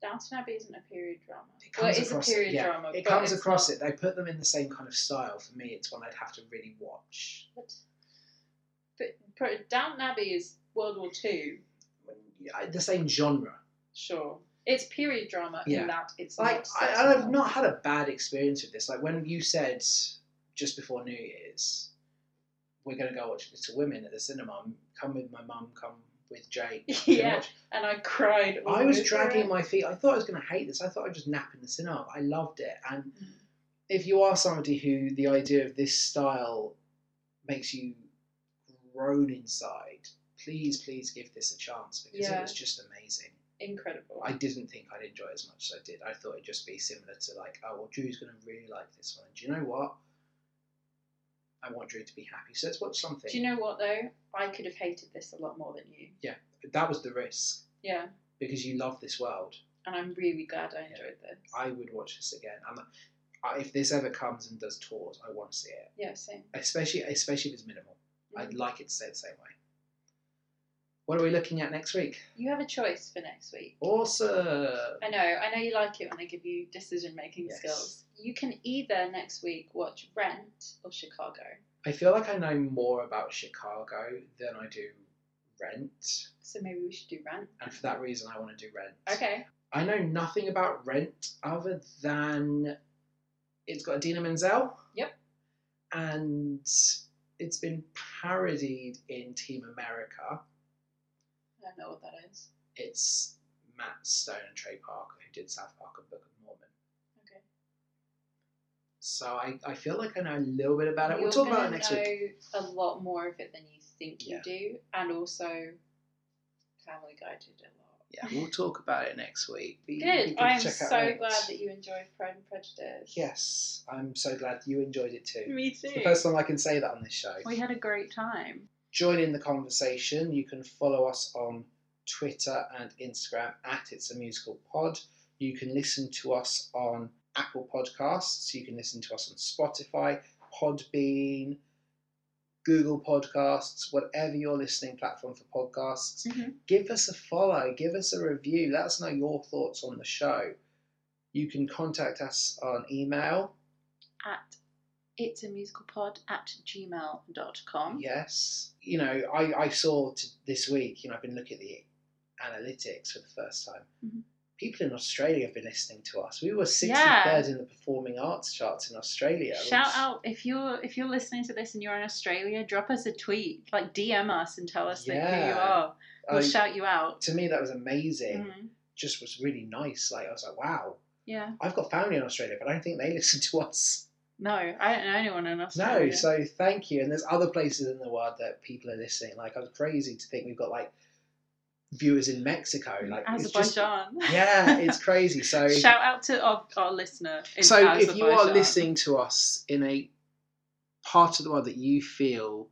Downton Abbey isn't a period drama. It well, comes it is a across- period yeah, drama. It but comes it's across not- it. They put them in the same kind of style. For me, it's one I'd have to really watch. But, but, but Downton Abbey is World War Two. I- The same genre. Sure, it's period drama Yeah. in that it's Like not I, set and I've in- not had a bad experience with this. Like when you said just before New Year's, we're gonna go watch Little Women at the cinema. Come with my mum. Come with [LAUGHS] Jake. we're gonna Yeah. watch- and I cried. all I was over dragging it. my feet. I thought I was going to hate this. I thought I'd just nap in the cinema. I loved it. And Mm. if you are somebody who the idea of this style makes you groan inside, please, please give this a chance because Yeah. it was just amazing. incredible. I didn't think I'd enjoy it as much as I did. I thought it'd just be similar to like, oh well, Drew's going to really like this one. And do you know what? I want Drew to be happy, so let's watch something. Do you know what though? I could have hated this a lot more than you. that was the risk Yeah, because you love this world. and I'm really glad I enjoyed this. I would watch this again. And I- if this ever comes and does tours, I want to see it. Yeah, same. Especially, especially if it's minimal. I'd Mm. like it to stay the same way. What are we looking at next week? You have a choice for next week. Awesome. I know, I know you like it when I give you decision making Yes. skills. You can either next week watch Rent or Chicago. I feel like I know more about Chicago than I do Rent, So maybe we should do Rent. and for that reason, I want to do Rent. Okay. I know nothing about Rent other than it's got Adina Menzel. Yep. And it's been parodied in Team America. I don't know what that is. it's Matt Stone and Trey Parker who did South Park and Book of Mormon. Okay. So I, I feel like I know a little bit about it. we'll talk about it next know week. a lot more of it than you think you Yeah. do. And also Family Guy did a lot. Yeah, we'll talk about it next week. Be- be Good. I am to check so out glad Rent. that you enjoyed Pride and Prejudice. Yes, I'm so glad you enjoyed it too. Me It's too. the first time I can say that on this show. we had a great time. Join in the conversation. You can follow us on Twitter and Instagram at It's a Musical Pod. You can listen to us on Apple Podcasts. You can listen to us on Spotify, Podbean, Google Podcasts, whatever your listening platform for podcasts. Mhm. Give us a follow, give us a review, let us know your thoughts on the show. You can contact us on email. At it's a musical pod at gmail.com. Yes. You know, I, I saw t- this week, you know, I've been looking at the analytics for the first time. Mhm. People in Australia have been listening to us. We were 63rd Yeah. in the performing arts charts in Australia. Shout which- out if you're if you're listening to this and you're in Australia, drop us a tweet, like DM us and tell us that who you Yeah. are. We'll I- shout you out. to me, that was amazing. Mhm. Just was really nice. Like, I was like, wow, Yeah. I've got family in Australia, but I don't think they [LAUGHS] listen to us. No, I don't know anyone in No, Australia. so thank you. And there's other places in the world that people are listening. Like, I was crazy to think we've got like viewers in Mexico. Mm, Like, it's just- Azerbaijan. yeah, it's [LAUGHS] crazy. So, shout out to our, our listener. In so if you are Azerbaijan. listening to us in a part of the world that you feel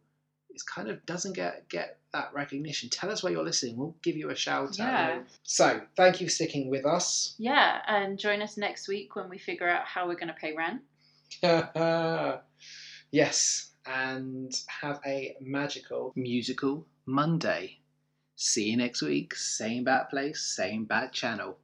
is kind of doesn't get get that recognition, tell us where you're listening. We'll give you a shout Yeah. out. So thank you for sticking with us. [LAUGHS] Yeah, and join us next week when we figure out how we're going to pay rent. yes, and have a magical musical Monday. See you next week. Same bat place, same bat channel.